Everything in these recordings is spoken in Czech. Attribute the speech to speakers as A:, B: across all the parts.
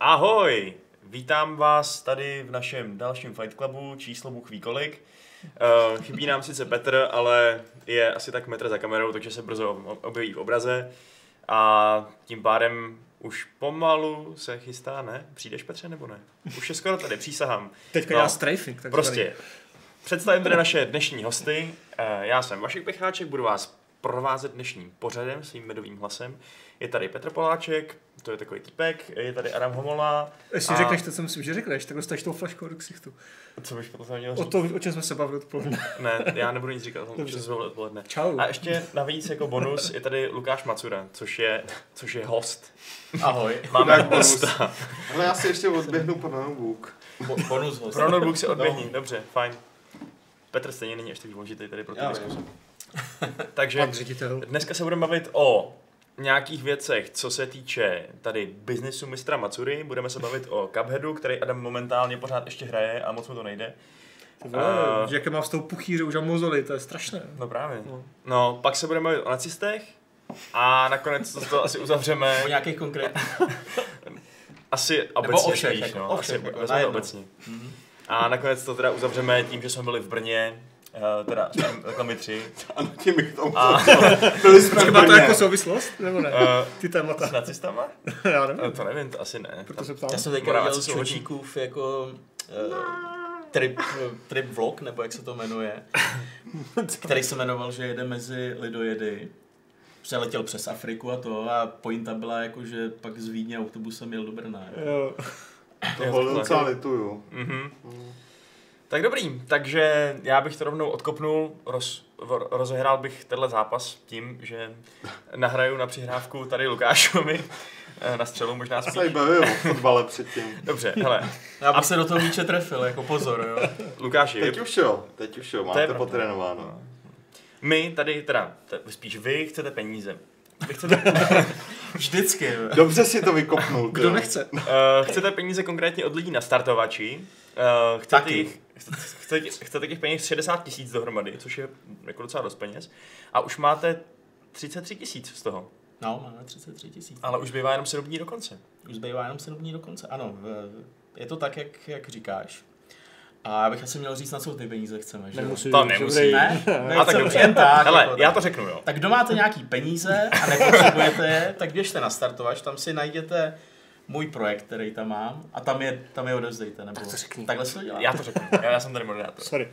A: Ahoj! Vítám vás tady v našem dalším Fight Clubu, číslo Bůh ví kolik. Eh, Chybí nám sice Petr, ale je asi tak metr za kamerou, takže se brzo ob- objeví v obraze. A tím pádem už pomalu se chystá, ne? Přijdeš Petře nebo ne? Už je skoro tady, přísahám.
B: Teďka
A: No.
B: no. já strafing. Tak
A: Prostě. Představím tedy naše dnešní hosty. Eh, Já jsem Vašek Pecháček, budu vás provázet dnešním pořadem svým medovým hlasem. Je tady Petr Poláček, to je takový typek, je tady Adam Homola.
B: Jestli
A: A-
B: a... řekneš to, co myslím, že řekneš, tak dostaneš tou flašku do ksichtu.
A: Co bych potom měl
B: O
A: říct?
B: to, o čem jsme se bavili odpoledne.
A: Ne, já nebudu nic říkat, o tom
B: Dobře.
A: se zvolil odpoledne.
B: Čau.
A: A ještě navíc jako bonus je tady Lukáš Macura, což je, což je host.
C: Ahoj.
A: Máme
D: Tak bonus.
A: hosta.
D: Ale já si ještě odběhnu pro notebook.
C: Bo- bonus host.
A: Pro notebook se odběhni, dobře, fajn. Petr stejně není ještě důležitý tady pro ty
D: Já
A: diskuse. Takže
B: Pan ředitel.
A: Dneska se budeme bavit o nějakých věcech, co se týče tady biznesu mistra Macury. Budeme se bavit o Cupheadu, který Adam momentálně pořád ještě hraje a moc mu to nejde.
B: A...
A: A-
B: Jaké má s tou puchýře už a mozoli, to je strašné.
A: No právě.
B: No.
A: No, pak se budeme bavit o nacistech a nakonec to, to asi uzavřeme.
C: O nějakých konkrétních.
A: Asi obecně
C: o všech,
A: spíš,
C: jako,
A: no.
C: o
A: Asi
C: všech, jako,
A: vezmeme
C: najednou.
A: obecně. A nakonec to teda uzavřeme tím, že jsme byli v Brně, eh, teda aspoň takhle my tři,
D: Ano, tím bych tomu
A: A-
D: Byli jsme
B: Třeba to
D: úplně-
B: jako souvislost, nebo ne?
A: Eh,
B: Ty
A: s
B: témata.
A: nacistama?
B: já
A: Eh,
B: nevím,
A: To nevím, to asi ne.
B: proto se
C: Já
B: ptám.
C: jsem teďka
A: Moraváci
C: viděl
A: jsou hodní.
C: čočíkův jako eh, trip, trip vlog, nebo jak se to jmenuje, který se jmenoval, že jede mezi lidojedy. Přeletěl přes Afriku a to a pointa byla jako, že pak z Vídně autobusem jel do Brna. jo.
B: Jo.
A: Jo,
D: Toho
A: takhle.
D: docela lituju.
A: Mhm. Tak dobrý, takže já bych to rovnou odkopnul, roz, ro- rozehrál bych tenhle zápas tím, že nahraju na přihrávku tady Lukášovi eh, na střelu možná
D: Já se tady
A: spíš.
D: bavil o fotbale předtím.
A: Dobře, hele,
C: Já bych se do toho míče trefil, jako pozor, jo.
A: Lukáši,
D: Teď
A: vy,
D: už jo, teď už jo, máte
A: pravda.
D: potrénováno.
A: my tady, teda t- spíš vy chcete peníze. Vy chcete,
C: Vždycky, jo.
D: Dobře si to vykopnul.
B: Kdo nechce?
A: eh, chcete peníze konkrétně od lidí na startovači, eh, chcete,
C: Taky.
A: jich, chcete- chcete, chcete těch peněz 60 tisíc dohromady, což je jako docela dost peněz, a už máte 33 tisíc z toho,
C: No, máme 33 tisíc.
A: ale už bývá jenom 7 dní do konce.
C: Už zbývá jenom 7 dní do konce. Ano, v- je to tak, jak, jak říkáš. A já bych asi měl říct, na co ty peníze chceme, že? jo?
A: To nemusí.
C: Ne? ne
A: A tak dobře, jen tak, Hele, já to řeknu, jo.
C: jako Tak kdo máte nějaký peníze a nepotřebujete je, tak běžte na startovač, tam si najděte můj projekt, který tam mám a tam je, tam je odevzdejte, nebo
B: Tak to řekni.
C: takhle se to dělá.
A: Já to řeknu, já, já jsem tady moderátor.
B: Sorry.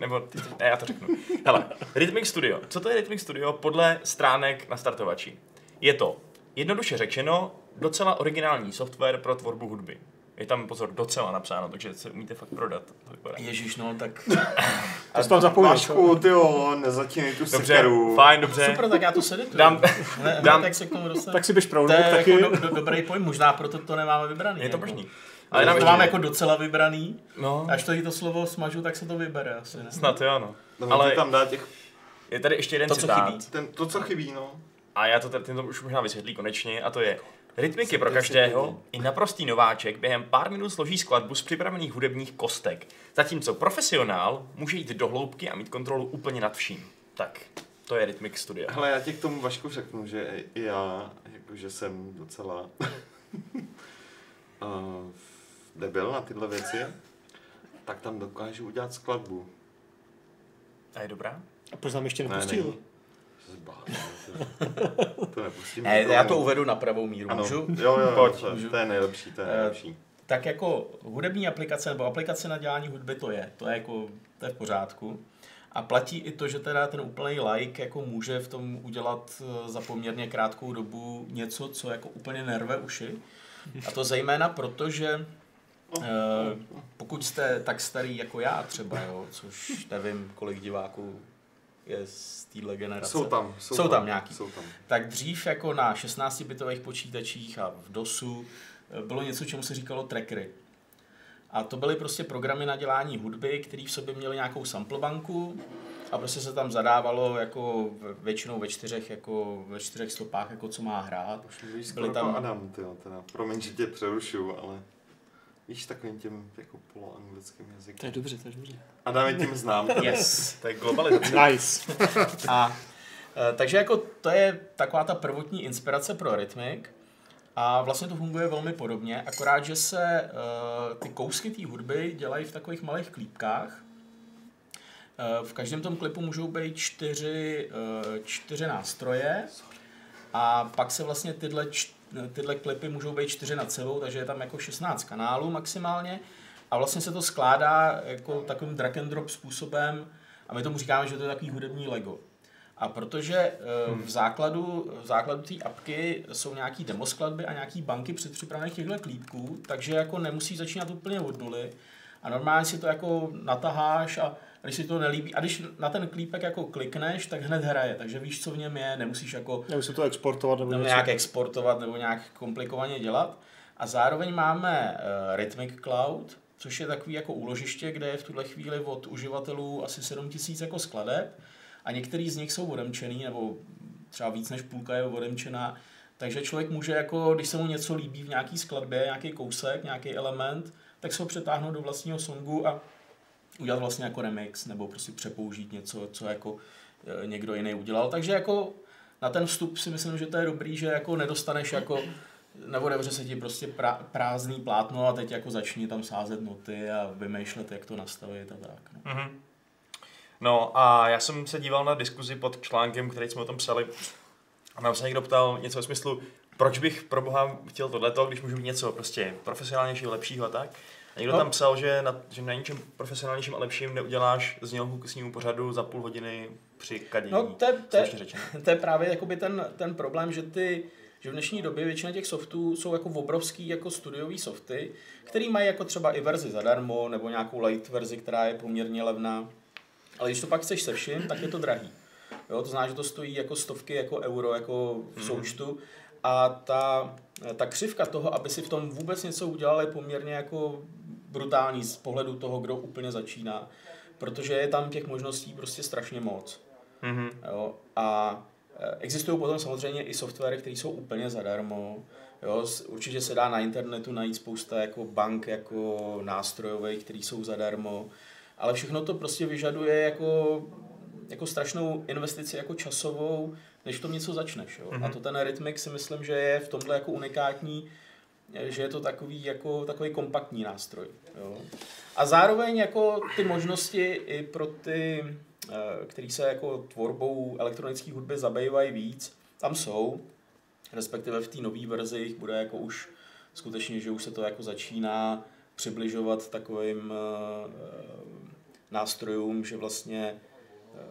A: Nebo ty, jsi- ne, já to řeknu. Hele, Rhythmic Studio. Co to je Rhythmic Studio podle stránek na startovači? Je to, jednoduše řečeno, docela originální software pro tvorbu hudby. Je tam, pozor, docela napsáno, takže se umíte fakt prodat. To vypadá.
C: Ježíš, no, tak
B: To jsi tam zapomněl.
D: Vašku, ty jo, nezatínej tu
A: Dobře,
D: sekeru.
A: fajn, dobře.
C: super, tak já to sedetuju.
A: Dám-
C: ne,
A: dám-
C: dám, tak se k tomu dostanu.
B: Tak si běž pro
C: to je
B: taky.
C: jako do, do, dobrý point, možná proto to nemáme vybraný.
A: Je to
C: jako.
A: možný. Ale
C: Ale
A: nám
C: to
A: ještě,
C: máme jako docela vybraný.
A: no,
C: Až tady to slovo smažu, tak se to vybere asi. Ne?
A: snad jo, no.
D: No,
A: Ale
D: Ale tam dá těch,
A: je tady ještě jeden
C: To, co
A: citát.
C: chybí.
D: ten, to, co chybí, no.
A: A já to tady tento už možná vysvětlí konečně, a to je Rytmik je pro každého, i naprostý nováček během pár minut složí skladbu z připravených hudebních kostek, zatímco profesionál může jít do hloubky a mít kontrolu úplně nad vším. Tak, to je Rytmik Studio.
D: Hele, já ti k tomu Vašku řeknu, že i já, jakože jsem docela eh, debil na tyhle věci, tak tam dokážu udělat skladbu.
A: A je dobrá?
B: A proč nám ještě
D: Ne,
B: nepustil?
D: není. Zblázen, to- To nepustím.
C: Ne,
D: nikomu.
C: já to uvedu na pravou míru.
D: Ano,
C: Můžu?
D: jo, jo,
A: Pojď,
D: Pojď, to,
C: můžu.
D: je- to je nejlepší, to je
C: Eh,
D: nejlepší.
C: tak jako hudební aplikace nebo aplikace na dělání hudby to je, to je jako, to je v pořádku. A platí i to, že teda ten úplný like jako může v tom udělat eh, za poměrně krátkou dobu něco, co jako úplně nerve uši. A to zejména proto, že eh, pokud jste tak starý jako já třeba, jo, což nevím, kolik diváků je z téhle generace.
D: Jsou tam, jsou,
C: Jsou tam nějaký.
D: Jsou tam.
C: Tak dřív jako na 16-bitových počítačích a v DOSu eh, bylo něco, čemu se říkalo trackery. A to byly prostě programy na dělání hudby, které v sobě měly nějakou sample banku a prostě se tam zadávalo jako v- většinou ve čtyřech, jako ve čtyřech stopách, jako co má hrát.
D: Už mluvíš
C: Byli
D: skoro
C: tam-
D: tam... Adam, tyjo, teda. Promiň, že tě přerušuju, ale víš takovým tím jako poloanglickým
B: To je
D: jazykem.
B: dobře, to je dobře.
D: Adam je tím znám.
C: Yes.
A: To je globalizace.
B: Nice.
C: eh, A, e, takže jako to je taková ta prvotní inspirace pro rytmik. A vlastně to funguje velmi podobně, akorát, že se uh, ty kousky té hudby dělají v takových malých klípkách. Eh, v každém tom klipu můžou být čtyři, eh, čtyři nástroje a pak se vlastně tyhle, č- tyhle klipy můžou být čtyři nad sebou, takže je tam jako 16 kanálů maximálně a vlastně se to skládá jako takovým drag and drop způsobem a my tomu říkáme, že to je takový hudební Lego. A protože eh, v základu, v základu té apky jsou nějaký demoskladby a nějaký banky předpřipravených těchto klípků, takže jako nemusí začínat úplně od nuly a normálně si to jako nataháš a když si to nelíbí, a když na ten klípek jako klikneš, tak hned hraje, takže víš, co v něm je, nemusíš jako
B: Já musím to exportovat nebo
C: nebo
B: něco.
C: nějak exportovat nebo nějak komplikovaně dělat. A zároveň máme eh, Rhythmic Cloud, což je takový jako úložiště, kde je v tuhle chvíli od uživatelů asi 7000 jako skladeb a některý z nich jsou odemčený nebo třeba víc než půlka je odemčená. Takže člověk může, jako, když se mu něco líbí v nějaký skladbě, nějaký kousek, nějaký element, tak se ho přetáhnout do vlastního songu a udělat vlastně jako remix nebo prostě přepoužít něco, co jako eh, někdo jiný udělal. Takže jako na ten vstup si myslím, že to je dobrý, že jako nedostaneš jako nebo dobře se ti prostě pra, prázdný plátno a teď jako začni tam sázet noty a vymýšlet, jak to nastavit a tak. No.
A: Mhm. No a já jsem se díval na diskuzi pod článkem, který jsme o tom psali. A nám se někdo ptal něco ve smyslu, proč bych pro boha chtěl tohleto, když můžu mít něco prostě profesionálnější, lepšího a tak. A někdo
C: No.
A: no. tam psal, že na, že na ničem profesionálnějším a lepším neuděláš znělku k snímu pořadu za půl hodiny při kadění.
C: No, to je, to,
A: Slušně
C: je,
A: řečeno.
C: to je právě jakoby ten, ten problém, že ty že v dnešní době většina těch softů jsou jako obrovský jako studiový softy, který mají jako třeba i verzi zadarmo, nebo nějakou light verzi, která je poměrně levná. Ale když to pak chceš se vším, tak je to drahý. Jo, to znamená, že to stojí jako stovky jako euro jako v součtu. A ta, ta křivka toho, aby si v tom vůbec něco udělal, je poměrně jako brutální z pohledu toho, kdo úplně začíná. Protože je tam těch možností prostě strašně moc.
A: Mhm.
C: Jo? A eh, existují potom samozřejmě i softwary, které jsou úplně zadarmo. Jo? S- Určitě se dá na internetu najít spousta jako bank, jako nástrojových, které jsou zadarmo. Ale všechno to prostě vyžaduje jako, jako strašnou investici jako časovou, než v tom něco začneš. Jo? A to ten Rytmik si myslím, že je v tomhle jako unikátní, eh, že je to takový, jako, takový kompaktní nástroj. Jo? A zároveň jako ty možnosti i pro ty, eh, který se jako tvorbou elektronické hudby zabývají víc, tam jsou. Respektive v té nové verzi jich bude jako už skutečně, že už se to jako začíná přibližovat takovým eh, nástrojům, že vlastně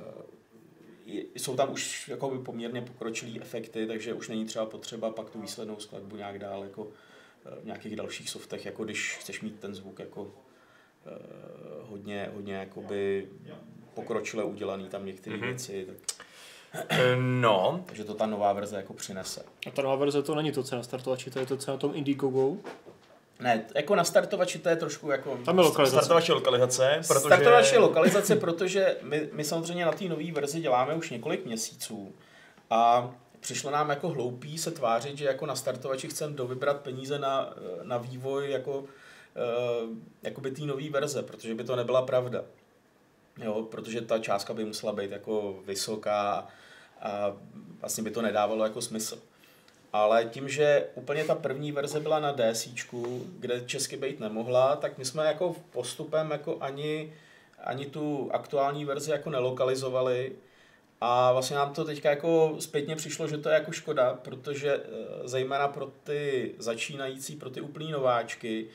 C: eh, je- jsou tam už jakoby poměrně pokročilý efekty, takže už není třeba potřeba pak tu výslednou skladbu nějak dál jako eh, v nějakých dalších softech, jako když chceš mít ten zvuk jako eh, hodně, hodně jakoby pokročile udělaný tam některé mm-hmm. věci, tak,
A: Eh, No,
C: takže to ta nová verze jako přinese.
B: A ta nová verze to není to cena startovači, to je to cena tom Indiegogo.
C: Ne, t- jako na startovači to je trošku jako...
B: Tam je lokalizace.
A: startovač je lokalizace, protože...
C: Protože... Startovač je lokalizace, protože my, my samozřejmě na té nové verzi děláme už několik měsíců a přišlo nám jako hloupý se tvářit, že jako na startovači chceme dovybrat peníze na, eh, na vývoj jako, eh, jakoby té nové verze, protože by to nebyla pravda. Jo, protože ta částka by musela být jako vysoká a vlastně by to nedávalo jako smysl. Ale tím, že úplně ta první verze byla na DC, kde česky být nemohla, tak my jsme jako postupem jako ani, ani tu aktuální verzi jako nelokalizovali. A vlastně nám to teďka jako zpětně přišlo, že to je jako škoda, protože eh, zejména pro ty začínající, pro ty úplný nováčky,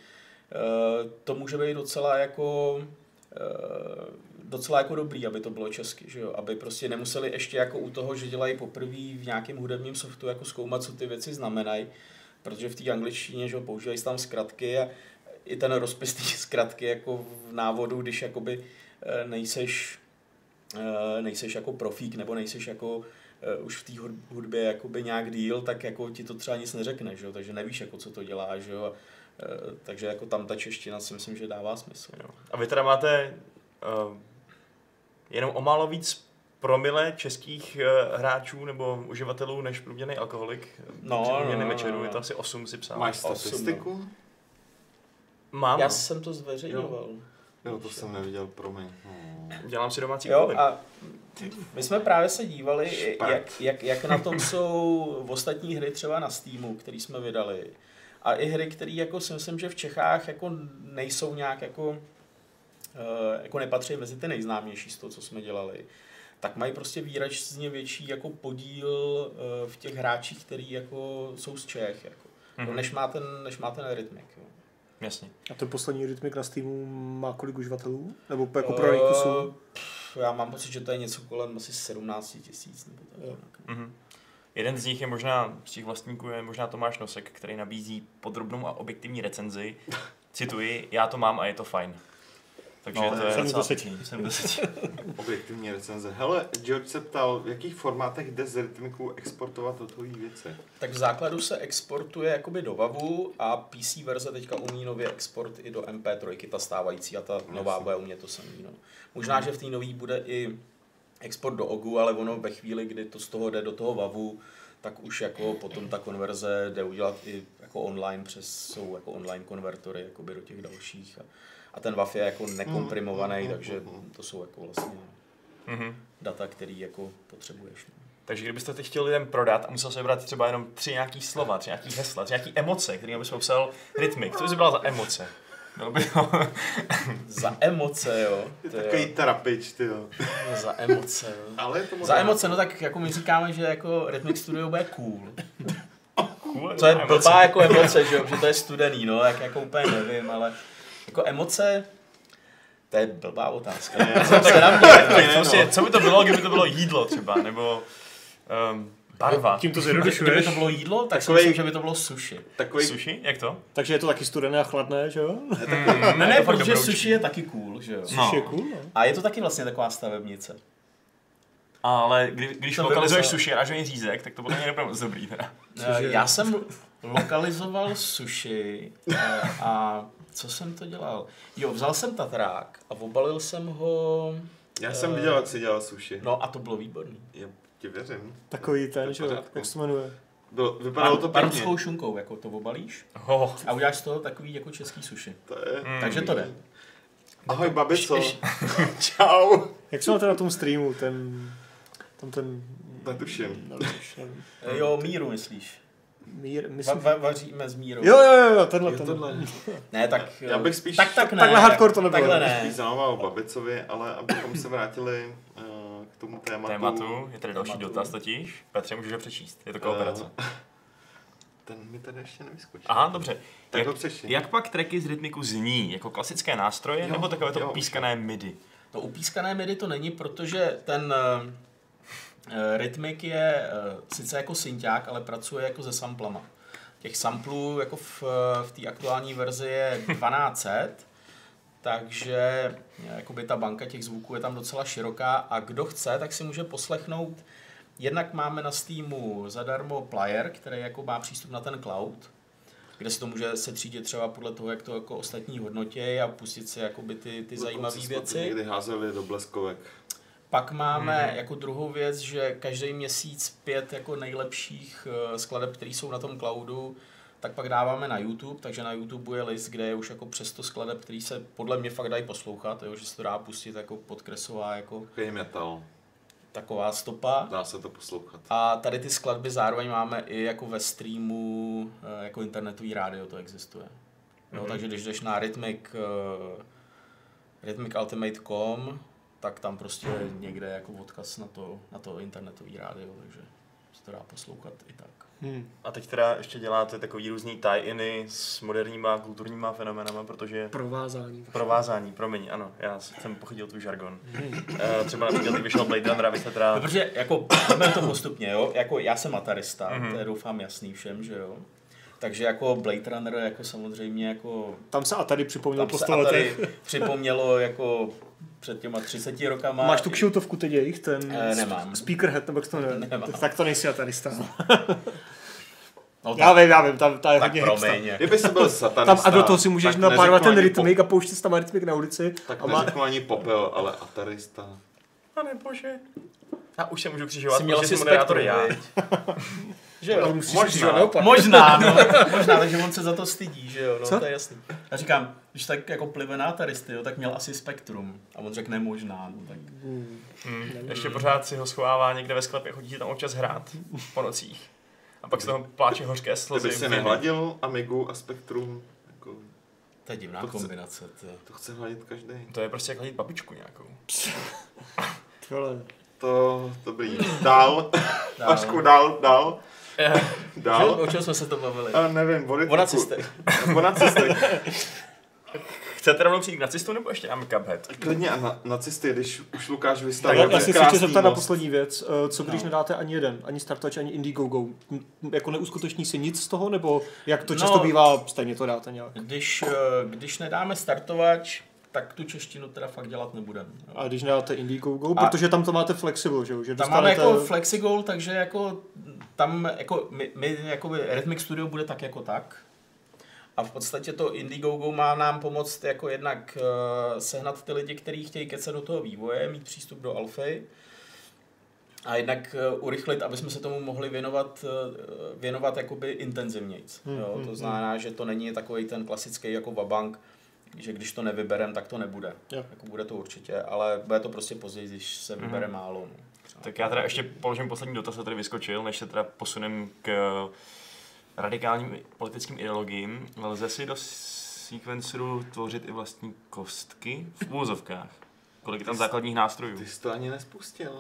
C: eh, to může být docela jako eh, docela jako dobrý, aby to bylo česky, že jo? aby prostě nemuseli ještě jako u toho, že dělají poprvé v nějakém hudebním softu jako zkoumat, co ty věci znamenají, protože v té angličtině, že jo, používají se tam zkratky a i ten rozpis té zkratky jako v návodu, když jakoby eh, nejseš, eh, nejseš jako profík nebo nejseš jako eh, už v té hud- hudbě jakoby nějak díl, tak jako ti to třeba nic neřekne, že jo? takže nevíš jako co to dělá, že jo? A, eh, takže jako tam ta čeština si myslím, že dává smysl.
A: Jo. A vy teda máte uh, jenom o málo víc promile českých uh, hráčů nebo uživatelů než průměrný alkoholik.
C: No,
A: Průměrný
C: no, no,
A: večeru,
C: no.
A: je to asi 8 si psal.
D: Máš
C: Osm, no.
D: statistiku?
A: Mám, no.
C: Já
A: Já...
C: jsem to zveřejňoval.
D: Jo, to jsem neviděl, promiň. No.
A: dělám si domácí
C: Jo,
A: úkoly.
C: a My jsme právě se dívali,
D: Špark.
C: jak, jak, jak na tom jsou ostatní hry třeba na Steamu, které jsme vydali. A i hry, které jako si myslím, že v Čechách jako nejsou nějak jako, eh, jako nepatří mezi ty nejznámější z toho, co jsme dělali tak mají prostě výrazně větší jako podíl eh, v těch hráčích, který jako jsou z Čech, jako, mm-hmm.
A: Mhm.
C: než, má ten, než má ten rytmik. Jo.
A: Jasně.
B: A ten poslední rytmik na Steamu má kolik uživatelů? Nebo jako prodaných kusů?
C: Eh, pff, Já mám pocit, že to je něco kolem asi 17 tisíc nebo tak.
B: Jo.
C: nějak.
A: Mhm. Jeden z nich je možná, z těch vlastníků je možná Tomáš Nosek, který nabízí podrobnou a objektivní recenzi. Cituji, já to mám a je to fajn. Takže
D: No,
A: to je
D: jsem
A: docela
B: desetí.
A: pěkný. Jsem desetí.
D: Objektivní recenze. Hele, George se ptal, v jakých formátech jde z rytmiku exportovat hotový věci?
C: Tak v základu se exportuje jakoby do WAVu a PC verze teďka umí nově export i do MP3, ta stávající a ta nová
D: Jasně.
C: bude umět to samý. No. Možná, že v té nový bude i export do OGU, ale ono ve chvíli, kdy to z toho jde do toho WAVu, tak už jako potom ta konverze jde udělat i jako online přes, jsou jako online konvertory jakoby do těch dalších. A, a ten WAV je jako nekomprimovaný,
D: Mm, mm,
C: takže
D: mm, mm.
C: to jsou jako vlastně
A: Mhm.
C: data, které jako potřebuješ. No.
A: Takže kdybyste ty chtěli lidem prodat a musel se vybrat třeba jenom tři nějaký slova, tři nějaký hesla, tři nějaký emoce, který bys popsal rytmik. Co by si byla za emoce? Bylo by to...
C: Za emoce, jo.
D: Je
C: to je-
D: takový terapič, ty jo.
C: Za emoce, jo.
D: Ale je to
C: Za
D: moderní.
C: emoce, no tak jako my říkáme, že jako Rhythmic Studio bude cool.
A: Cool,
C: Co je
A: emoce.
C: blbá jako emoce, že jo, že to je studený, no, tak jako úplně nevím, ale jako emoce, to je blbá otázka. Ne? Co se na mě?
A: Tak prostě, co by to bylo, kdyby to bylo jídlo třeba, nebo um, barva.
B: Tím to
C: Kdyby
B: zjednodušuješ.
C: to bylo jídlo, tak si
D: Takovej-
C: myslím, že by to bylo sushi.
D: Takový
A: Sushi, jak to? Hmm.
B: Takže je to taky studené a chladné, že jo?
C: No. Ne, ne,
A: je fakt
C: protože
A: dobrou-
C: sushi je taky cool, že jo.
A: No.
B: Což je cool, no.
C: A je to taky vlastně taková stavebnice.
A: Ale kdy, když
C: To
A: lokalizuješ
C: bylo-
A: sushi a řeš řízek, tak to podle mě nebude moc dobrý teda.
C: Eh,
B: je-
C: Já jsem lokalizoval sushi eh, a co jsem to dělal? Jo, vzal jsem tatrák a obalil jsem ho...
D: Já jsem viděl, jak si dělal suši.
C: Eh. No a to bylo výborný.
D: Já ti věřím.
B: Takový ten,
D: To
B: že jo?
D: pořádku.
B: Jak se to jmenuje?
D: Bylo, vypadalo to pěkně.
C: Paruckou šunkou, jako to obalíš
A: Oh.
C: a uděláš z toho takový jako český suši.
D: To je...
A: Mm.
C: Hmm. Takže to jde.
D: Ahoj, babico.
C: Š-
D: Čau.
B: Jak se máte na tom streamu, ten... Tam ten...
D: Netuším.
B: Nevíš, nevím.
C: Hmm. Jo, míru myslíš.
B: Mír,
C: Va-
B: myslím...
C: va- vaříme s mírou.
B: Jo, jo, jo, jo, tenhle,
D: Jo,
B: tenhle.
D: tohle.
C: Ne, tak... eh,
D: Já bych spíš-
C: Tak, tak ne.
B: takhle hardcore to nebylo.
C: Takhle
D: Spíš
C: ne.
D: zajímavá o babicovi, ale abychom se vrátili eh, k tomu tématu.
A: Tématu, je tady další
C: Tématu.
A: dotaz totiž. Petře, můžeš ho přečíst, je to kooperace.
D: Eh, Ten mi tady ještě nevyskočil.
A: Aha, dobře.
D: Tak
A: Jak,
D: ho přečti.
A: jak pak tracky z rytmiku zní? Jako klasické nástroje,
D: Jo,
A: nebo takové to
D: jo.
A: upískané midi?
C: To upískané midi to není, protože ten eh, rytmik je eh, sice jako synťák, ale pracuje jako se samplama. Těch samplů jako v, eh, v té aktuální verzi je 1200, takže eh, jakoby ta banka těch zvuků je tam docela široká a kdo chce, tak si může poslechnout. Jednak máme na Steamu zadarmo player, který jako má přístup na ten cloud, kde si to může setřídit třeba podle toho, jak to jako ostatní hodnotí a pustit si jakoby ty, ty zajímavé
D: Dokonce jsme to
C: věci.
D: Někdy házeli do bleskovek.
C: Pak máme jako druhou věc, že každý měsíc pět jako nejlepších eh, skladeb, které jsou na tom cloudu, tak pak dáváme na YouTube, takže na YouTube je list, kde je už jako přes 100 skladeb, který se podle mě fakt dají poslouchat, jo, že se to dá pustit jako podkresová jako
D: Takový metal.
C: taková stopa.
D: Dá se to poslouchat.
C: A tady ty skladby zároveň máme i jako ve streamu, eh, jako internetový rádio to existuje. No,
B: Mhm.
C: mm-hmm. Takže když jdeš na Rhythmic, uh, rhythmicultimate.com, tak tam prostě je někde jako odkaz na to, na to internetový rádio, takže se to dá poslouchat i tak.
B: Hm.
A: A teď teda ještě děláte takový různý tie-iny s moderníma kulturníma fenomenama, protože
B: Provázání.
A: provázání, promiň, ano, já jsem pochytil tvůj žargon. Eh, Třeba například, když vyšel Blade Runner a vy jste
C: No,
A: teda...
C: protože jako, jdeme to postupně, jo, jako já jsem atarista,
B: Mhm.
C: mm-hmm. to je doufám jasný všem, že jo. Takže jako Blade Runner, jako samozřejmě jako
B: Tam se a tady připomněl
C: Tam
B: po
C: se
B: 100
C: a
B: letech.
C: tady připomnělo jako před těma 30 rokama.
B: Máš tu kšiltovku teď jejich, ten
C: Eh, nemám.
B: sp- speakerhead, nebo jak se to jmenuje?
C: Nemám.
B: Tak to nejsi atarista.
C: No,
B: Já
C: tak,
B: vím, já vím, tam ta je
C: tak
B: hodně hipster.
C: promiň. jako.
D: Kdyby jsi byl satanista,
B: Tam a do toho si můžeš
D: tak
B: napárovat ten
D: neřeknu ani
B: rytmik a pouštět si tam rytmik na ulici.
D: Pop, tak
B: a má...
D: neřeknu ani popel, ale atarista.
A: Pane bože. A už se můžu křižovat,
C: Jsi měl
A: protože
C: asi
A: jsem moderátor
C: spektrum,
A: já.
C: viď? že
B: Ale
C: jo?
B: musíš
D: možná.
B: říct, že naopak.
C: Možná, no. Možná, takže on se za to stydí, že jo? No,
B: Co?
C: to je jasný. Já říkám, když tak jako plive na taristy, jo, tak měl asi spektrum. A on řekne možná, no tak.
B: Hmm.
A: Hmm. Ještě pořád si ho schovává někde ve sklepě, chodí si tam občas hrát po nocích. A pak se tam pláče hořké slzy.
D: Kdyby se nehladil Amigu a Spektrum, jako,
C: To je divná
D: To chce-
C: kombinace, to.
D: to chce hladit každý.
A: To je prostě jak hladit babičku nějakou.
B: Ale
D: To, dobrý. Dál,
C: Dál.
D: Ašku, dál, dál,
C: Dál?
D: dál.
C: O čem jsme se to bavili?
D: A nevím, vody.
C: O nacistech.
D: O nacistech.
A: Chcete rovnou přijít k nacistu nebo ještě dáme Cuphead?
D: Klidně a na, nacisty, když už Lukáš
A: Tak
D: vystavil
A: jo,
B: já
A: to je
B: si chci zeptat na poslední věc. Eh, Co když
C: No.
B: no. nedáte ani jeden, ani Startouch, ani Indiegogo? M- m- Jako neuskuteční si nic z toho, nebo jak to často
C: No.
B: bývá, stejně to dáte nějak?
C: Když, eh, když nedáme startovač, tak tu češtinu teda fakt dělat nebudeme. jo.
B: A když nedáte Indiegogo,
C: A-
B: protože tam to máte flexible, že jo? Že
C: Tam máme
B: dostanete...
C: jako flexigol, takže jako tam jako my, my jako Rhythmic Studio bude tak jako tak. A v podstatě to Indiegogo má nám pomoct jako jednak eh, sehnat ty lidi, kteří chtějí kecat do toho vývoje, mít přístup do alfy. A jednak eh, urychlit, aby jsme se tomu mohli věnovat, eh, věnovat jakoby intenzivnějc.
B: Hmm,
C: jo?
B: hmm,
C: To znamená, že to není takový ten klasický jako vabank, že když to nevyberem, tak to nebude.
B: Jo. Hmm.
C: Jako bude to určitě, ale bude to prostě později, když se vybere málo. No.
A: Tak já teda ještě položím poslední dotaz, co tady vyskočil, než se teda posunem k eh, radikálním politickým ideologiím. Lze si do sequenceru tvořit i vlastní kostky v úvozovkách? Kolik je tam základních nástrojů?
D: Ty jsi to ani nespustil.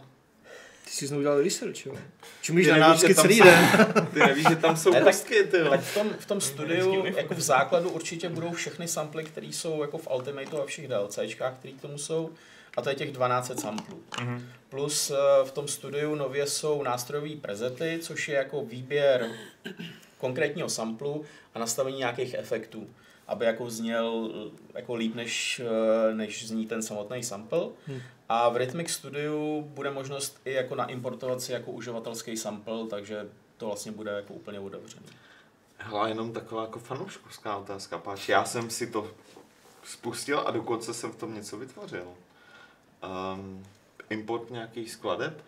E: Ty jsi znovu udělal research, jo? Čumíš
D: Ty
E: na
D: nevíš,
E: návšky
D: že tam
E: celý
D: jsou-
E: den.
D: Ty nevíš, že tam jsou
C: Ne, tak-
D: kostky, ty jo.
C: Tak v tom, v tom studiu,
A: Hezký
C: jako v základu určitě budou všechny samply, které jsou jako v Ultimate a všech DLCčkách, které k tomu jsou. A to je těch 12 samplů.
A: Mhm.
C: Plus eh, v tom studiu nově jsou nástrojové prezety, což je jako výběr konkrétního samplu a nastavení nějakých efektů, aby jako zněl jako líp, než, eh, než zní ten samotný sample.
B: Hmm.
C: A v Rhythmic Studiu bude možnost i jako naimportovat si jako uživatelský sample, takže to vlastně bude jako úplně otevřený.
D: Hele, jenom taková jako fanouškovská otázka, páč. Já jsem si to spustil a dokonce jsem v tom něco vytvořil. Um, import nějakých skladeb?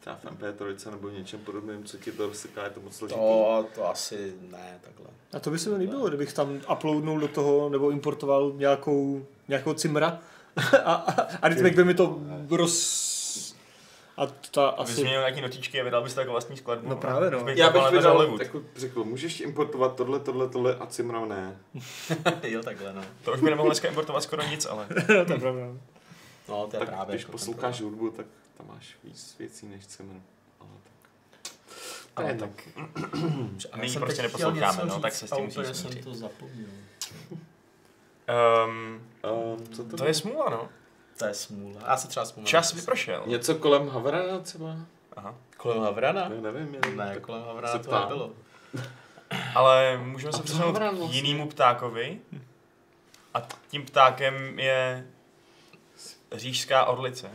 D: Třeba v MP3 nebo něčem podobným, co ti to rozsyká, je to moc složitý.
C: To, to asi ne, takhle.
B: A to by se mi líbilo, kdybych tam uploadnul do toho nebo importoval nějakou, nějakou cimra a, a, a rytmik by mi to roz... A ta
A: Aby
B: asi...
A: změnil nějaký notičky a vydal byste jako vlastní skladbu.
B: No právě, no.
A: Už
D: Já
A: kapala
D: bych
A: na
D: vydal,
A: Hollywood.
D: tak řekl, můžeš importovat tohle, tohle, tohle a Cimra ne.
C: jo, takhle, no.
A: To už by nemohl dneska importovat skoro nic, ale...
B: to je pravda.
C: No, to je
D: tak
C: právě.
D: když
C: jako
D: posloucháš hudbu, tak tam máš víc věcí než Cimr. Ale tak. Ale
C: Ale
D: tak.
C: ten problém.
A: my
C: Já
A: ji
C: jsem
A: prostě
C: teď chtěl
A: neposloucháme,
C: něco
A: no, tak se s tím
C: a
A: musíš
C: úplně jsem
A: smířit.
C: to zapomněl.
A: Um,
D: Um, co to,
A: to je smůla, no.
C: To je smůla. Já se třeba
D: No,
C: vzpomínám.
A: Čas vypršel.
D: Něco kolem Havrana třeba?
A: Aha.
C: Kolem Havrana?
D: Ne, nevím,
C: Ne,
D: tak-
C: kolem
D: se
C: Havrana to
D: ptám.
C: nebylo.
A: Ale můžeme se
D: co
A: přesunout
D: Havran
A: k
D: vlastně?
A: jinému ptákovi. A tím ptákem je říšská orlice.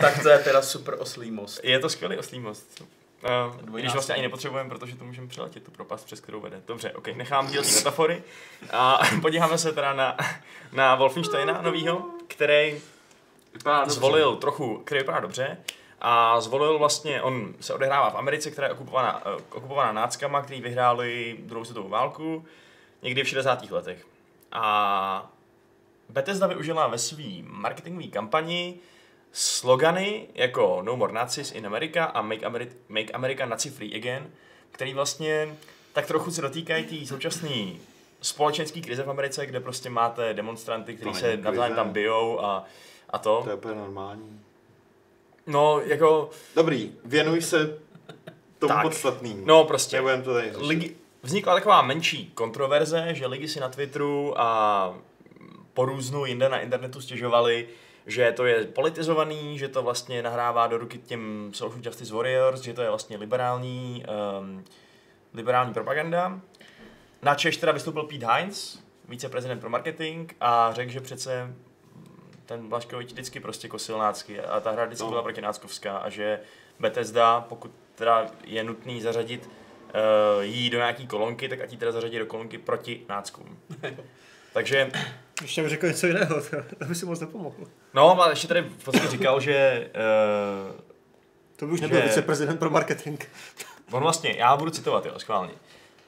C: tak to je teda super oslý most.
A: Je to skvělý oslý most. Uh, když
C: Dvojnásobek.
A: vlastně ani nepotřebujeme, protože to můžeme přeletět, tu propast, přes kterou vede. Dobře, ok, nechám dílní metafory. A podíváme se teda na, na Wolfensteina novýho, který
D: Vypadá dobře.
A: zvolil trochu, který vypadá dobře, a zvolil vlastně, on se odehrává v Americe, která je okupovaná, eh, okupovaná náckama, který vyhráli druhou světovou válku někdy v 60. letech. A Bethesda využila ve své marketingové kampani slogany jako No more Nazis in America a Make America, Make America Nazi Free Again, který vlastně tak trochu se dotýkají té současné společenské krize v Americe, kde prostě máte demonstranty, kteří
D: To
A: se
D: není
A: navzájem
D: krize.
A: tam bijou a, a to.
D: To je úplně normální.
A: No, jako,
D: Dobrý, věnuj se
A: Tak.
D: tomu tak. podstatnému.
A: no prostě.
D: Nebudem to tady řešit.
A: Lidi, vznikla taková menší kontroverze, že lidi si na Twitteru a po různu jinde na internetu stěžovali, že to je politizovaný, že to vlastně nahrává do ruky těm Social Justice Warriors, že to je vlastně liberální, um, liberální propaganda. Na Češ teda vystoupil Pete Hines, viceprezident pro marketing, a řekl, že přece ten Blaškovič vždycky prostě kosil nácky a ta hra vždycky
D: No.
A: byla proti náckovská a že Bethesda, pokud teda je nutný zařadit eh, uh, jí do nějaký kolonky, tak ať jí teda zařadí do kolonky proti náckům. Takže
B: Ještě bych řekl něco jiného, to- to by si moc nepomohlo.
A: No, a ještě tady v podstatě říkal, že eh,
B: To by už nebyl
A: Že-
B: viceprezident pro marketing.
A: On vlastně, já budu citovat, jo, schválně.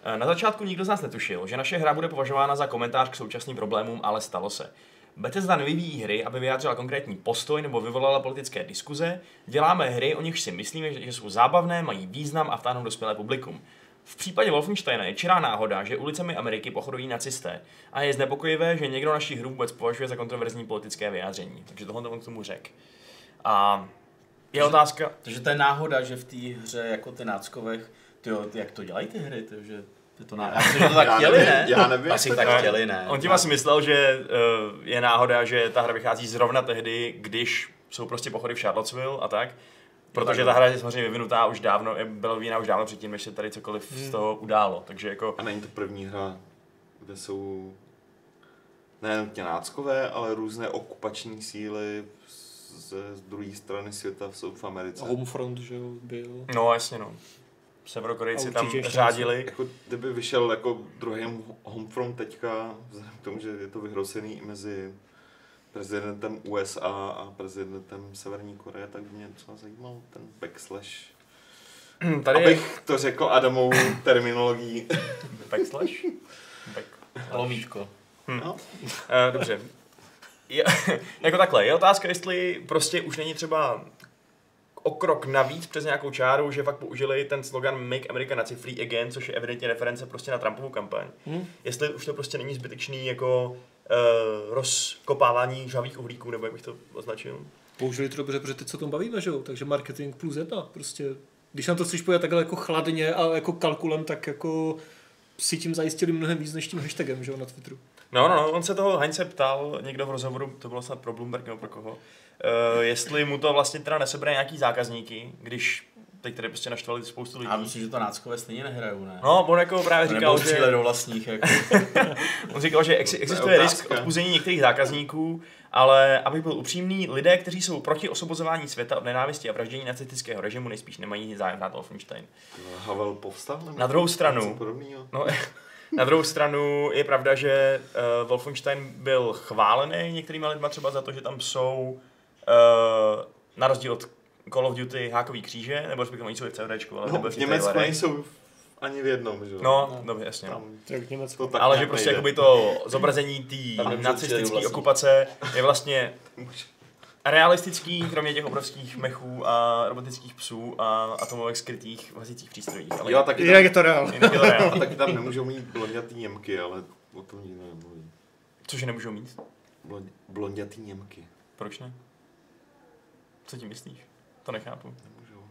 A: E, Na začátku nikdo z nás netušil, že naše hra bude považována za komentář k současným problémům, ale stalo se. Bethesda nevyvíjí hry, aby vyjádřila konkrétní postoj nebo vyvolala politické diskuze. Děláme hry, o nichž si myslíme, že že jsou zábavné, mají význam a vtáhnou dospělé publikum. V případě Wolfensteina je čirá náhoda, že ulicemi Ameriky pochodují nacisté a je znepokojivé, že někdo naší hru vůbec považuje za kontroverzní politické vyjádření. Takže tohle on k tomu řekl. A je otázka...
C: Takže to je náhoda, že v té hře jako ty náckovech, ty jo, jak to dělají ty hry, to, že je to náhoda. Asi, že to tak
D: Já
C: chtěli,
D: nevím,
C: ne?
D: já nevím,
C: Asi
D: jak to
C: tak
D: dělají.
C: chtěli, ne?
A: On vlastně- tím asi myslel, že uh, je náhoda, že ta hra vychází zrovna tehdy, když jsou prostě pochody v Charlottesville a tak. Protože ta hra je samozřejmě vyvinutá už dávno, je- byla vyvíjená už dávno předtím, než se tady cokoliv z toho událo. Takže jako,
D: A není to první hra, kde jsou ne nutně náckové, ale různé okupační síly z- ze druhé strany světa jsou v Americe.
B: Homefront, že jo, byl.
A: no jasně no. Severokorejci
B: A
A: tam
B: určitě ještě
A: řádili.
D: Jako kdyby vyšel jako druhý Homefront teďka, vzhledem k tomu, že je to vyhrocený i mezi prezidentem USA a prezidentem Severní Koreje, tak by mě docela zajímal ten backslash.
A: Tady je
D: Abych to řekl Adamovou terminologií.
A: backslash. Back.
C: Lomítko.
D: No,
A: Eh, dobře. Je, jako takhle, je otázka, jestli prostě už není třeba o krok navíc přes nějakou čáru, že fakt použili ten slogan Make America Nazi Free Again, což je evidentně reference prostě na Trumpovu kampaň. Hmm. Jestli už to prostě není zbytečný jako uh, rozkopávání žhavých uhlíků, nebo jak bych to označil.
B: Použili to dobře, protože teď se o tom bavíme, že jo? Takže marketing plus jedna, prostě. Když nám to chceš pojat takhle jako chladně a jako kalkulem, tak jako si tím zajistili mnohem víc než tím hashtagem, že jo, na Twitteru.
A: No, no, no, on se toho Heinze ptal, někdo v rozhovoru, to bylo snad pro Bloomberg nebo pro koho, uh, jestli mu to vlastně teda nesebere nějaký zákazníky, když teď tady prostě naštvali spoustu lidí.
C: A myslím, že to náckové stejně nehrajou, ne?
A: No, on jako právě
C: Nebo
A: říkal, že...
C: střílet do vlastních, jako.
A: On říkal, že ex- existuje
D: otázka.
A: risk odpuzení některých zákazníků, ale abych byl upřímný, lidé, kteří jsou proti osvobozování světa od nenávisti a vraždění nacistického režimu, nejspíš nemají zájem hrát Wolfenstein.
D: Havel povstal? Nebo
A: Na druhou
D: něco
A: stranu,
D: podobného?
A: no, na druhou stranu je pravda, že uh, Wolfenstein byl chválený některýma lidma třeba za to, že tam jsou uh, na rozdíl od Call of Duty hákový kříže, nebo respektive oni jsou i v CVDčku, ale
D: No,
A: nebo
D: v
A: ty
D: Německu
A: trailery.
D: nejsou ani v jednom, že jo?
A: No, dobře, jasně. No.
D: Tam
B: Tak v Německu.
D: to tak
A: ale že
D: nějak
A: prostě
D: nejde.
A: jakoby to zobrazení té
C: Tam nemůžou přijít
A: nacistické
C: vlastní.
A: okupace je vlastně realistický, kromě těch obrovských mechů a robotických psů a atomových skrytých v hlasicích přístrojích. Ale
D: Jo, a taky
B: Jak
D: tam,
B: je to reál?
A: jinak je to reál.
D: a taky tam nemůžou mít blondětý Němky, ale o tom nikdo nemluví.
A: Což nemůžou mít.
D: Blon, blondětý Němky.
A: Proč ne? Co tím myslíš? To nechápu.
D: Nemůžou.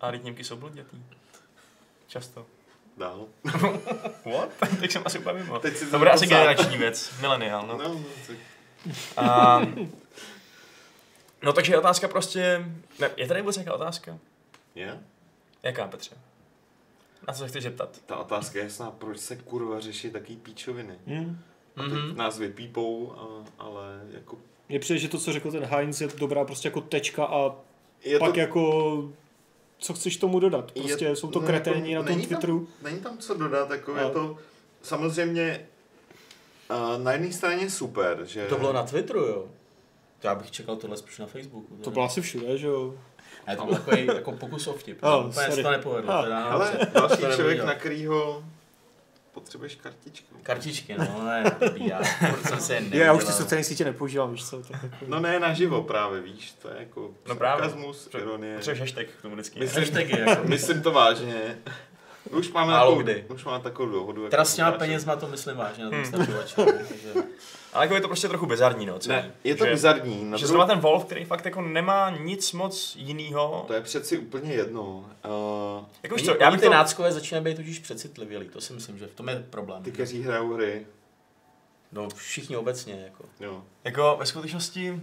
A: A teď Němky jsou blondětý. Často.
D: Dál.
A: What? Teď jsem asi úplně mimo.
D: Teď si to
A: To bude asi
D: zapsal.
A: generační věc. Mileniál, no.
D: No, no tak
A: A... No takže je otázka prostě... Ne, je tady vůbec nějaká otázka?
D: je.
A: Jaká, Petře? Na co se chceš zeptat?
D: Ta otázka je jasná, proč se kurva řeší taky píčoviny?
B: Hmm.
D: A teď nás vypípou, a, ale jako...
B: Mně přijde, že to, co řekl ten Heinz, je dobrá prostě jako tečka a
D: Je
B: pak
D: to,
B: jako co chceš tomu dodat? Prostě jsou to
D: no,
B: kreténi
D: jako
B: na tom
D: není tam-
B: Twitteru.
D: Není tam co dodat, jako je
B: Ale-
D: to... Samozřejmě eh, na jedné straně super, že...
C: To bylo na Twitteru, jo. Eh, To já bych čekal tohle spíš na Facebooku.
B: To bylo asi všude, že jo?
C: Ne, to byl takový jako pokus o vtip.
B: Oh,
C: Oh, Úplně se
B: sorry.
C: to nepovedlo.
B: Ah,
C: teda,
D: Ale
C: dobře, to
D: další
C: nebudu
D: člověk,
C: dělat.
D: na kterýho potřebuješ kartičku.
C: Kartičky, no ne, dobrý, já furt jsem se
B: Já, já už ty
C: nedělal.
B: sociální sítě nepoužívám, víš co? Tak jako...
D: No ne naživo právě, víš, to je jako
A: No právě.
D: sarkazmus,
A: Pře-
D: ironie.
A: Potřebuješ hashtag k tomu vždycky.
D: Myslím-
C: Hashtagy, jako.
D: Myslím to vážně. Už máme
C: Málo
D: takovou,
C: kdy.
D: už máme takovou dohodu. jako
C: Teda s těma
D: ukážu.
C: penězma to myslím vážně na tom stačovače.
A: Ale jako je to prostě trochu bizarní, no. celý.
D: Ne, je to
A: že,
D: bizarní. Na
A: Že
D: druhou,
A: zrovna ten Wolf, který fakt jako nemá nic moc jiného.
D: to je přeci úplně jedno. Uh,
A: Jako už
C: Oni-
A: to, já
C: oni
A: bych
C: ty
A: to...
C: náckové začínají být totiž přecitlivělí, to si myslím, že v tom je problém.
D: ty, kteří hrajou hry,
C: No všichni obecně, jako.
D: jo.
A: Jako ve skutečnosti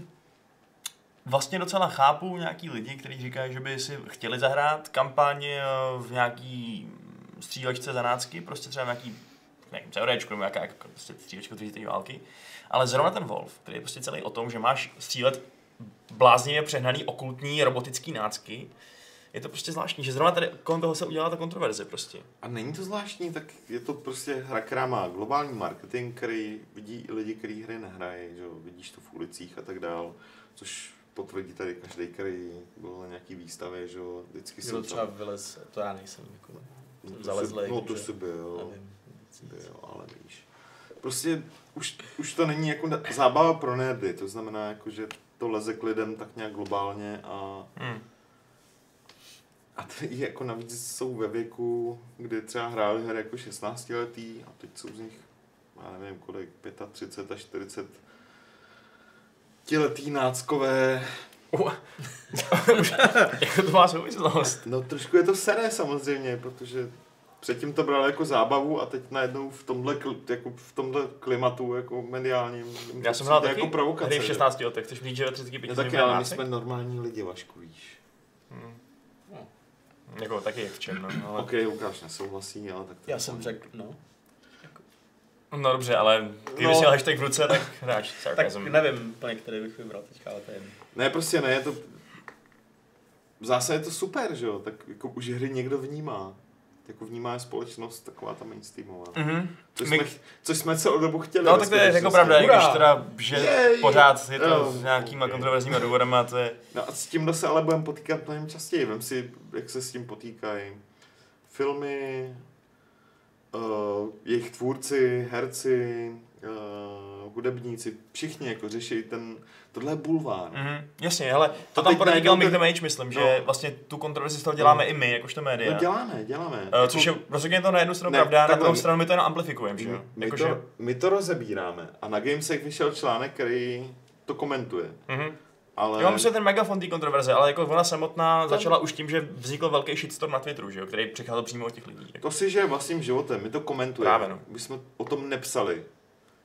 A: vlastně docela chápu nějaký lidi, kteří říkají, že by si chtěli zahrát kampaň eh, v nějaký střílečce za nácky, prostě třeba v nějaký nevím, CRDčku nebo nějaká jako prostě střílečka třetí války. Ale zrovna ten Wolf, který je prostě celý o tom, že máš střílet bláznivě přehnaný okultní robotický nácky, je to prostě zvláštní, že zrovna tady kolem toho se udělala ta kontroverze prostě.
D: A není to zvláštní, tak je to prostě hra, která má globální marketing, který vidí i lidi, kteří hry nehrají, že jo, vidíš to v ulicích a tak dál, což potvrdí tady každý, který byl na nějaký výstavě, že jo, vždycky
C: Kdo
D: jsem
C: třeba
D: tam.
C: vylez, to já nejsem. Jako,
D: No, to
C: zalezlej,
D: si- No to
C: že-
D: si byl,
C: nevím.
D: byl, ale víš. Prostě už, už to není jako na- zábava pro nerdy, to znamená jako, že to leze k lidem tak nějak globálně a
A: Hmm.
D: A ty jako navíc jsou ve věku, kdy třeba hráli hry jako 16 letý a teď jsou z nich, já nevím kolik, 35 až 40 letý náckové.
A: Jako to má souvislost.
D: No trošku je to seré samozřejmě, protože předtím to brali jako zábavu a teď najednou v tomhle, kl- jako v tomhle klimatu jako mediálním jim
A: Já
D: to
A: jsem hrál
D: přijde
A: taky
D: jako provokace.
A: hry v
D: že?
A: 16 letech, chceš říct, že ve 35
D: No
A: jsem
D: taky,
A: byl
D: ale my
A: nácek?
D: jsme normální lidi, Vašku, víš.
A: Hmm. Jako taky v čem, no, ale...
D: Ok, Lukáš nesouhlasí, ale tak to
C: Já
D: je
C: jsem
D: fajn.
C: řekl, no.
A: No dobře, ale kdyby
D: No.
A: no. si měl hashtag v ruce, tak hráč
C: Tak
A: sarkazm.
C: nevím, úplně, který bych vybral teďka, ale to je jedno.
D: Ne, prostě ne, je to... V zásadě je to super, že jo, tak jako už hry někdo vnímá. Jako vnímá je společnost taková ta mainstreamová.
A: Mhm.
D: Což,
A: My-
D: My... jsme, což jsme celou dobu chtěli.
A: No
D: ve
A: tak to je jako
D: skutečnosti.
A: pravda, i když
D: Prostě Hurá!
A: teda, že
D: Jej!
A: pořád je to
D: Jo,
A: s nějakýma
D: ok.
A: kontroverzníma důvodama, to je...
D: No a s tímhle se ale budeme potýkat mnohem častěji. Vem si, jak se s tím potýkají. Filmy, uh, jejich tvůrci, herci, uh, hudebníci, všichni jako řeší ten, tohle je bulvár.
A: Mhm. Jasně, hele, to
D: A
A: tam
D: teď
A: podotýkal
D: najednou
A: Mick
D: ten-
A: the Mage, myslím,
D: No.
A: že vlastně tu kontroverzi z toho děláme i my, jakožto média.
D: No děláme, děláme. Jako-
A: Eh, Což je rozhodně to na jednu stranu
D: Ne,
A: pravda, na
D: takhle
A: druhou
D: my-
A: stranu my to jenom amplifikujeme, Jako, že jo?
D: My,
A: Jakože...
D: to, my to rozebíráme a na Gamesech vyšel článek, který to komentuje.
A: Mhm.
D: Ale
A: Jo, myslím, že ten megafon té kontroverze, ale jako ona samotná začala už tím, že vznikl velký shitstorm na Twitteru, že jo, který přicházel přímo od těch lidí. Jako.
D: to si žije vlastním životem, my to komentujeme.
A: Právě, no.
D: My jsme o tom nepsali.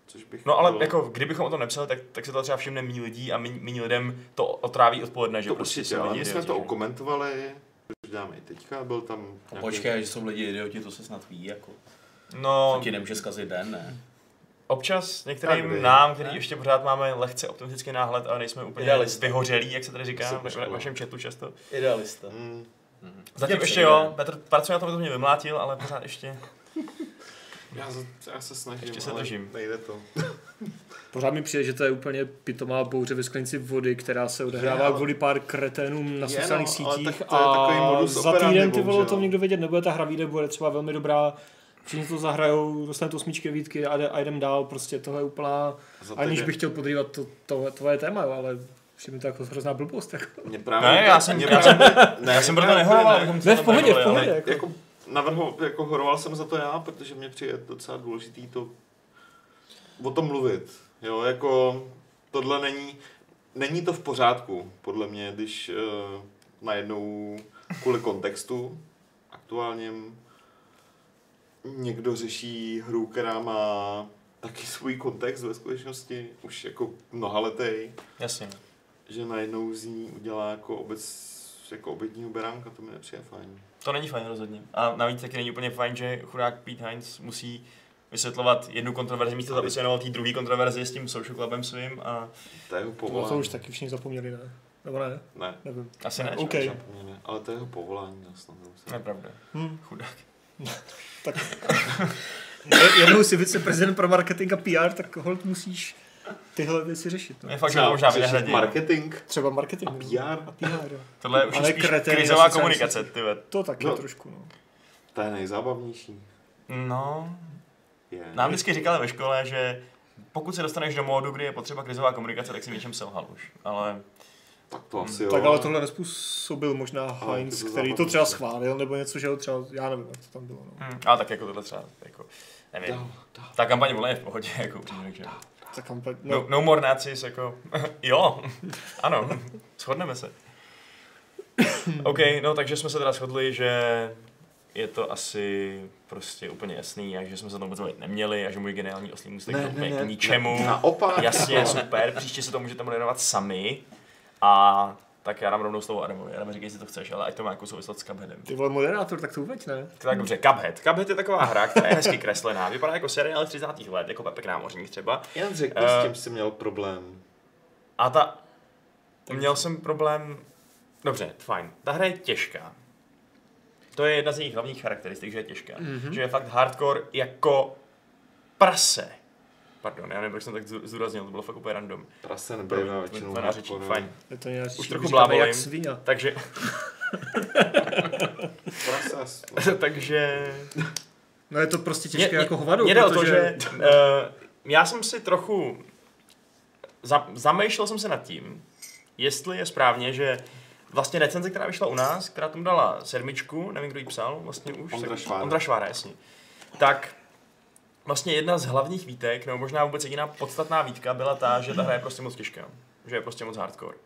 D: Což bych
A: No ale
D: byl-
A: jako, kdybychom o tom nepsali, tak, tak se to třeba všimne méně lidí a méně méně lidem to otráví odpoledne, že
D: to
A: prostě
D: určitě,
A: jsou
D: ale
A: lidi
D: my jsme
A: idioti,
D: to
A: že?
D: okomentovali, což děláme i teďka, byl tam
C: No
D: nějaký-
C: Počkej, že jsou lidi idioti, to se snad ví, jako. To
A: No,
C: ti nemůže zkazit den, ne?
A: občas
D: Tak kdy.
A: některým nám, který
C: Ne?
A: ještě pořád máme lehce optimistický náhled, ale nejsme úplně
C: Idealista.
A: vyhořelí, jak se tady
D: Se
A: říká v-
D: poškodil.
A: v vašem chatu často.
C: Idealista.
D: Mm,
A: Zatím ještě jo, Petr pracuje na tom, aby to mě vymlátil, ale pořád ještě.
D: já, za- já se snažím,
A: Ještě se
D: ale
A: držím.
D: nejde to.
B: Pořád mi přijde, že to je úplně pitomá bouře ve sklenici vody, která se odehrává
D: Je, ale-
B: kvůli pár kreténům na
D: Je,
B: sociálních
D: no, ale
B: sítích
D: tak to je takový
B: a
D: modus
B: za
D: operandi,
B: týden ty vole o
D: bohužel.
B: tom nikdo vědět nebude, ta hra výjde, bude třeba velmi dobrá, všichni to zahrajou, dostane to osmičky, vítky a, jde, a jdem dál, prostě tohle je úplná,
D: Za
B: aniž
D: týden-
B: bych chtěl podrývat to, to, tvoje téma, jo, ale přijde mi to jako hrozná blbost. Jako.
D: Mě právě,
A: Ne, já jsem-
D: mě
A: já
D: právě, ne,
A: Já jsem proto
D: ne,
A: nehoroval,
D: ne.
A: abychom to
B: Ne,
A: tam
B: v pohodě, v
A: nebyli, ale-
B: pohodě,
D: jako,
B: jako.
D: jako, navrho, jako horoval jsem za to já, protože mě přijde docela důležitý to o tom mluvit. Jo, jako tohle není, není to v pořádku, podle mě, když uh, najednou kvůli kontextu aktuálním někdo řeší hru, která má taky svůj kontext ve skutečnosti, už jako mnohaletej,
A: Jasně.
D: že najednou z ní udělá jako obec, jako obětního beránka, to mi nepřijde fajn.
A: To není fajn rozhodně. A navíc taky není úplně fajn, že chudák Pete Hines musí vysvětlovat jednu kontroverzi místo, toho, aby se věnoval té druhé kontroverzi s tím social clubem svým a
D: To je jeho
B: To,
D: povolání.
B: to už taky všichni zapomněli, ne? Nebo ne?
D: Ne,
B: Nevím.
A: asi ne.
B: OK.
A: že?
D: ne, ne, ale to je jeho povolání zas na druhou
A: To je
D: stranu.
A: pravda.
B: Hm.
A: Chudák.
B: Jednou si viceprezident pro marketing a PR, tak holt musíš tyhle věci řešit. No.
A: Je fakt, že
D: Třeba
A: to možná
D: řešit
A: vynahradí.
D: marketing
B: Třeba marketing. no.
D: PR,
B: PR, jo.
A: Tohle je už
B: Ale
A: je spíš
B: kretény
A: krizová
B: na sociálních
A: komunikace, ty ve.
B: To taky
D: No.
B: no. trošku, no.
D: to je nejzábavnější.
A: No,
D: Je.
A: nám vždycky říkali ve škole, že pokud se dostaneš do módu, kdy je potřeba krizová komunikace, tak si v něčem selhal už. Ale
D: Tak to
A: Hmm,
D: asi jo.
B: Tak ale tohle nespůsobil možná Heinz,
D: to bylo
B: který to
D: zábavný.
B: třeba schválil, nebo něco, že ho třeba, já nevím, jak to tam bylo. No.
A: hm, ale tak jako tohle třeba, jako, nevím.
D: Dál, dál.
A: Ta kampaň vole je v pohodě, jako upřímně, takže.
B: Ta kampaň, no.
A: No, no more Nazis, jako, jo, ano, shodneme se. OK, no takže jsme se teda shodli, že je to asi prostě úplně jasný a že jsme se tam vůbec bavit neměli a že můj geniální oslý můstek
D: Ne,
A: byl
D: ne,
A: úplně
D: ne,
A: k ničemu.
D: Naopak.
A: Jasně,
D: no.
A: super, příště se to můžete moderovat sami a tak já dám rovnou slovo Adamovi. Adam, říkej, jestli to chceš, ale ať to má nějakou souvislost s Cupheadem.
B: Ty vole moderátor, tak to uveď, ne?
A: Tak dobře, Cuphead. Cuphead je taková hra, která je hezky kreslená. Vypadá jako seriál 30. let, jako Pepek námořník třeba.
D: Jen řekni,
A: Eh.
D: s tím jsi měl problém.
A: A ta... Měl jsem problém... Dobře, fajn. Ta hra je těžká. To je jedna z jejich hlavních charakteristik, že je těžká. Mm-hmm. Že je fakt hardcore jako prase. Pardon, já nevím, proč jsem tak zdů- zdůraznil, to bylo fakt úplně random.
D: Prase
A: Promiň,
D: nebývá většinou
A: tvoje nářečí,
D: hardcore. no.
A: fajn.
B: Je to nějak
A: Už trochu
B: říkáme
A: blábolím.
B: jak svíňa.
A: Takže,
D: Prase.
A: takže...
B: No je to prostě těžké
A: Mě-
B: jako hovado,
A: mě jde o to,
B: protože...
A: že eh, já jsem si trochu... Za, zamýšlel jsem se nad tím, jestli je správně, že vlastně recenze, která vyšla u nás, která tomu dala sedmičku, nevím, kdo ji psal, vlastně už.
D: Ondra
A: tak-
D: Švára.
A: Ondra Švára, jasně. Tak vlastně jedna z hlavních výtek, nebo možná vůbec jediná podstatná výtka byla ta, že ta hra je prostě moc těžká. Že je prostě moc hardcore.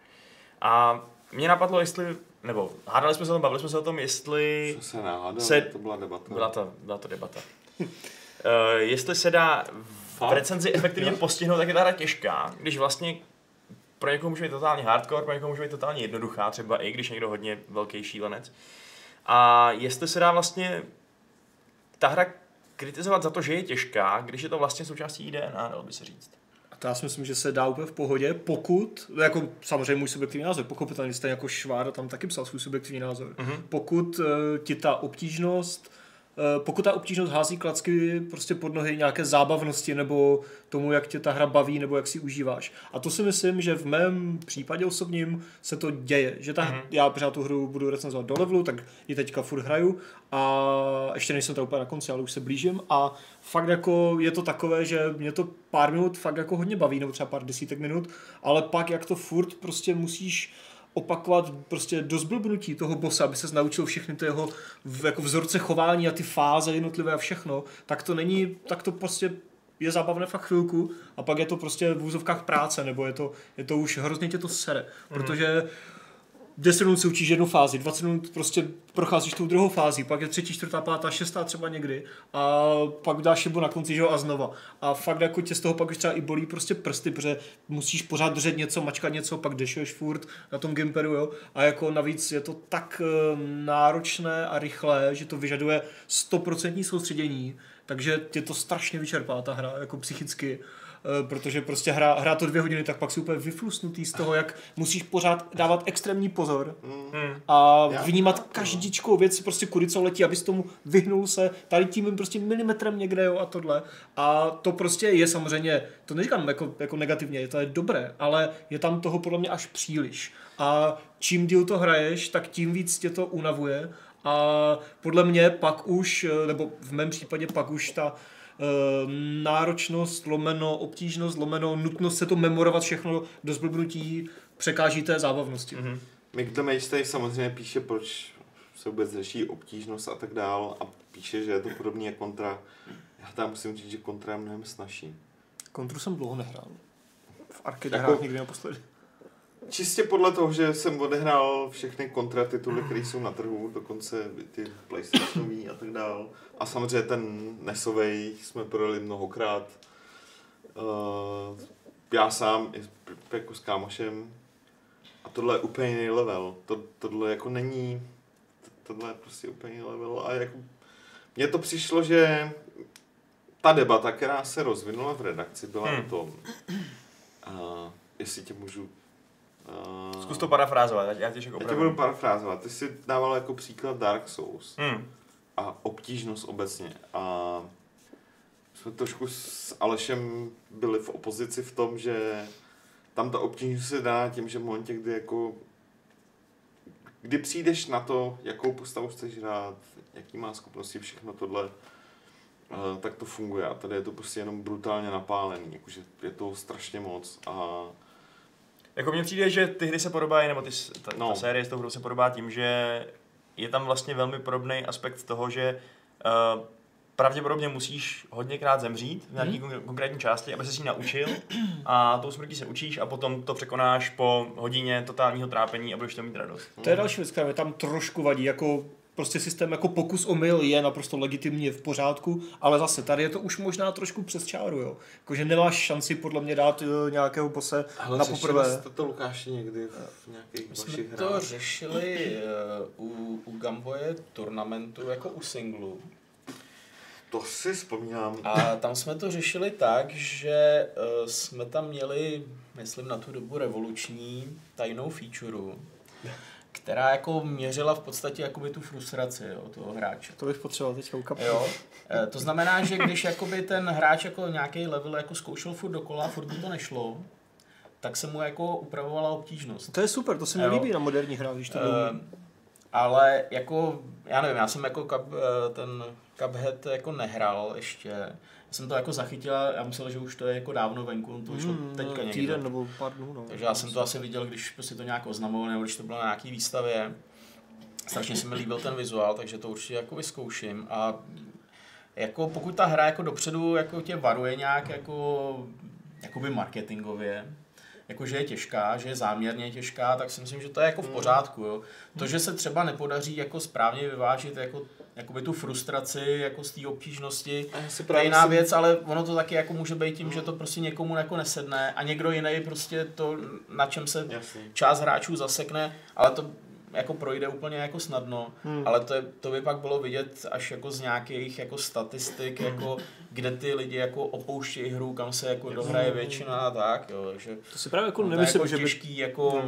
A: A mě napadlo, jestli, nebo hádali jsme se o tom, bavili jsme se o tom, jestli...
D: Co se nahádal,
A: Se-
D: to byla debata.
A: Byla to, byla to debata. Uh, jestli se dá v
D: Fakt?
A: recenzi efektivně postihnout, tak je ta hra těžká, když vlastně pro někoho může být totálně hardcore, pro někoho může být totálně jednoduchá, třeba i když někdo hodně velký šílenec. A jestli se dá vlastně ta hra kritizovat za to, že je těžká, když je to vlastně součástí její DNA, dalo by se říct.
B: A to já si myslím, že se dá úplně v pohodě, pokud, jako samozřejmě můj subjektivní názor, pochopitelně stejně jako Švára tam taky psal svůj subjektivní názor, mm-hmm. pokud eh, ti ta obtížnost, eh, pokud ta obtížnost hází klacky prostě pod nohy nějaké zábavnosti nebo tomu, jak tě ta hra baví nebo jak si užíváš. A to si myslím, že v mém případě osobním se to děje, že ta, mm-hmm. já pořád tu hru budu recenzovat do levelu, tak ji teďka furt hraju a ještě nejsem tam úplně na konci, ale už se blížím a fakt jako je to takové, že mě to pár minut fakt jako hodně baví, nebo třeba pár desítek minut, ale pak jak to furt prostě musíš opakovat prostě do zblbnutí toho bossa, aby se naučil všechny ty jeho v- jako vzorce chování a ty fáze jednotlivé a všechno, tak to není, tak to prostě je zábavné fakt chvilku a pak je to prostě v úzovkách práce, nebo je to, je to už hrozně tě to sere, protože 10 minut se učíš jednu fázi, 20 minut prostě procházíš tou druhou fází, pak je třetí, čtvrtá, pátá, šestá třeba někdy a pak dáš šibu na konci, že jo, a znova. A fakt jako tě z toho pak už třeba i bolí prostě prsty, protože musíš pořád držet něco, mačkat něco, pak dešuješ furt na tom gimperu, jo. A jako navíc je to tak eh, náročné a rychlé, že to vyžaduje 100% soustředění, takže tě to strašně vyčerpá ta hra, jako psychicky. Eh, protože prostě hra, hra to dvě hodiny, tak pak si úplně vyflusnutý z toho, jak musíš pořád dávat extrémní pozor a
D: Já-
B: vnímat každičkou věc, prostě kudy co letí, abys tomu vyhnul se tady tím prostě milimetrem někde jo, a tohle. A to prostě je samozřejmě, to neříkám jako, jako negativně, je to je dobré, ale je tam toho podle mě až příliš. A čím díl to hraješ, tak tím víc tě to unavuje a podle mě pak už, eh, nebo v mém případě pak už ta eh, náročnost, lomeno, obtížnost, lomeno, nutnost se to memorovat všechno do zblbnutí překáží té zábavnosti. Mm-hmm.
D: Mick the Mage tady samozřejmě píše, proč se vůbec řeší obtížnost a tak dál a píše, že je to podobně jak kontra. Já tam musím říct, že kontra je mnohem snažší.
B: Kontru jsem dlouho nehrál. V arcade
D: Jako-
B: jako... hrách nikdy naposledy.
D: Čistě podle toho, že jsem odehrál všechny kontra tituly, které jsou na trhu, dokonce ty PlayStationový a tak dál. A samozřejmě ten Nesovej jsme prodali mnohokrát. Uh, já sám, i s- jako s kámošem. A tohle je úplně jiný level. To, tohle jako není... to- Tohle je prostě úplně jiný level. A jako, mně to přišlo, že ta debata, která se rozvinula v redakci, byla hmm. o tom, uh, jestli tě můžu Uh,
A: Zkus to parafrázovat, ať- já tě však
D: Já tě budu parafrázovat. Ty jsi dával jako příklad Dark Souls
A: Hmm.
D: a obtížnost obecně. A jsme trošku s Alešem byli v opozici v tom, že tam ta obtížnost se dá tím, že v momentě, kdy jako kdy přijdeš na to, jakou postavu chceš hrát, jaký má schopnosti, všechno tohle, eh, tak to funguje. A tady je to prostě jenom brutálně napálený, jakože je toho strašně moc a
A: Jako mně přijde, že ty hry se podobají, nebo ty, s- ta, no. ta
D: No.
A: série s tou hrou se podobá tím, že je tam vlastně velmi podobný aspekt toho, že uh, pravděpodobně musíš hodněkrát zemřít v nějaké hmm. konkrétní části, aby se si naučil a tou smrtí se učíš a potom to překonáš po hodině totálního trápení a budeš to mít radost.
B: To je další věc, která mi tam trošku vadí, jako prostě systém jako pokus omyl je naprosto legitimní, je v pořádku, ale zase tady je to už možná trošku přes čáru, jo. Jakože nemáš šanci podle mě dát eh, nějakého bose
D: Ale
B: na
D: řešili
B: poprvé.
D: jste to Lukáši někdy v nějakých
C: Eh, jsme
D: vašich
C: to
D: hrách?
C: řešili uh, u, u Gamboje turnamentu jako u singlu.
D: To si vzpomínám.
C: A tam jsme to řešili tak, že uh, jsme tam měli, myslím, na tu dobu revoluční tajnou feature, která jako měřila v podstatě jakoby tu frustraci jo, toho hráče.
B: To bych potřeboval teďka ukapat.
C: Jo. E, To znamená, že když jakoby ten hráč jako nějaký level jako zkoušel furt dokola, furt mu to nešlo, tak se mu jako upravovala obtížnost.
B: To je super, to se mi
C: Jo.
B: líbí na moderních hrách, když to uh,
C: Ehm, ale jako, já nevím, já jsem jako cup, eh, ten Cuphead jako nehrál ještě. Já jsem to jako zachytil a já myslel, že už to je jako dávno venku, to už mm, teďka někde.
B: Hmm, no, týden nebo pár dnů. No.
C: Takže já jsem to asi viděl, když prostě to nějak oznamovali, nebo když to bylo na nějaký výstavě. Strašně se mi líbil ten vizuál, takže to určitě jako vyzkouším. A jako pokud ta hra jako dopředu jako tě varuje nějak jako, jakoby marketingově, jako že je těžká, že je záměrně těžká, tak si myslím, že to je jako v pořádku. Jo. To, že se třeba nepodaří jako správně vyvážit jako, jakoby tu frustraci jako z té obtížnosti,
D: A já si
C: to je
D: právě
C: jiná
D: jsem-
C: věc, ale ono to taky jako může být tím, že to prostě někomu jako nesedne a někdo jiný prostě to, na čem se
D: Jasně.
C: část hráčů zasekne, ale to jako projde úplně jako snadno, hmm. ale to, je, to by pak bylo vidět až jako z nějakých jako statistik, jako kde ty lidi jako opouštějí hru, kam se jako dohraje většina a tak, jo, takže
B: To si právě jako
C: to je
B: nemyslím,
C: jako
B: že by... No, Hmm.
C: těžký, jako,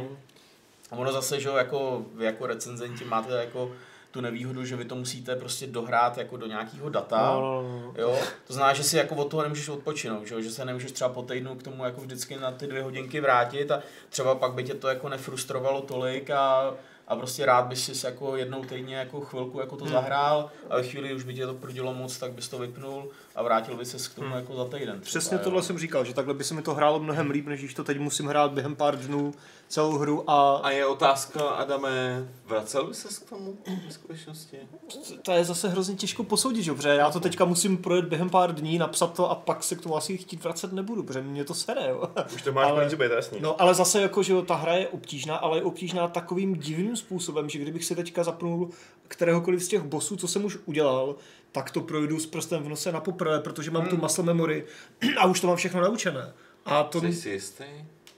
C: a ono zase, že jo, jako, vy jako recenzenti máte jako tu nevýhodu, že vy to musíte prostě dohrát jako do nějakého data,
B: No, no, no, no.
C: Jo, to znamená, že si jako od toho nemůžeš odpočinout, že, jo? že se nemůžeš třeba po týdnu k tomu jako vždycky na ty dvě hodinky vrátit a třeba pak by tě to jako nefrustrovalo tolik a, a prostě rád bys si jako jednou týdně jako chvilku jako
B: Hmm.
C: to zahrál a ve chvíli už by tě to prodilo moc, tak bys to vypnul a vrátil by se k tomu jako za týden. Třeba,
B: Hmm. Přesně
C: jo.
B: tohle jsem říkal, že takhle by se mi to hrálo mnohem líp, než když to teď musím hrát během pár dnů celou hru a
D: A je otázka, Adame, vracel by ses k tomu ve skutečnosti?
B: to- to je zase hrozně těžko posoudit, že? Protože já to teďka musím projet během pár dní, napsat to a pak se k tomu asi chtít vracet nebudu, protože mě to sere, jo.
A: Už to máš
B: Ale-
A: ale... principu, je to jasný.
B: No ale zase jako, že jo, ta hra je obtížná, ale je obtížná takovým divným způsobem, že kdybych si teďka zapnul kteréhokoliv z těch bosů, co jsem už udělal, tak to projdu s prstem v nose na poprvé, protože mám
C: Hmm.
B: tu muscle memory a už to mám všechno naučené. A to
D: Jsi si jistý?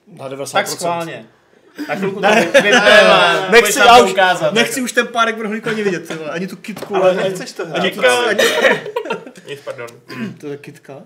B: na 90%.
C: Tak schválně. Na chvilku to vy- vypne, ale budeš
B: Nechci,
C: nám
B: já
C: to
B: už,
C: ukázat,
B: nechci
C: jako.
B: už ten párek vrhlíku ani vidět, ty vole, ani tu kitku.
D: Ale
B: ani-
D: nechceš to hrát.
B: ani, tu-
D: právě.
B: ani,
A: Nic, pardon.
B: to je kitka?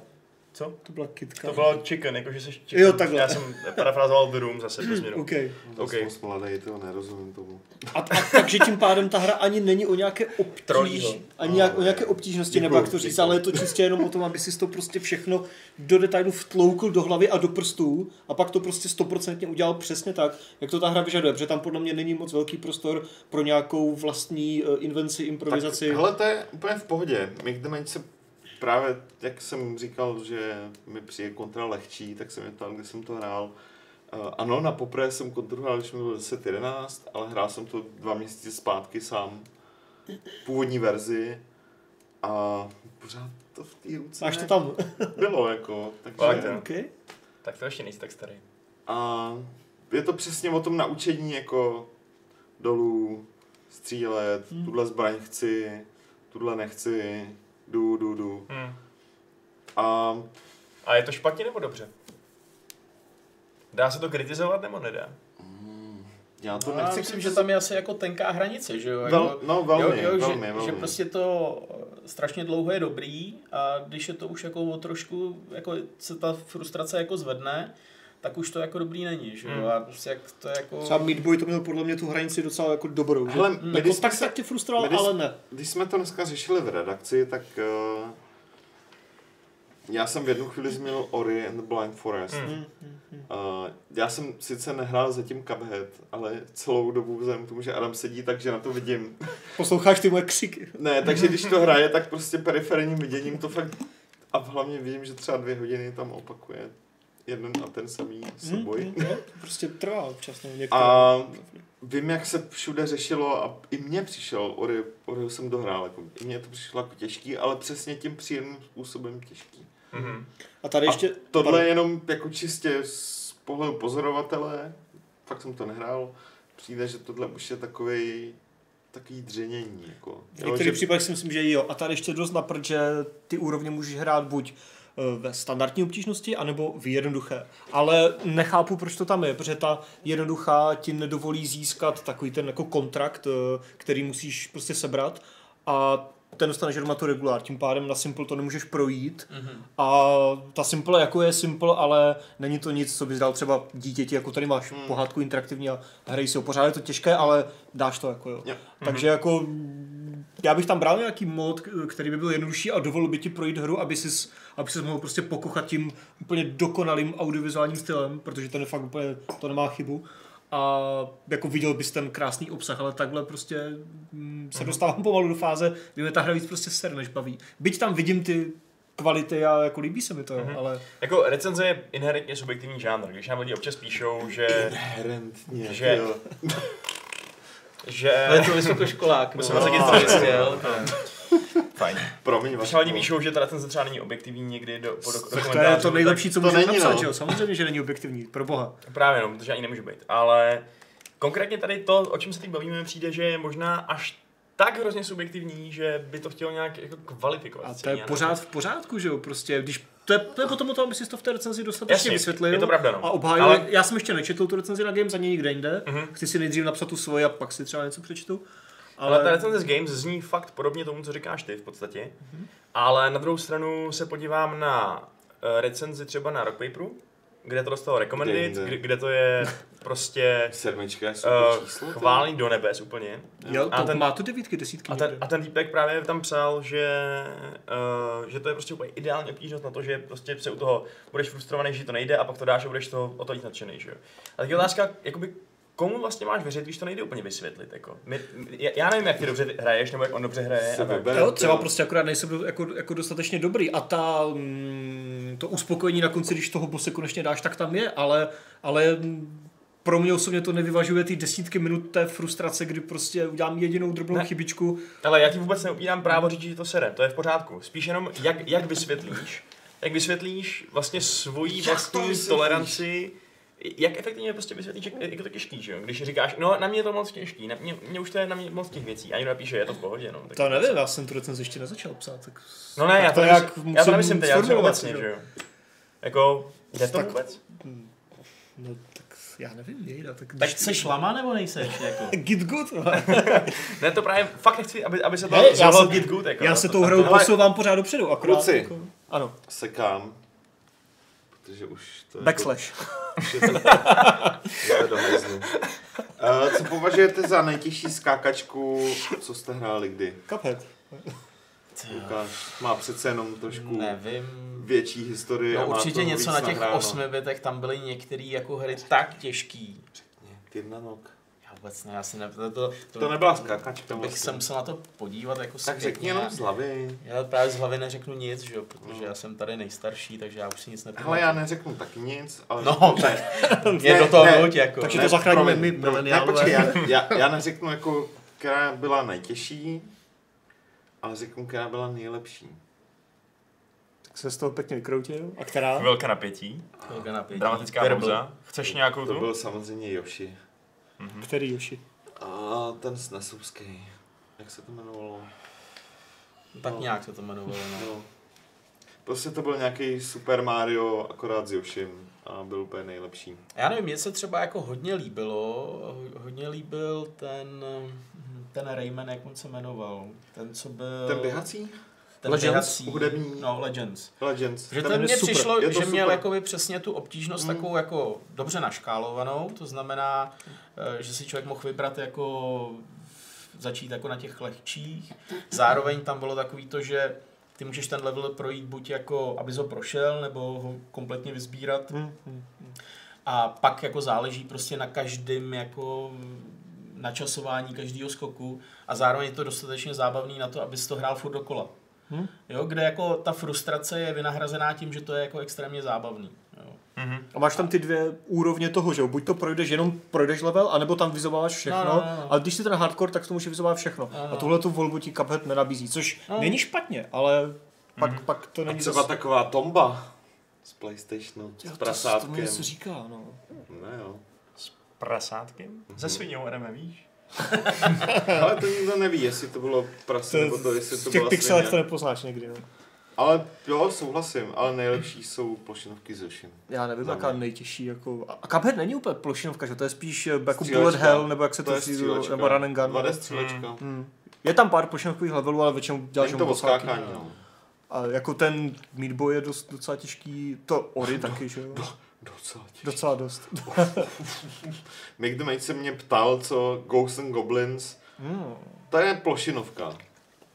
A: Co?
B: To byla kitka.
A: To bylo chicken, jakože jsi chicken.
B: Jo, takhle.
A: Já jsem parafrazoval The Room zase pro změnu.
B: OK.
D: To
A: OK.
D: okay. jsem moc mladý, to nerozumím tomu.
B: A, a, takže tím pádem ta hra ani není o nějaké obtíž,
A: Trolího.
B: ani nějak, o nějaké obtížnosti,
D: Děkuju,
B: nebo jak to říct,
D: děkuju.
B: ale je to čistě jenom o tom, aby si to prostě všechno do detailu vtloukl do hlavy a do prstů a pak to prostě stoprocentně udělal přesně tak, jak to ta hra vyžaduje, protože tam podle mě není moc velký prostor pro nějakou vlastní eh, invenci, improvizaci.
D: Tak, hele, to je úplně v pohodě. My když se právě, jak jsem říkal, že mi přijde kontra lehčí, tak jsem je ptal, kde jsem to hrál. Eh, Ano, na poprvé jsem kontru hrál, když mi bylo 10-11, ale hrál jsem to dva měsíce zpátky sám. Původní verzi. A pořád to v té ruce
B: Máš to
D: nějak
B: tam.
D: bylo, jako.
A: Fakt,
D: Takže,
A: jo.
B: Okay.
A: Tak to ještě nejsi tak starý.
D: A je to přesně o tom naučení jako dolů, střílet, hmm. tuhle zbraň chci, tuhle nechci, jdu, jdu, jdu.
A: Hmm.
D: A
A: A je to špatně nebo dobře? Dá se to kritizovat nebo nedá?
D: já to
C: No, já
D: nechci...
C: myslím, že tam je asi jako tenká hranice, že jo? Jako,
D: Vel, no velmi,
C: jo, jo,
D: velmi,
C: že,
D: velmi.
C: že prostě to eh, strašně dlouho je dobrý a když je to už jako o trošku, jako se ta frustrace jako zvedne, tak už to jako dobrý není, že jo?
A: Hmm.
C: A prostě jak to je jako...
B: Třeba Meat Boy to měl podle mě tu hranici docela jako dobrou. Že?
D: Hele,
B: Jako
D: my když
B: tak,
D: jsme se-
B: tak tě frustroval,
D: my když-
B: ale ne.
D: Když jsme to dneska řešili v redakci, tak uh, já jsem v jednu chvíli zmínil Ori and the Blind Forest.
A: Hmm.
D: Uh, já jsem sice nehrál zatím Cuphead, ale celou dobu vzhledem k tomu, že Adam sedí, takže na to vidím.
B: Posloucháš ty moje křiky.
D: Ne, takže když to hraje, tak prostě periferním viděním to fakt... A hlavně vím, že třeba dvě hodiny tam opakuje jeden a ten samý souboj.
B: no, to prostě trvá občas. No, některé.
D: A vím, jak se všude řešilo a i mně přišel, Ori, Ori jsem dohrál, jako, i mně to přišlo jako těžký, ale přesně tím příjemným způsobem těžký.
A: Mhm.
B: a tady ještě...
D: A tohle je jenom jako čistě z pohledu pozorovatele, fakt jsem to nehrál, přijde, že tohle už je takový takový dřenění. Jako.
B: V
D: Jo,
B: některých
D: že-
B: případech si myslím, že jo. A tady ještě dost naprd, že ty úrovně můžeš hrát buď eh, ve standardní obtížnosti, anebo v jednoduché. Ale nechápu, proč to tam je, protože ta jednoduchá ti nedovolí získat takový ten jako kontrakt, eh, který musíš prostě sebrat. A ten dostaneš armatu regulár, tím pádem na Simple to nemůžeš projít
D: Mhm.
B: mm-hmm. a ta Simple jako je Simple, ale není to nic, co bys dal třeba dítěti, jako tady máš
D: Hmm.
B: mm. pohádku interaktivní a hrají si ho, pořád je to těžké, ale dáš to jako jo.
D: Jo.
B: Takže jako já bych tam bral nějaký mod, k- který by byl jednodušší a dovolil by ti projít hru, aby si aby ses mohl prostě pokochat tím úplně dokonalým audiovizuálním stylem, protože ten je fakt úplně, to nemá chybu. A jako viděl bys ten krásný obsah, ale takhle prostě mm, se dostávám pomalu do fáze, kdy mě ta hra víc prostě ser než baví. Byť tam vidím ty kvality a jako líbí se mi to, mm-hmm. ale
A: Jako recenze je inherentně subjektivní žánr, když nám lidi občas píšou, že...
D: Herentně,
A: Že-
D: jo.
A: že...
C: Ale to vysokoškolák.
A: Musím
C: no.
A: nasadit
C: No,
A: trojku,
C: jasně,
A: no.
C: jo, to je-
A: Fajn.
D: Promiň,
A: Když nám lidi
D: Vašku.
A: píšou, že ta recenze třeba není objektivní někdy do, po do, do
B: to je
A: komentářů,
B: to nejlepší, co
D: to
B: můžeš
D: není,
B: napsat,
D: no.
B: že jo? Samozřejmě, že není objektivní, pro boha.
A: tak Právě no, protože ani nemůže být, ale... Konkrétně tady to, o čem se teď bavíme, mi přijde, že je možná až tak hrozně subjektivní, že by to chtělo nějak jako kvalifikovat.
B: A to
A: celý,
B: je
A: já nevím.
B: pořád v pořádku, že jo, prostě, když to je, to je potom o tom, aby si to v té recenzi dostatečně
A: Jasně,
B: vysvětlil
A: je to pravda, no.
B: a obhájil.
A: Ale- Mhm.
B: Ale... Já jsem ještě nečetl tu recenzi na Games ani nikde jinde, mm-hmm. chci si nejdřív napsat tu svoji a pak si třeba něco přečtu.
A: Ale,
B: Ale,
D: Eh,
A: ta recenze z Games zní fakt podobně tomu, co říkáš ty v podstatě. Mm-hmm. Ale na druhou stranu se podívám na eh, recenzi třeba na Rock Paperu, kde to dostalo recommended,
D: jinde?
A: kde, kde to je prostě
D: Sedmička je super
C: Eh,
A: uh,
D: číslo. ty. Eh,
A: chválný do nebes úplně.
B: jo, to
A: a ten-
B: má to devítky, desítky.
A: A ten,
B: někde.
A: a ten týpek právě tam psal, že, uh, že to je prostě úplně ideální obtížnost na to, že prostě se u toho budeš frustrovaný, že to nejde a pak to dáš a budeš to o to víc nadšený, že jo. A tak je otázka, jakoby, komu vlastně máš věřit, když to nejde úplně vysvětlit, jako. My, my- já- já nevím, jak ty dobře hraješ, nebo jak on dobře hraje.
D: Se
A: a tak.
D: vybere,
B: Jo,
D: ty
B: třeba prostě akorát nejsem do- jako, jako dostatečně dobrý a ta, mm, to uspokojení na konci, když toho bose konečně dáš, tak tam je, ale, ale mm, pro mě osobně to nevyvažuje ty desítky minut té frustrace, kdy prostě udělám jedinou drobnou
A: Ne.
B: ne. chybičku.
A: Ale já ti vůbec neupírám právo říct, že to sere, to je v pořádku. Spíš jenom, jak, jak vysvětlíš, jak vysvětlíš vlastně svoji
D: Jak to
A: vlastní
D: vysvětlíš?
A: toleranci, jak efektivně prostě vysvětlíš, jak jak je to těžký, že jo? Když říkáš, no na mě je to moc těžký, na mě, mě už to je na mě moc těch věcí, a někdo napíše, je to v pohodě, no. Tak
B: To nevím, já jsem tu recenzi ještě nezačal psát, tak
A: No ne, já
B: Tak
A: to,
B: to
A: nemysl-
B: jak
A: já to
B: musím
A: nemyslím teď, já to
B: sformulovat,
A: obecně,
B: že jo?
A: že jo? Jako, jde to
B: Tak-
A: vůbec?
B: No, tak já nevím, jejda, tak...
C: Tak jsi šlama nebo nejseš? Jako?
B: Git good,
A: Ne, to právě fakt nechci, aby, aby se to
B: Ne, já
A: zvolal
B: se-
A: Git Good, jako.
B: Já
A: no,
B: se
A: to-
B: tou
A: tak
B: hrou
A: tohle-
B: posouvám pořád dopředu, akorát...
D: Kluci.
B: Jako, ano,
D: Sekám. Protože už to jako
B: backslash.
D: Už je to, je to do hajzlu. Eh, co považujete za nejtěžší skákačku, co jste hráli kdy?
B: Cuphead.
D: Lukáš má přece jenom trošku
C: Nevím.
D: větší historii. a
C: No
D: má
C: určitě
D: toho
C: něco na
D: víc
C: těch
D: nahráno.
C: osmi bitech, tam byly některé jako hry tak těžký.
D: Jedna nok.
C: Já vůbec ne, já si ne, to, to,
D: To nebyla skákačka.
C: to bych
D: vlastně.
C: se musel na to podívat jako
D: Tak řekni no,
C: zpětně.
D: jenom z hlavy.
C: Já právě z hlavy neřeknu nic, že jo, protože já jsem tady nejstarší, takže já už si nic nepamatuju.
D: Hele, já neřeknu taky nic, ale...
C: No,
D: ne,
C: Mě do toho vnuť, jako.
B: Takže
D: ne,
B: to zachráníme
D: promiň,
B: my,
D: promiň. Ne,
B: mileniálové.
D: počkej, já, já, já neřeknu jako, která byla nejtěžší, ale řeknu, která byla nejlepší.
B: Tak se z toho pěkně vykroutil. A která?
A: Velké napětí,
C: Velká napětí.
A: dramatická
C: Verbal.
A: pauza. Chceš nějakou
D: To
A: tu?
D: byl samozřejmě Yoshi.
B: Který Yoshi?
D: A ten snesovský. Jak se to jmenovalo?
C: Tak
D: No.
C: nějak se to jmenovalo, no.
D: No. Prostě to byl nějaký Super Mario, akorát s Yoshim. A byl úplně nejlepší.
C: Já nevím, mně se třeba jako hodně líbilo, ho- hodně líbil ten, hm, ten Rayman, jak on se jmenoval, ten, co byl...
D: Ten běhací?
C: ten
B: Legends,
C: běhací-
D: hudební.
C: No, Legends.
D: Legends.
C: Že
D: Ten
C: to
D: je
C: mně
D: super.
C: přišlo,
D: Je
C: že
D: to
C: měl jako
D: super.
C: jakoby přesně tu obtížnost
D: Mm.
C: takovou jako dobře naškálovanou, to znamená, eh, že si člověk mohl vybrat jako začít jako na těch lehčích. Zároveň tam bylo takový to, že ty můžeš ten level projít buď jako, abys ho prošel, nebo ho kompletně
D: Hmm.
C: vyzbírat. A pak jako záleží prostě na každém jako načasování každého skoku a zároveň je to dostatečně zábavný na to, abys to hrál furt dokola. Jo, kde jako ta frustrace je vynahrazená tím, že to je jako extrémně zábavný. Jo.
A: Mhm.
B: A máš tam ty dvě úrovně toho, že jo? Buď to projdeš jenom projdeš level, anebo tam vyzováváš všechno.
C: No, no, no, no.
B: Ale když jsi ten hardcore, tak to může vyzovávat všechno.
C: no.
B: A tuhle tu volbu ti Cuphead nenabízí, což
C: No.
B: není špatně, ale pak,
A: Mhm.
B: pak to
D: A
B: není
D: třeba taková tomba z PlayStationu,
B: Jo,
D: s
B: to- To mi
D: prasátkem.
B: něco říká, no.
D: Ne, jo.
A: S prasátkem? Se svinou, Adame, víš?
D: Ale to nikdo neví, jestli to bylo prase,
B: To,
D: nebo to, jestli
B: v
D: to
B: těch
D: byla
B: pixelech to
D: svině.
B: nepoznáš někdy, no.
D: Ale jo, souhlasím, ale nejlepší jsou plošinovky s Yoshim.
B: Já nevím,
D: Za
B: jaká
D: mě.
B: nejtěžší, jako... A Cuphead není úplně plošinovka, že? To je spíš eh, jako
D: Střílečka.
B: Bullet Hell, nebo jak se
D: To
B: to
D: je
B: říká,
D: střílečka.
B: nebo Run and Gun.
D: 2D střílečka.
B: Hmm. Je tam pár pošenovkových levelů, ale většinou děláš
D: Není to
B: jenom
D: o
B: posáky.
D: skákání, no.
B: A jako ten Meatboy je dost, docela těžký, to Ori taky, že jo?
D: Docela těžké.
B: Docela dost.
D: Někdo Mate se mě ptal, co Ghosts and Goblins.
B: Hmm.
D: To je plošinovka.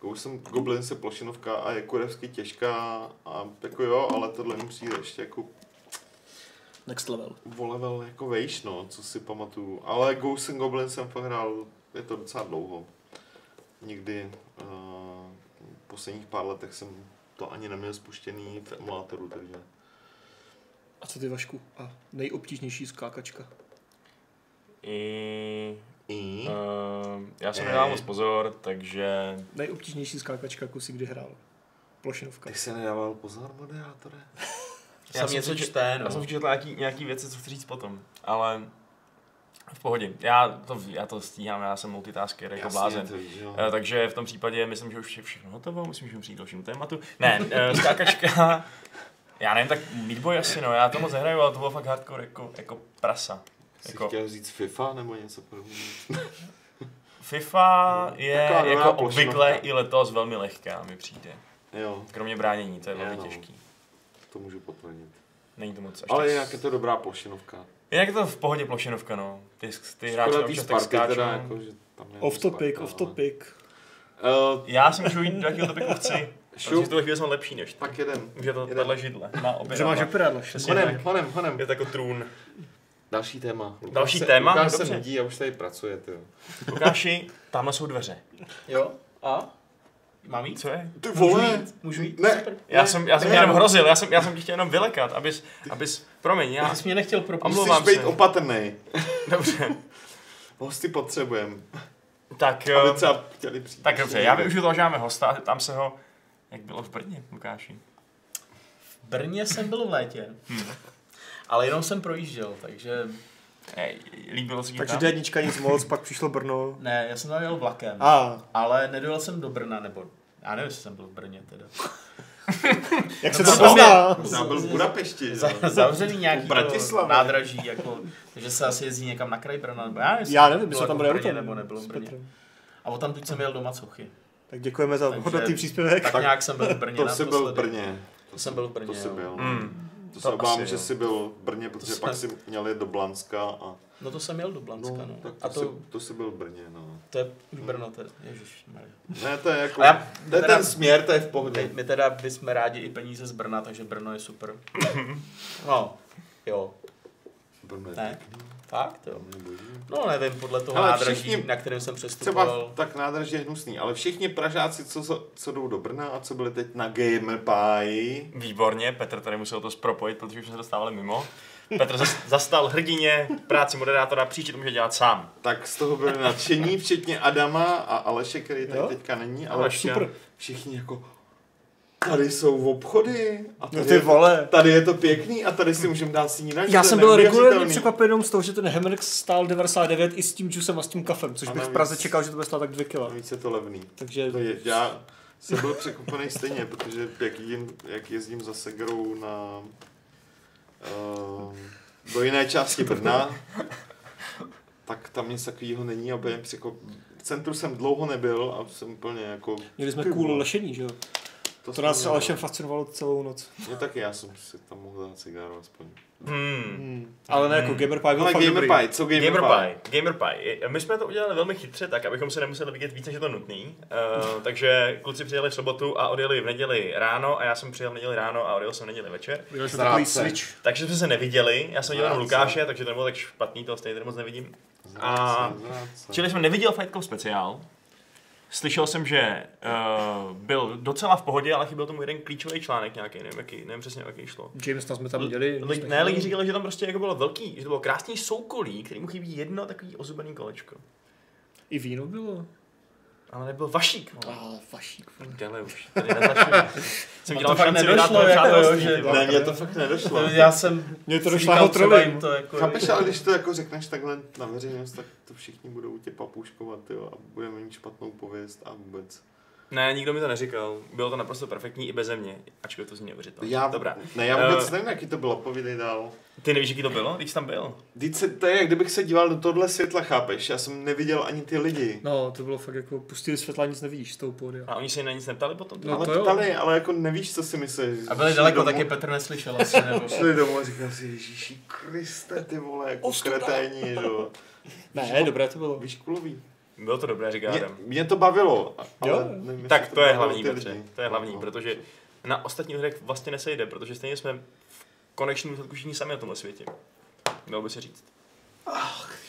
D: Ghosts and Goblins je plošinovka a je kurevsky těžká. A jako jo, ale tohle mi přijde ještě jako
B: Next level.
D: o level jako vejš, no, co si pamatuju. Ale Ghosts and Goblins jsem fakt hrál, je to docela dlouho. Nikdy uh, v posledních pár letech jsem to ani neměl spuštěný v emulátoru, takže...
B: A co ty Vašku? A nejobtížnější skákačka.
A: I,
D: I...
A: uh, já jsem nedával moc pozor, takže
B: Nejobtížnější skákačka, jakou si kdy hrál. Plošinovka.
D: Ty se nedával pozor, moderátore?
A: Jako Já
C: Sam
A: jsem
C: něco
A: si čet-
C: čte,
A: já jsem
C: no.
A: četl nějaký, nějaký věci, co chci říct potom, ale v pohodě. Já to, já to stíhám, já jsem multitasker jako
D: Jasně,
A: blázen.
D: to víš, jo.
A: Eh, Takže v tom případě myslím, že už je všechno hotovo, myslím, že přijít k dalšímu tématu. Ne, eh, skákačka, já nevím, tak Meat Boy asi, no, já to moc nehraju, ale to bylo fakt hardcore jako, jako prasa.
D: Jsi
A: Jako-
D: chtěl říct FIFA nebo něco podobného?
A: FIFA je
D: No, taková
A: jako
D: nová plošinovka.
A: obvykle i letos velmi lehká, mi přijde.
D: Jo,
A: Kromě bránění, to je
D: Jo,
A: velmi
D: no.
A: těžký.
D: to můžu potvrdit.
A: Není to moc až
D: Ale
A: tak-
D: jinak je to dobrá plošinovka.
A: jinak je to v pohodě plošinovka, no. Ty, ty hráči
D: Škoda tý
A: občas tak
D: Sparty
A: skáčou.
D: teda, jako, že tam je
B: Off
D: Sparta,
B: topic, off
D: ale-
B: topic.
D: Eh,
A: Já si můžu jít do jakého topiku chci. Protože v
D: Šup,
A: tuhle chvíli jsem lepší než ty.
D: pak jedem.
A: Může to
D: Jeden.
A: tahle židle. Má
B: Že máš
A: obě
B: operadla.
A: Přesně.
D: Honem,
A: tak.
D: honem, honem.
A: Je to jako trůn.
D: Další téma. Lukáš
A: Další
D: se-
A: téma?
D: Lukáš
A: No,
D: se
A: dobře.
D: nudí a už tady pracuje, ty.
A: Lukáši, tamhle jsou dveře.
C: Jo? A? Mám jít?
A: Co je?
D: Ty
C: Můžu jít? Můžu jít?
D: Ne.
C: Super.
A: Já jsem, já jsem tě
D: Ne.
A: jenom hrozil, já jsem, já jsem tě chtěl jenom vylekat, abys, abys, promiň, já,
C: Já jsi mě nechtěl propustit.
A: Omlouvám
D: Musíš být
A: se.
D: opatrný.
A: dobře.
D: Hosty potřebujeme,
A: Tak,
D: aby
A: eh,
D: třeba chtěli přijít.
A: tak dobře, já využiju toho, že máme hosta, a tam se ho, jak bylo v Brně, Lukáši.
C: V Brně jsem byl v létě. Hm. Ale jenom jsem projížděl, takže
A: Ej, líbilo se ti
B: Takže
A: tam?
B: D1 nic moc, pak přišlo Brno.
C: ne, já jsem tam jel vlakem.
B: A
C: Ale nedojel jsem do Brna, nebo já nevím, jestli jsem byl v Brně teda.
B: jak se
C: No,
B: to
C: tam je-
B: pozná?
D: Možná byl v Budapešti, že?
C: Za- Zavřený nějaký
D: V Bratislavě.
C: to nádraží, jako, takže se asi jezdí někam na kraj Brna, nebo já nevím, jestli
B: Já
C: to
B: nevím, my
C: bylo
B: jsme tam
C: jako v
B: byli
C: Brně,
B: autem.
C: nebo nebylo v
B: s
C: Brně.
B: Petrem.
C: A o tam teď jsem jel do Macochy.
B: Tak děkujeme za
C: Takže-
B: hodnotný příspěvek.
C: Tak,
D: Tak
C: nějak jsem byl v Brně
D: To jsi byl v
C: naposledy.
D: Brně.
C: To jsem byl v Brně,
D: To jsi
C: jo. Hmm,
D: byl.
A: Mm.
D: To se
A: To
D: obávám,
A: asi
D: že
A: jo.
D: jsi byl v Brně, protože
C: To
D: pak
C: jsme-
D: jsi měl jet do Blanska a...
C: No to jsem jel do Blanska, no.
D: tak to,
C: A to,
D: jsi, to jsi byl v Brně, no.
C: to je už Brno, to je, ježišmarja.
D: Ne, to je jako...
C: A já-
D: to je
C: teda-
D: ten směr, to je v
C: My,
D: pohodě.
C: my teda bychom rádi i peníze z Brna, takže Brno je super. No, jo,
D: Brno je
C: ne, fakt jo.
D: pěkný, boží.
C: No nevím, podle toho
D: Ale
C: nádraží,
D: všichni-
C: na kterém jsem
D: Třeba
C: přestupoval.
D: tak nádraží je hnusný, ale všichni Pražáci, co, co- co jdou do Brna a co byli teď na Gamerpáji,
A: Výborně, Petr tady musel to spropojit, protože už jsme se dostávali mimo. Petr zas- zastal hrdině, práci moderátora, příště to může dělat sám.
D: tak z toho byli nadšení, včetně Adama a Aleše, který tady
B: Jo?
D: teďka není, ale
A: Aleš,
D: super. všichni jako tady jsou obchody a tady,
B: No ty
D: je, to,
B: vole.
D: tady je to pěkný a tady si můžeme dát snídaní.
B: Já
D: to je
B: jsem byl regulárně
D: neuvěřitelný.
B: překvapen jenom z toho, že ten Hemrex stál 99 i s tím džusem a s tím kafem, což
D: A
B: bych v
D: navíc-
B: Praze čekal, že to bude stát tak 2 kila.
D: Navíc je to levný.
B: Takže
D: To je, já jsem byl překvapený stejně, protože jak, jim, jak jezdím za Segrou na... Uh, do jiné části Brna, tak tam nic takového není a úplně překvap... V centru jsem dlouho nebyl a jsem úplně jako...
B: měli jsme
D: Ty
B: cool
D: vole,
B: lešení, že jo? To
D: jsem
B: nás
D: měl.
B: ale všem fascinovalo celou noc.
D: No taky já jsem si tam mohl dát cigáru aspoň.
A: Hmm.
B: Hmm. Ale ne, jako Gamer Pie byl
D: Ale
B: fakt dobrý.
D: Gamerpie, co Gamerpie?
A: Gamerpie. Gamerpie. My jsme to udělali velmi chytře, tak abychom se nemuseli vidět víc, než je to nutný. Uh, takže kluci přijeli v sobotu a odjeli v neděli ráno a já jsem přijel v neděli ráno a odjel jsem v neděli večer.
B: Měli jsme
D: Zráce.
B: takový switch.
A: Takže jsme se neviděli, já jsem viděl jenom
D: Zrádce.
A: Lukáše, takže to nebylo tak špatný, toho stejně tady moc nevidím. A-
D: Zrádce, zrádce.
A: Čili jsem neviděl Fight Club speciál. Slyšel jsem, že uh, byl docela v pohodě, ale chyběl tomu jeden klíčový článek nějaký, nevím, jaký, nevím přesně, o jaký šlo.
B: James tam jsme tam měli.
A: Li- ne, lidi říkali, že tam prostě jako bylo velký, že to bylo krásný soukolí, který mu chybí jedno takový ozubený kolečko.
B: I víno bylo.
A: Ale nebyl vašík.
C: no.
A: vole.
B: A vašík.
A: Děle Ah, už, tady nezačneme. Jsem
C: No
A: dělal
C: to fakt
A: šanci
C: nedošlo,
A: vyhrát moje
C: jako jo,
A: přátelství.
C: že-
A: ty vole.
D: Ne, mně to fakt nedošlo.
C: Já jsem
B: Mě to
C: si
B: došlo
C: říkal,
B: jako
C: třeba
B: trolling.
C: jim to jako...
D: Chápeš, ale když to jako řekneš takhle na veřejnost, tak to všichni budou tě papouškovat, jo, a budeme mít špatnou pověst a vůbec.
A: Ne, nikdo mi to neříkal. Bylo to naprosto perfektní i beze mě, ačkoliv to zní neuvěřitelně.
D: Já,
A: Dobrá.
D: Ne, já vůbec
A: Eh,
D: nevím, jaký to bylo, povídej dál.
A: Ty nevíš, jaký to bylo? Když jsi tam byl?
D: Vždyť se, to je, jak kdybych se díval do tohle světla, chápeš? Já jsem neviděl ani ty lidi.
B: No, to bylo fakt jako, pustili světla, nic nevidíš z toho pódia.
A: A oni se na nic neptali potom?
D: No,
B: No
D: ale
B: to jo.
D: ptali, ale jako nevíš, co si myslíš.
C: A byli daleko, taky Petr neslyšel asi, nebo...
D: Šli domů a říkal si, Ježíši Kriste, ty vole, jako kreténi, že jo.
B: Ne, dobré to bylo.
D: Víš, kulový.
A: Bylo to dobré, říká
D: Mě,
A: Adam.
D: mě to bavilo, ale
B: Jo.
D: nevím, jestli
A: Tak to je
D: bavilo
A: hlavní,
D: ty
A: Petře.
D: lidi.
A: To je hlavní,
D: No.
A: protože na ostatní lidech vlastně nesejde, protože stejně jsme v konečném důsledku všichni sami na tomhle světě. Mělo by se říct.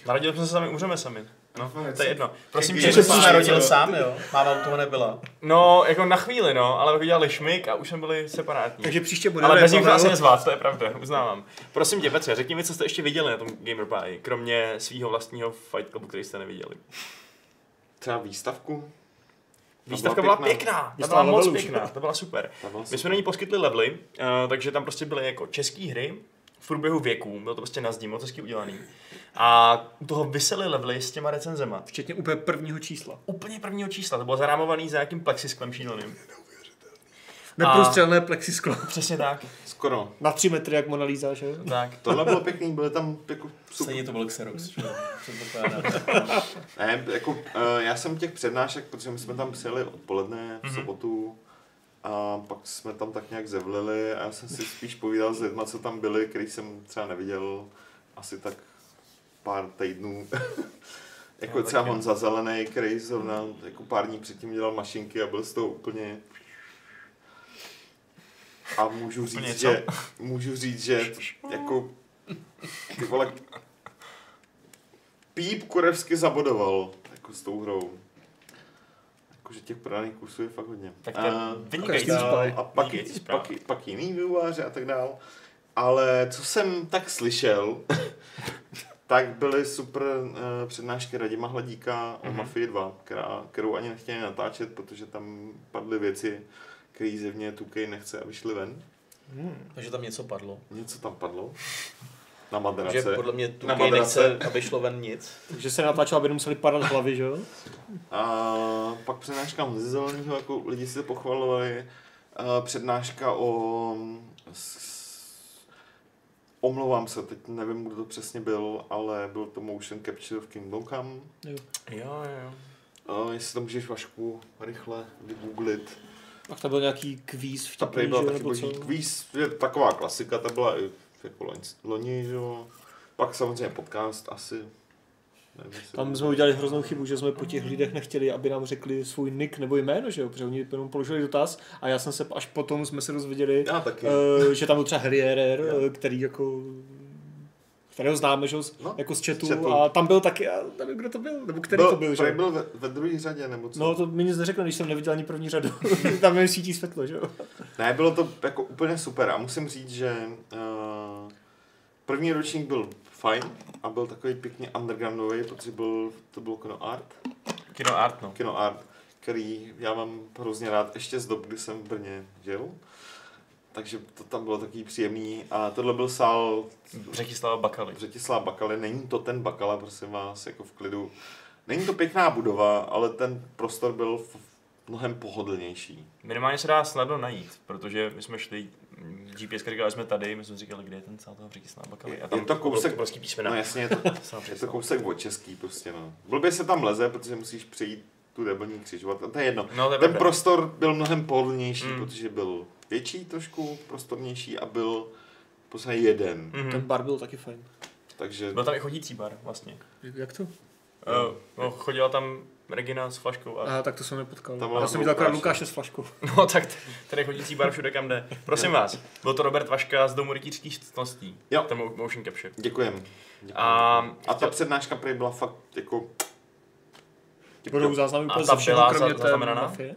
A: Narodili jsme se sami, umřeme sami. No, to je jedno. Prosím tě,
C: Že jsi
A: pán,
C: se narodil
A: jo.
C: sám, jo? Máma u toho nebyla.
A: No, jako na chvíli, no, ale pak dělali šmik a už jsme byli separátní.
B: Takže příště bude
A: ale bez nich to asi
B: Pavel.
A: nezvlád, to je pravda, uznávám. Prosím tě, Petře, řekni mi, co jste ještě viděli na tom Gamerpáji, kromě svého vlastního Fight Clubu, který jste neviděli.
D: Třeba výstavku.
A: Výstavka byla pěkná, ta byla
B: stála
A: moc
B: levelů, že?
A: pěkná, to byla super.
D: Ta byla
A: My jsme
D: super.
A: na ní poskytli levely, eh, takže tam prostě byly jako české hry v průběhu věků, bylo to prostě na zdi, moc hezky udělaný. A u toho vysely levely s těma recenzema.
B: Včetně úplně prvního čísla.
A: Úplně prvního čísla, to bylo zarámovaný za nějakým plexisklem šíleným.
B: Neprůstřelné plexisklo.
A: Přesně tak,
D: Skoro.
B: Na tři metry, jak Mona Lisa, že?
A: tak.
D: Tohle bylo pěkný, byly tam jako super.
C: Stejně to byl Xerox, že jo? Předpokládám.
D: Ne, jako, eh, já jsem těch přednášek, protože my jsme tam přijeli odpoledne v sobotu a pak jsme tam tak nějak zevlili a já jsem si spíš povídal s lidmi, co tam byli, který jsem třeba neviděl asi tak pár týdnů. jako třeba Honza Zelený, který zrovna jako pár dní předtím dělal mašinky a byl z toho úplně... A můžu
A: Úplně
D: říct,
A: co?
D: že, můžu říct, že t- jako ty vole, Píp kurevsky zabodoval jako s tou hrou. Jakože těch prodaných kusů je fakt hodně.
A: Tak to je
D: A-
A: vynikající.
D: a dál,
B: zpráva.
D: a pak,
A: Vynikající zpráva.
D: pak, pak jiný vývojáři a tak dál. Ale co jsem tak slyšel, tak byly super eh, přednášky Radima Hladíka
A: Mhm.
D: o Mafii 2, která, kterou ani nechtěli natáčet, protože tam padly věci, které zevně Tukej nechce, aby šly ven.
C: Takže tam něco padlo.
D: Něco tam padlo. Na
C: Takže
D: madrace.
C: podle mě tu
D: Na
C: nechce,
D: madrace.
C: aby šlo ven nic.
B: Takže se natáčel, aby nemuseli padat hlavy, že jo?
D: A pak přednáška Honzy Zeleného, jako lidi si to pochvalovali. A přednáška o... s- s- Omlouvám se, teď nevím, kdo to přesně byl, ale byl to motion capture v Kingdom Come.
A: Jo, jo, jo.
D: A jestli to můžeš, Vašku, rychle vygooglit.
B: Tak to byl nějaký kvíz
D: Ta
B: vtipný,
D: prý
B: že
D: byla
B: jo?
D: taky
B: Nebo
D: boží
B: co?
D: kvíz, je taková klasika, ta byla i jako loň, loni, že jo. Pak samozřejmě podcast asi. Nevím, jestli-
B: Tam jsme udělali hroznou chybu, že jsme po těch lidech nechtěli, aby nám řekli svůj nick nebo jméno, že jo? Protože oni jenom položili dotaz a já jsem se až potom jsme se dozvěděli,
D: Já taky.
B: eh, že tam byl třeba Herrierer, eh, který jako kterého známe, že jo, z-
D: No,
B: jako z
D: z
B: chatu,
D: chatu.
B: a tam byl taky, já nevím, kdo to byl, nebo který to byl, že
D: prý
B: jo?
D: byl ve, ve druhé řadě, nebo co?
B: No to mi nic neřekne, když jsem neviděl ani první řadu, tam jen svítí světlo, že jo?
D: Ne, bylo to jako úplně super a musím říct, že uh, první ročník byl fajn a byl takový pěkně undergroundový, protože byl, to bylo kino art,
A: Kino Art, no.
D: kino art, který já mám hrozně rád ještě z dob, kdy jsem v Brně žil. Takže to tam bylo takový příjemný a tohle byl sál
A: Břetislava Bakaly.
D: Břetislava Bakaly, není to ten Bakala, prosím vás, jako v klidu. Není to pěkná budova, ale ten prostor byl v mnohem pohodlnější.
A: Minimálně se dá snadno najít, protože my jsme šli, mm, GPS říkali, jsme tady, my jsme říkali, kde je ten cel toho Břetislava Bakaly. A tam
D: Je to kousek-
A: obrovský písmena.
D: No jasně, je to,
A: Sám
D: Je to
A: Břetislav.
D: kousek od český prostě, no. Blbě se tam leze, protože musíš přejít tu debilní křižovatku, to je jedno.
A: No, to je
D: Ten
A: pravda.
D: prostor byl mnohem pohodlnější,
A: Mm.
D: mm. protože byl větší trošku, prostornější a byl v podstatě jeden. Mm.
A: Mhm.
B: Ten bar byl taky fajn.
D: Takže
A: Byl tam i chodící bar vlastně.
B: Jak to?
A: No, no chodila tam Regina s flaškou a...
B: Aha, tak to jsem nepotkal.
D: Tam byla
B: Já jsem viděl akorát
D: Lukáše.
B: Lukáše s flaškou.
A: No tak t- ten je chodící bar všude kam jde. Prosím vás, byl to Robert Vaška z Domu rytířských ctností.
D: Jo.
A: Ten mo- motion capture.
D: děkujem. děkujem.
A: A-
D: a ta přednáška prý byla fakt jako...
B: Budou záznamy
A: A
B: úplně
A: ta
B: ze všeho,
A: byla za-
B: kromě té
A: zaznamenaná?
B: mafie.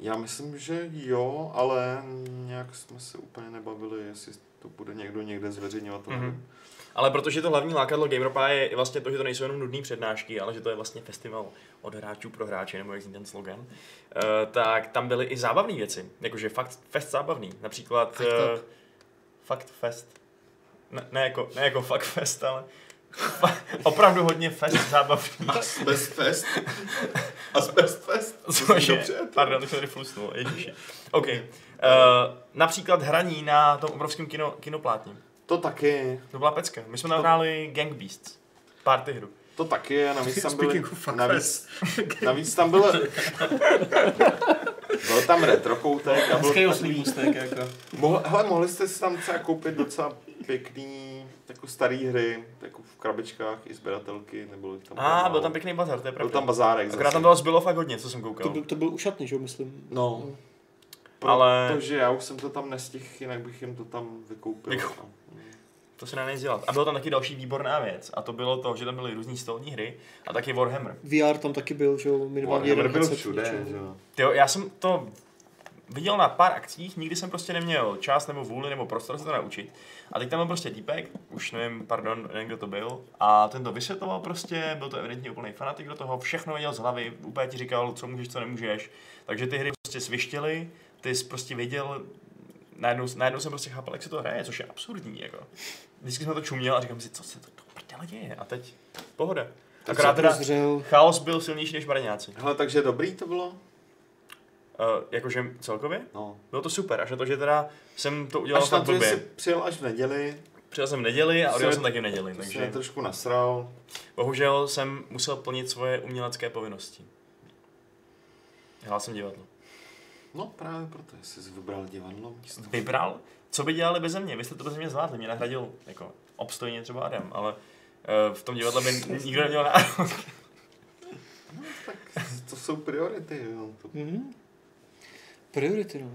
D: Já myslím, že jo, ale nějak jsme se úplně nebavili, jestli to bude někdo někde zveřejňovat. To
A: Mhm.
D: mm-hmm.
A: Ale protože to hlavní lákadlo Gamerpa je i vlastně to, že to nejsou jenom nudné přednášky, ale že to je vlastně festival od hráčů pro hráče, nebo jak zní ten slogan, uh, tak tam byly i zábavné věci. Jakože fakt fest zábavný. eh, Například... Uh, fakt fest. Ne, ne, jako, ne jako fuck fest, ale Opravdu hodně fest zábavný.
D: Asbest fest. Asbest fest.
A: Což je,
D: Dobře, to-
A: pardon, to jsem tady flusnul, ježiši. OK. Uh, například hraní na tom obrovském kino, kinoplátně.
D: To taky,
A: To byla pecka. My jsme nahráli Gang Beasts. Party hru.
D: to taky, navíc tam byly,
B: Speaking of fuck
D: navíc, navíc tam bylo, byl tam retro koutek a byl
C: Hezký
A: Eh,
C: oslý můstek, jako.
D: Mohl, hele, mohli jste si tam třeba koupit docela pěkný, jako starý hry, jako v krabičkách i sběratelky, nebo tam...
A: A,
D: málo.
A: byl tam pěkný bazar, to je
D: Byl
A: pravda.
D: tam bazárek
A: Akorát tam bylo zbylo fakt hodně, co jsem
E: To
A: koukal.
E: byl, to byl ušatný, že jo, myslím.
D: No.
A: Ale-
D: Protože já už jsem to tam nestihl, jinak bych jim to tam vykoupil. No.
A: Vykou- To se nedá nic dělat. A byla tam taky další výborná věc. A to bylo to, že tam byly různé stolní hry a taky Warhammer.
E: VR tam taky byl, že jo, minimálně
D: Warhammer
E: jeden
D: byl
E: headset,
D: všude, no.
E: že
D: že
E: jo.
D: jo.
A: Tyjo, já jsem to viděl na pár akcích, nikdy jsem prostě neměl čas nebo vůli nebo prostor se to naučit. A teď tam byl prostě týpek, už nevím, pardon, nevím, kdo to byl, a ten to vysvětloval prostě, byl to evidentně úplný fanatik do toho, všechno věděl z hlavy, úplně ti říkal, co můžeš, co nemůžeš. Takže ty hry prostě svištěly, ty jsi prostě věděl, najednou, najednou jsem prostě chápal, jak se to hraje, což je absurdní, jako. Vždycky jsem na to čuměl a říkám si, co se to do prdele děje, a teď pohoda. Akorát
E: jsem
A: teda
E: prozřel.
A: chaos byl silnější než Marňáci.
D: Hele, takže dobrý to bylo?
A: Uh, jakože celkově?
D: No.
A: Bylo to super, až na to, že teda jsem to udělal
D: Až na
A: fakt
D: to, že jsi
A: blbě.
D: přijel až v neděli,
A: Přijel jsem v neděli a
D: Jsi-
A: odjel jsem taky v neděli,
D: to jsi mě
A: takže
D: trošku nasral.
A: bohužel jsem musel plnit svoje umělecké povinnosti. Hrál jsem divadlo.
D: No právě proto, jsi si vybral divadlo místo.
A: Vybral? Co by dělali beze mě? Vy jste to beze mě zvládli, mě nahradil jako obstojně třeba Adam, ale eh, v tom divadle by nikdo neměl nárok.
D: Tak to jsou priority, jo. To...
E: Mhm. Priority, no.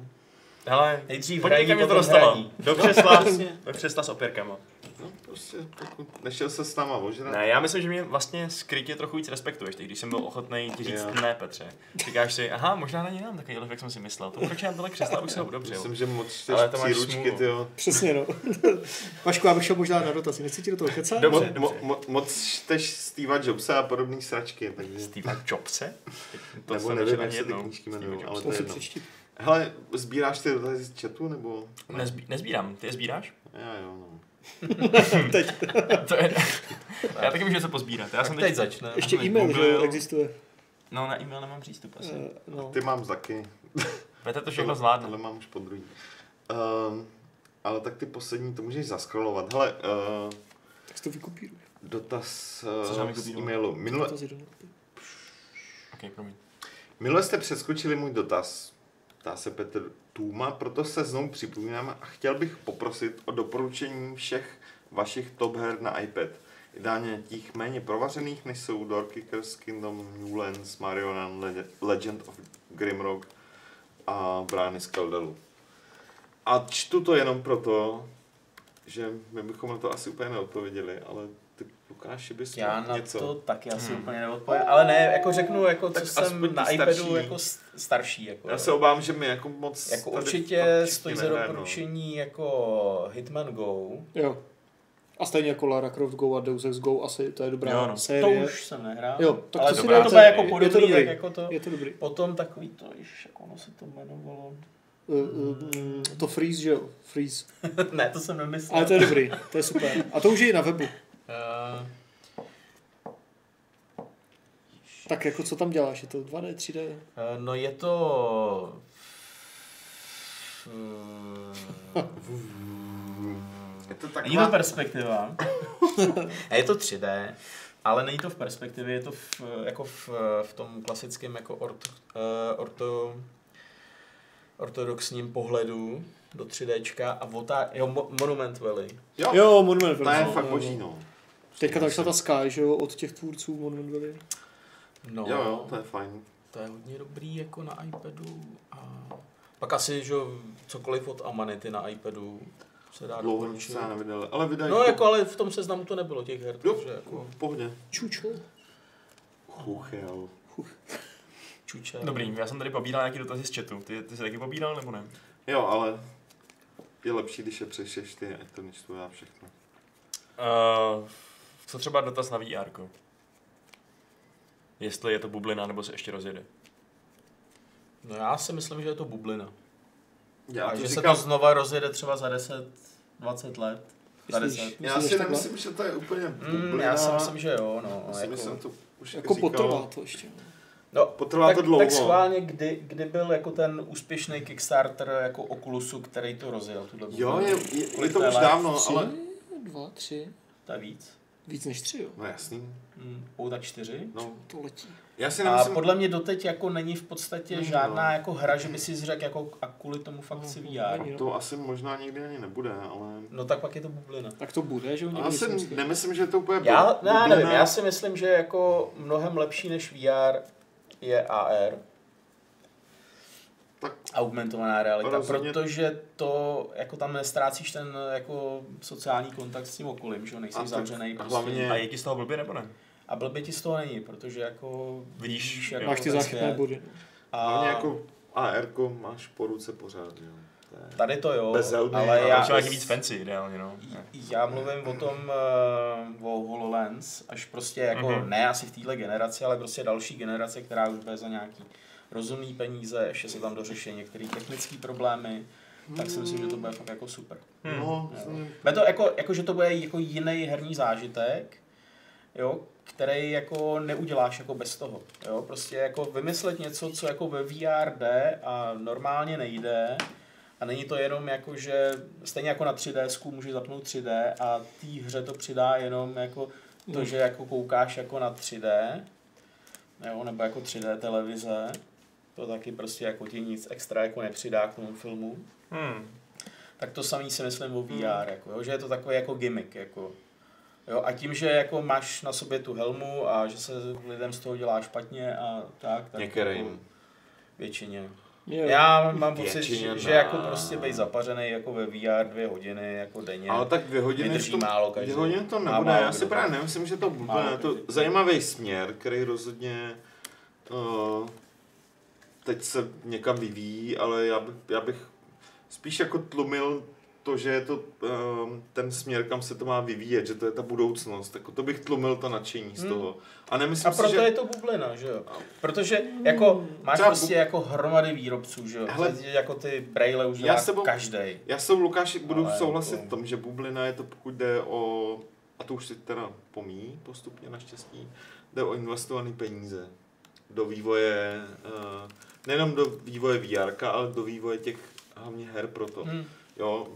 A: Hele,
C: Nejdřív
A: podívej,
C: hraní,
A: kam mě to
C: potom
A: dostalo.
C: hraní.
A: Do křesla, do křesla s opěrkama.
D: No, prostě, pokud nešel se s náma ožrat.
A: Ne, já myslím, že mě vlastně skrytě trochu víc respektuješ, teď, když jsem byl ochotný ti říct
D: Jo.
A: ne, Petře. Říkáš si, aha, možná na něj nám takový jev, jak jsem si myslel. To proč nám tohle křesla, abych se ho obdobřil.
D: Myslím, že moc čteš
A: Ale to máš
D: příručky,
A: smůlu.
D: ty jo.
E: Přesně, no. Vašku, já bych šel možná na dotaz, nechci ti do toho kecat?
A: Dobře.
D: Mo, mo, mo, moc čteš Steva Jobsa a podobný sračky, takže...
A: Steve Jobse?
D: To nebo
A: jsem
D: nevím,
A: nečetl
D: jak
A: ani
D: se ty
A: jednou.
D: knížky
A: Steve
D: jmenují,
A: Jobs.
D: ale to
E: To
D: je
E: si
D: jedno.
E: přečti.
D: Hele, sbíráš ty dotazy z chatu, nebo...
A: Nezbí, nezbírám, ty je sbíráš?
D: Já jo, no.
A: to je, já taky můžu něco pozbírat. Já jsem
C: Teď začne.
E: Ještě
A: Ahoj,
E: e-mail, že jo,
A: Google.
E: existuje.
A: No na e-mail nemám přístup asi.
E: Eh, No.
D: Ty mám taky.
A: Petr to všechno zvládne.
D: Ale mám už po druhý. Um, ale tak ty poslední, to můžeš zaskrolovat. Hele, uh,
E: Tak si to vykopíruj.
D: dotaz
A: Co jsem
D: uh, z
A: vykopíroval?
D: e-mailu. Minule,
E: To si do-
A: Ok, promiň.
D: Minule jste přeskočili můj dotaz. Ptá se Petr Tůma, proto se znovu připomínám a chtěl bych poprosit o doporučení všech vašich top her na iPad. Ideálně těch méně provařených, než jsou Door Kickers, Kingdom Newlands, Mario Run, Le- Legend of Grimrock a Brány z Kaldalu. A čtu to jenom proto, že my bychom na to asi úplně neodpověděli, ale ty Lukáši bys
C: Já
D: mohl
C: na
D: něco. Hmm.
C: to taky asi úplně neodpovím, ale ne, jako řeknu, jako
D: Tak
C: tak
D: aspoň
C: jsem
D: ti
C: na
D: starší.
C: iPadu jako s- starší. Jako,
D: Já se obávám, že my jako moc...
C: jako
D: tady
C: určitě
D: fakt
C: stojí
D: všichni
C: za
D: nehrajeme, no.
C: doporučení jako Hitman Go.
E: Jo. A stejně jako Lara Croft Go a Deus Ex Go, asi to je dobrá
A: Jo, no.
C: To
E: série.
C: už jsem nehrál,
E: Jo, tak
C: ale
E: to si
C: to
A: dáte.
C: bylo to jako
A: Je to
C: podobný,
E: dobrý.
C: jak jako to.
E: Je to dobrý.
C: Potom takový to, již, jak ono se to jmenovalo.
E: Eh, eh, mm, To Freeze, že jo? Freeze.
C: ne, to jsem nemyslel.
E: Ale to je dobrý, to je super. A to už je i na webu.
C: Eh,
E: Tak jako co tam děláš? Je to 2D, 3D?
C: eh, no je to... Eh,
D: Je to taková...
C: Není to perspektiva. a je to 3D, ale není to v perspektivě, je to v, jako v, v tom klasickém jako orto, eh, orto, ortodoxním pohledu do 3Dčka a vota, jo, Mo- Monument Valley.
D: Jo, jo
E: Jo, Monument
D: ta je
E: Valley,
D: fakt
E: jo,
D: boží,
E: jo.
D: no.
E: Teďka tam šla ta Sky, že jo, od těch tvůrců Monument Valley.
C: No,
D: Jo, jo, to je fajn.
C: to je hodně dobrý jako na iPadu. A pak asi, že jo, cokoliv od Amanity na iPadu se dá
D: Dlouho nic
C: doporučit.
D: se nevydali, ale vydali.
C: No jako, ale v tom seznamu to nebylo těch her,
D: Jo.
C: takže jako
D: v pohodě.
E: Čučo.
D: Chuchel.
C: čuče.
A: Dobrý, já jsem tady pobíral nějaký dotazy z chatu. Ty, ty jsi taky pobíral nebo ne?
D: Jo, ale je lepší, když je přešeš ty, ať to nečtu já všechno.
A: Uh, co třeba dotaz na VR? ko? Jestli je to bublina nebo se ještě rozjede.
C: No já si myslím, že je to bublina.
D: Já
C: a
D: to
C: že se
D: říkám,
C: to znova rozjede třeba za 10, 20 let. Tady
E: Myslíš,
C: se-
D: Já si
E: myslíš takhle?
D: nemyslím, že to je úplně
C: Mm,
D: bublina.
C: já si myslím, že jo, no.
D: Jako- Já si myslím, to už
E: Jako
D: říkal.
E: potrvá to ještě. no.
C: no
D: Potrvá
C: tak,
D: to dlouho.
C: Tak schválně, kdy, kdy byl jako ten úspěšný Kickstarter jako Oculusu, který to rozjel, tuhle
D: Jo,
C: bublinu?
D: je, je, je
C: Kolik
D: to
C: to je
D: už
C: let?
D: dávno,
E: Tři,
D: ale...
E: dva, tři,
C: Ta víc.
E: víc než tři, jo.
D: No jasný,
C: Mm, Outa 4.
D: no.
E: To letí.
D: Já si
C: A
D: nemyslím...
C: podle mě doteď jako není v podstatě
D: Mm,
C: žádná
D: no.
C: jako hra, že by si řekl jako a kvůli tomu fakt si VR.
E: Ani, no.
D: To asi možná nikdy ani nebude, ale...
C: No tak pak je to bublina.
E: Tak to bude, že jo?
D: Já
E: Nikdy
D: si
E: jsem myslel.
D: nemyslím, že to úplně bu-
C: Já, ne, já nevím,
D: bublina.
C: já si myslím, že jako mnohem lepší než VR je AR.
D: Tak-
C: Augmentovaná realita,
D: Rozhodně.
C: protože to, jako tam nestrácíš ten jako sociální kontakt s tím okolím, že jo, nejsi
D: A tak
C: zavřený prostě.
D: hlavně-
A: A je ti z toho blbě nebo ne?
C: A blbě ti z toho není, protože jako
A: Vidíš,
C: jako
E: Máš ty
C: ten
E: záchytné
C: svět.
E: body. no.
D: Hlavně
C: A
D: jako ar máš po ruce pořád, jo. To je-
C: tady to jo,
D: Bez Zeldy,
C: ale
D: ale
A: Já,
C: já,
A: Potřeba víc fancy ideálně, no.
C: Já mluvím o tom, eh, o HoloLens, až prostě jako,
A: Mhm.
C: mm-hmm. ne asi v téhle generaci, ale prostě další generace, která už bude za nějaký rozumný peníze, ještě se tam dořeší některé technické problémy, tak si myslím, že to bude fakt jako super.
D: No,
C: Jo.
D: jsem-
C: Bude to jako, jako, že to bude jako jiný herní zážitek, jo, který jako neuděláš jako bez toho. Jo? Prostě jako vymyslet něco, co jako ve VR jde a normálně nejde. A není to jenom jako, že stejně jako na 3D můžeš zapnout 3D a té hře to přidá jenom jako to,
E: Mm.
C: že jako koukáš jako na 3D, jo, nebo jako 3D televize. To taky prostě jako ti nic extra jako nepřidá k tomu filmu.
A: Hmm.
C: Tak to samý si myslím o VR, jako, jo, že je to takový jako gimmick. Jako, jo, a tím, že jako máš na sobě tu helmu a že se lidem z toho dělá špatně a tak, tak Jako
D: Některým.
C: většině.
E: Jo.
C: Já mám pocit,
D: Většině
C: že, že
D: ne.
C: jako prostě být zapařený jako ve VR dvě hodiny, jako denně.
D: Ale tak dvě hodiny,
C: Vydrží
D: to,
C: málo každý.
D: dvě hodiny to
C: Má
D: nebude.
C: málo
D: Já si
C: kdo.
D: právě nemyslím, že to bude.
C: Málo
D: To
C: kdo.
D: zajímavý směr, který rozhodně uh, teď se někam vyvíjí, ale já, by, já bych spíš jako tlumil to, že je to um, ten směr, kam se to má vyvíjet, že to je ta budoucnost. Jako to bych tlumil to nadšení z
C: Hmm.
D: toho. A
C: a
D: nemyslím
C: proto
D: si,
C: že...
D: že...
C: je to bublina, že jo? Protože jako máš
D: Třeba bu-
C: prostě jako hromady výrobců, že jo?
D: Hele,
C: Teď jako ty braille už
D: já
C: dělá
D: s tebou-
C: každý.
D: Já se Lukáši budu
C: Ale
D: souhlasit
C: jako-
D: v tom, že bublina je to, pokud jde o, a to už si teda pomíjí postupně naštěstí, jde o investované peníze do vývoje, eh, nejenom do vývoje VR, ale do vývoje těch hlavně her pro to.
C: Hmm.
D: Jo,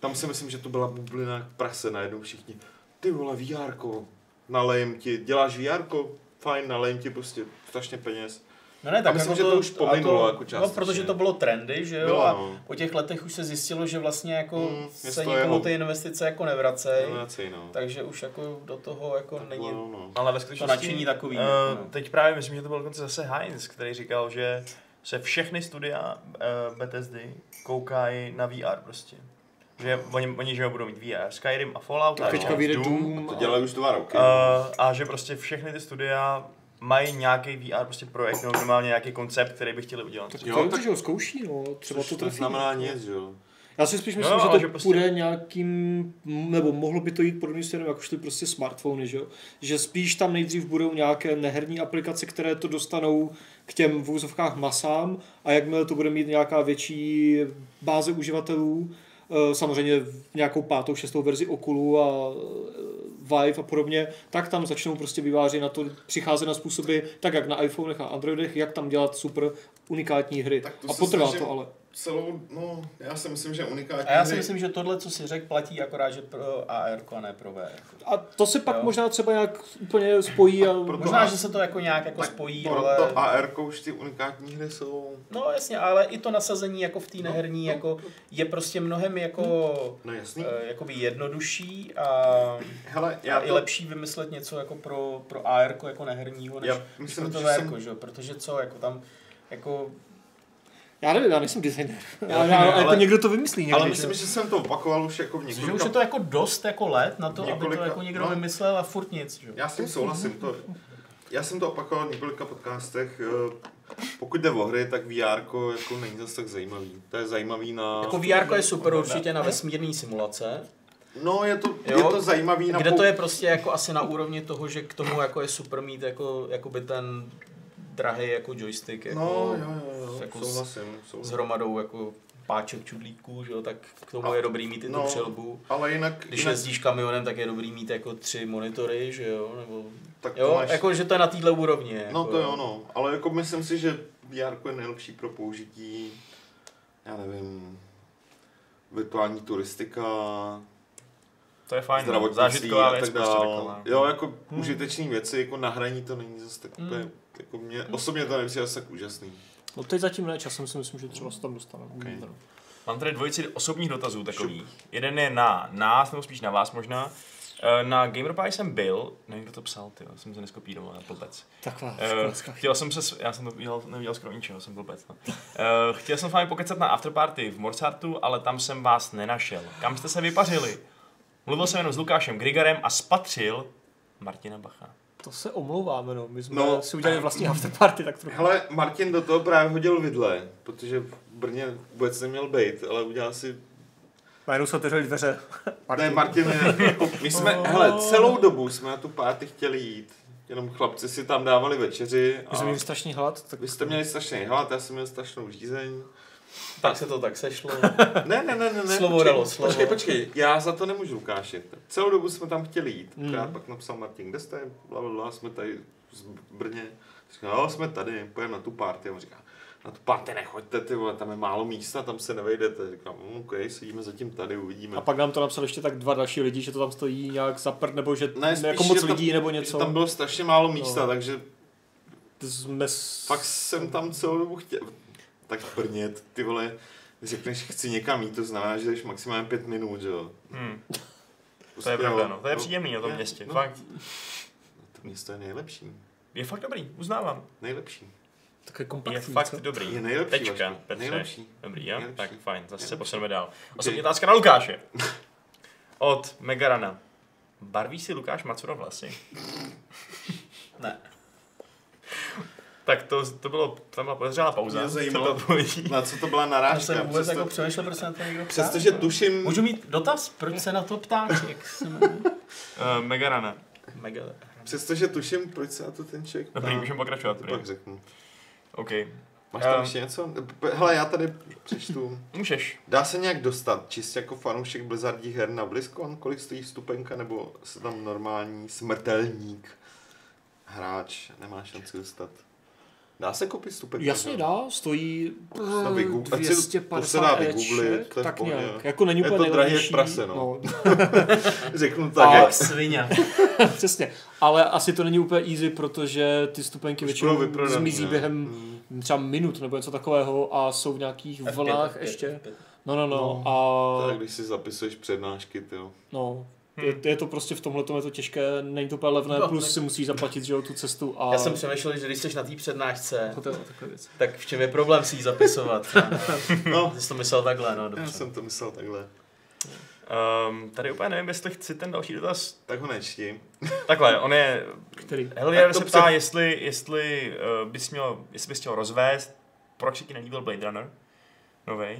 D: tam si myslím, že to byla bublina jak prase najednou všichni. Ty vole, VR, nalejem ti, děláš VR, fajn, nalejem ti prostě strašně peněz.
C: No ne, tak
D: myslím,
C: jako
D: že to už
C: a
D: pominulo jako
C: No,
D: částečně.
C: protože to bylo trendy, že jo?
D: Bylo,
C: a
D: no.
C: po těch letech už se zjistilo, že vlastně jako
D: Mm,
C: mm,
D: je
C: se
D: to
C: nikomu
D: jeho.
C: ty investice jako nevracej,
D: Nevracej, no.
C: takže už jako do toho jako
D: Tak
C: není...
D: bylo, no.
A: Ale ve skutečnosti...
C: nadšení takový,
A: eh,
C: no.
A: Teď právě myslím, že to byl dokonce zase Heinz, který říkal, že se všechny studia uh, Bethesdy koukají na VR prostě. Že oni, oni že jo, budou mít VR, Skyrim a Fallout,
E: Tak
A: a
E: teďka
A: ještě
E: vyjde
A: Doom.
E: Doom.
D: To
E: a-
D: dělají už dva roky.
A: Uh, a že prostě všechny ty studia mají nějaký VR prostě projekt nebo minimálně nějaký koncept, který by chtěli udělat.
E: Tak
D: Jo,
E: to je,
D: tak-
E: že ho zkouší, no. Třeba
D: Což
E: to
D: to
E: trefí.
D: znamená nic, že jo.
E: Já si spíš myslím,
A: No,
E: no,
A: ale
E: že to
A: že
E: že
A: prostě-
E: prostě... půjde nějakým, nebo mohlo by to jít podobným směrem, jako šly prostě smartfony, že jo? Že spíš tam nejdřív budou nějaké neherní aplikace, které to dostanou k těm v úzovkách masám a jakmile to bude mít nějaká větší báze uživatelů, eh, samozřejmě v nějakou pátou, šestou verzi Oculu a eh, Vive a podobně, tak tam začnou prostě vyváři na to přicházet na způsoby, tak jak na iPhonech a Androidech, jak tam dělat super unikátní hry.
D: Tak to
E: A
D: se
E: potrvá
D: snažím-
E: to ale.
D: Celou, no, já si myslím, že unikátní
C: A já si
D: hry-
C: myslím, že tohle, co si řekl, platí akorát, že pro AR a ne pro VR.
E: A to se pak
C: Jo.
E: jo. možná třeba nějak úplně spojí a...
D: Proto-
C: Možná,
D: a-
C: že se to jako nějak jako spojí,
D: proto
C: ale...
D: AR už ty unikátní hry jsou...
C: No jasně, ale i to nasazení jako v té neherní jako je prostě mnohem jako...
D: No jasný.
C: eh, Jakoby jednodušší a
D: Hele,
C: Já
D: já
C: a i
D: to...
C: lepší vymyslet něco jako pro, pro AR jako neherního, než,
D: Já
C: než
D: myslím,
C: pro to
D: že
C: VR,
D: jsem-
C: že? jo? protože co, jako tam, jako,
E: Já nevím, já nejsem designer.
C: Já
E: Já,
C: taky
E: já,
C: ne,
E: já, ale...
C: ale-
E: jako někdo to vymyslí někdy.
D: Ale
E: že?
D: myslím, že jsem to opakoval už jako v
C: že
D: několika...
C: už je to jako dost jako let na to, aby to
D: Několika-
C: jako někdo
D: no.
C: vymyslel a furt nic, že? jo?
D: Já s tím souhlasím, to... Já jsem to opakoval v několika podcastech. eh, Pokud jde o hry, tak VR jako není zase tak zajímavý. To je zajímavý na...
C: Jako VR je super určitě na vesmírný simulace,
D: No, je to, je
C: Jo.
D: to zajímavý na...
C: kde
D: pou-
C: to je prostě jako asi na úrovni toho, že k tomu jako je super mít jako, jakoby ten drahý jako joystick jako,
D: No, jo, jo, jo,
C: jako s-
D: souhlasím,
C: s
D: souhlasím.
C: hromadou jako páček čudlíků, že jo, tak k tomu
D: A-
C: je dobrý mít i tu
D: no,
C: přilbu.
D: Ale jinak,
C: Když
D: jinak
C: jezdíš kamionem, tak je dobrý mít jako tři monitory, že jo, nebo...
D: tak to
C: Jo,
D: máš...
C: jako, že to je na téhle úrovni. Jako,
D: No to jo, no. Ale jako myslím si, že Jarko je nejlepší pro použití, já nevím, virtuální turistika,
A: To je fajn, no.
D: zdravotnictví
A: zážitková
D: a tak
A: věc prostě
D: dál.
A: taková. Hmm.
D: Jo, jako užitečné věci, jako na hraní to není zase tak
C: Hmm.
D: úplně, jako mě, osobně to nepřijde zase tak úžasný.
E: No teď zatím ne, časem si myslím, že třeba se tam dostaneme.
D: Okay.
E: No.
A: Mám tady dvojici osobních dotazů takových. Jeden je na nás, nebo spíš na vás možná. Eh, Na GamerPie jsem byl, nevím, kdo to psal, ty, jsem se neskopíroval na plbec.
E: Taková
A: Eh,
E: školská
A: chtěl jsem se, s- já jsem to viděl, neviděl skoro ničeho, jsem blbec. No. Eh, chtěl jsem s vámi pokecat na afterparty v Morsartu, ale tam jsem vás nenašel. Kam jste se vypařili? Mluvil jsem jenom s Lukášem Grigarem a spatřil Martina Bacha.
E: To se omlouváme, no. My jsme
D: No.
E: no. si udělali vlastní afterparty, tak trochu.
D: Hele, Martin do toho právě hodil vidle, protože v Brně vůbec neměl být, ale udělal si
B: Najednou se otevřely dveře.
D: Martin. Ne, Martin je, jako, my jsme, hele, celou dobu jsme na tu párty chtěli jít. Jenom chlapci si tam dávali večeři.
E: My
D: A
E: jsme měli strašný hlad, tak
D: vy jste měli strašný hlad, já jsem měl strašnou žízeň.
C: Tak se to tak sešlo.
D: Ne, ne, ne, ne, ne.
C: Slovo
D: počkej,
C: dalo slovo.
D: Počkej, počkej, já za to nemůžu, Lukáši. Celou dobu jsme tam chtěli jít.
E: Hmm.
D: Krát pak napsal Martin, kde jste? Bla, bla, bla, jsme tady z Brně. Říká, jo, jsme tady, pojďme na tu party. A on říká, na tu party nechoďte, ty vole, tam je málo místa, tam se nevejdete. Říkám, "Mm, OK, sedíme zatím tady, uvidíme.
E: A pak nám to napsali ještě tak dva další lidi, že to tam stojí nějak za prd, nebo že
D: Ne,
E: ne,
D: spíš,
E: jako
D: že
E: moc
D: tam-
E: lidí nebo
D: Že
E: něco.
D: tam bylo strašně málo místa,
E: No.
D: takže
E: Jsme s...
D: Fakt jsem tam celou dobu chtěl. Tak v Brně, t- ty vole, řekneš, chci někam jít, to znamená, že jdeš maximálně pět minut, že jo.
A: Hmm, to
D: Prostě,
A: je pravda,
D: jo.
A: no. To je příjemný na tom
D: je,
A: městě,
D: no.
A: fakt.
D: To město je nejlepší.
A: Je fakt dobrý, uznávám.
D: Nejlepší.
E: Takový
A: Je
E: kompaktní,
A: fakt
E: co?
A: dobrý.
D: Je nejlepší,
A: Tečka,
D: Vašku.
A: Petře.
D: Nejlepší.
A: Dobrý, jo?
D: Nejlepší.
A: Tak fajn, zase se
D: Nejlepší.
A: posuneme dál.
D: Okej.
A: Osobní otázka na Lukáše. Od Megarana. Barví si Lukáš Macura vlasy?
C: Ne.
A: Tak to, to bylo, tam byla podezřelá pauza.
D: Mě zajímalo.
A: To bylo
D: Na No co to byla
C: Já
D: narážka?
C: jsem vůbec
D: Přesto,
C: jako přemýšlel, proč se na to někdo ptá.
D: přestože tuším,
C: Můžu mít dotaz? Proč se na to ptáš? Jak jsem...
A: uh, Megarana.
C: Mega.
D: přestože tuším, proč se na to ten člověk
A: Dobrý, můžeme pokračovat.
D: To
A: prý.
D: pak řeknu.
A: OK.
D: Máš tam
A: Ehm.
D: ještě něco? P- Hele, já tady přečtu.
A: Můžeš.
D: Dá se nějak dostat čistě jako fanoušek Blizzardí her na BlizzCon? Kolik stojí vstupenka nebo se tam normální smrtelník hráč nemá šanci dostat? Dá se koupit vstupenku?
E: Jasně
D: že?
E: dá, stojí
D: To
E: eh,
D: vygu- ať si- to se dá
E: 250
D: vygooglit,
E: Eček,
D: to je v
E: tak
D: pohodě.
E: nějak. Jako není
D: Je to
E: úplně
D: drahý jak
E: nejlevnější.
D: prase, no. Řeknu tak,
C: Tak
D: jak
C: svině.
E: No, Přesně, ale asi to není úplně easy, protože ty stupenky
D: Už
E: většinou
D: bylo vyprodaný,
E: zmizí
D: ne?
E: během
D: Mm.
E: třeba minut nebo něco takového a jsou v nějakých vlnách ještě. No, no, no.
D: Tak
E: A
D: když si zapisuješ přednášky, ty jo.
E: no, je, je to prostě v tomhle je to těžké, není to úplně levné,
C: Hmm. No,
E: plus
C: tak-
E: si musíš zaplatit, že jo, tu cestu a...
C: Já jsem přemýšlel, že když jsi na té přednášce,
E: To je takové věci.
C: tak v čem je problém si ji zapisovat?
D: No,
C: Ty jsi to myslel takhle, no
D: já
C: dobře.
D: jsem to myslel takhle.
A: Um, tady úplně nevím, jestli chci ten další dotaz.
D: Tak ho nečti.
A: Takhle, on je
E: Který?
A: Helier
D: Tak to
A: se
D: pře-
A: ptá, jestli, jestli, uh, bys měl, jestli bys chtěl rozvést, proč se ti nelíbil Blade Runner? Novej.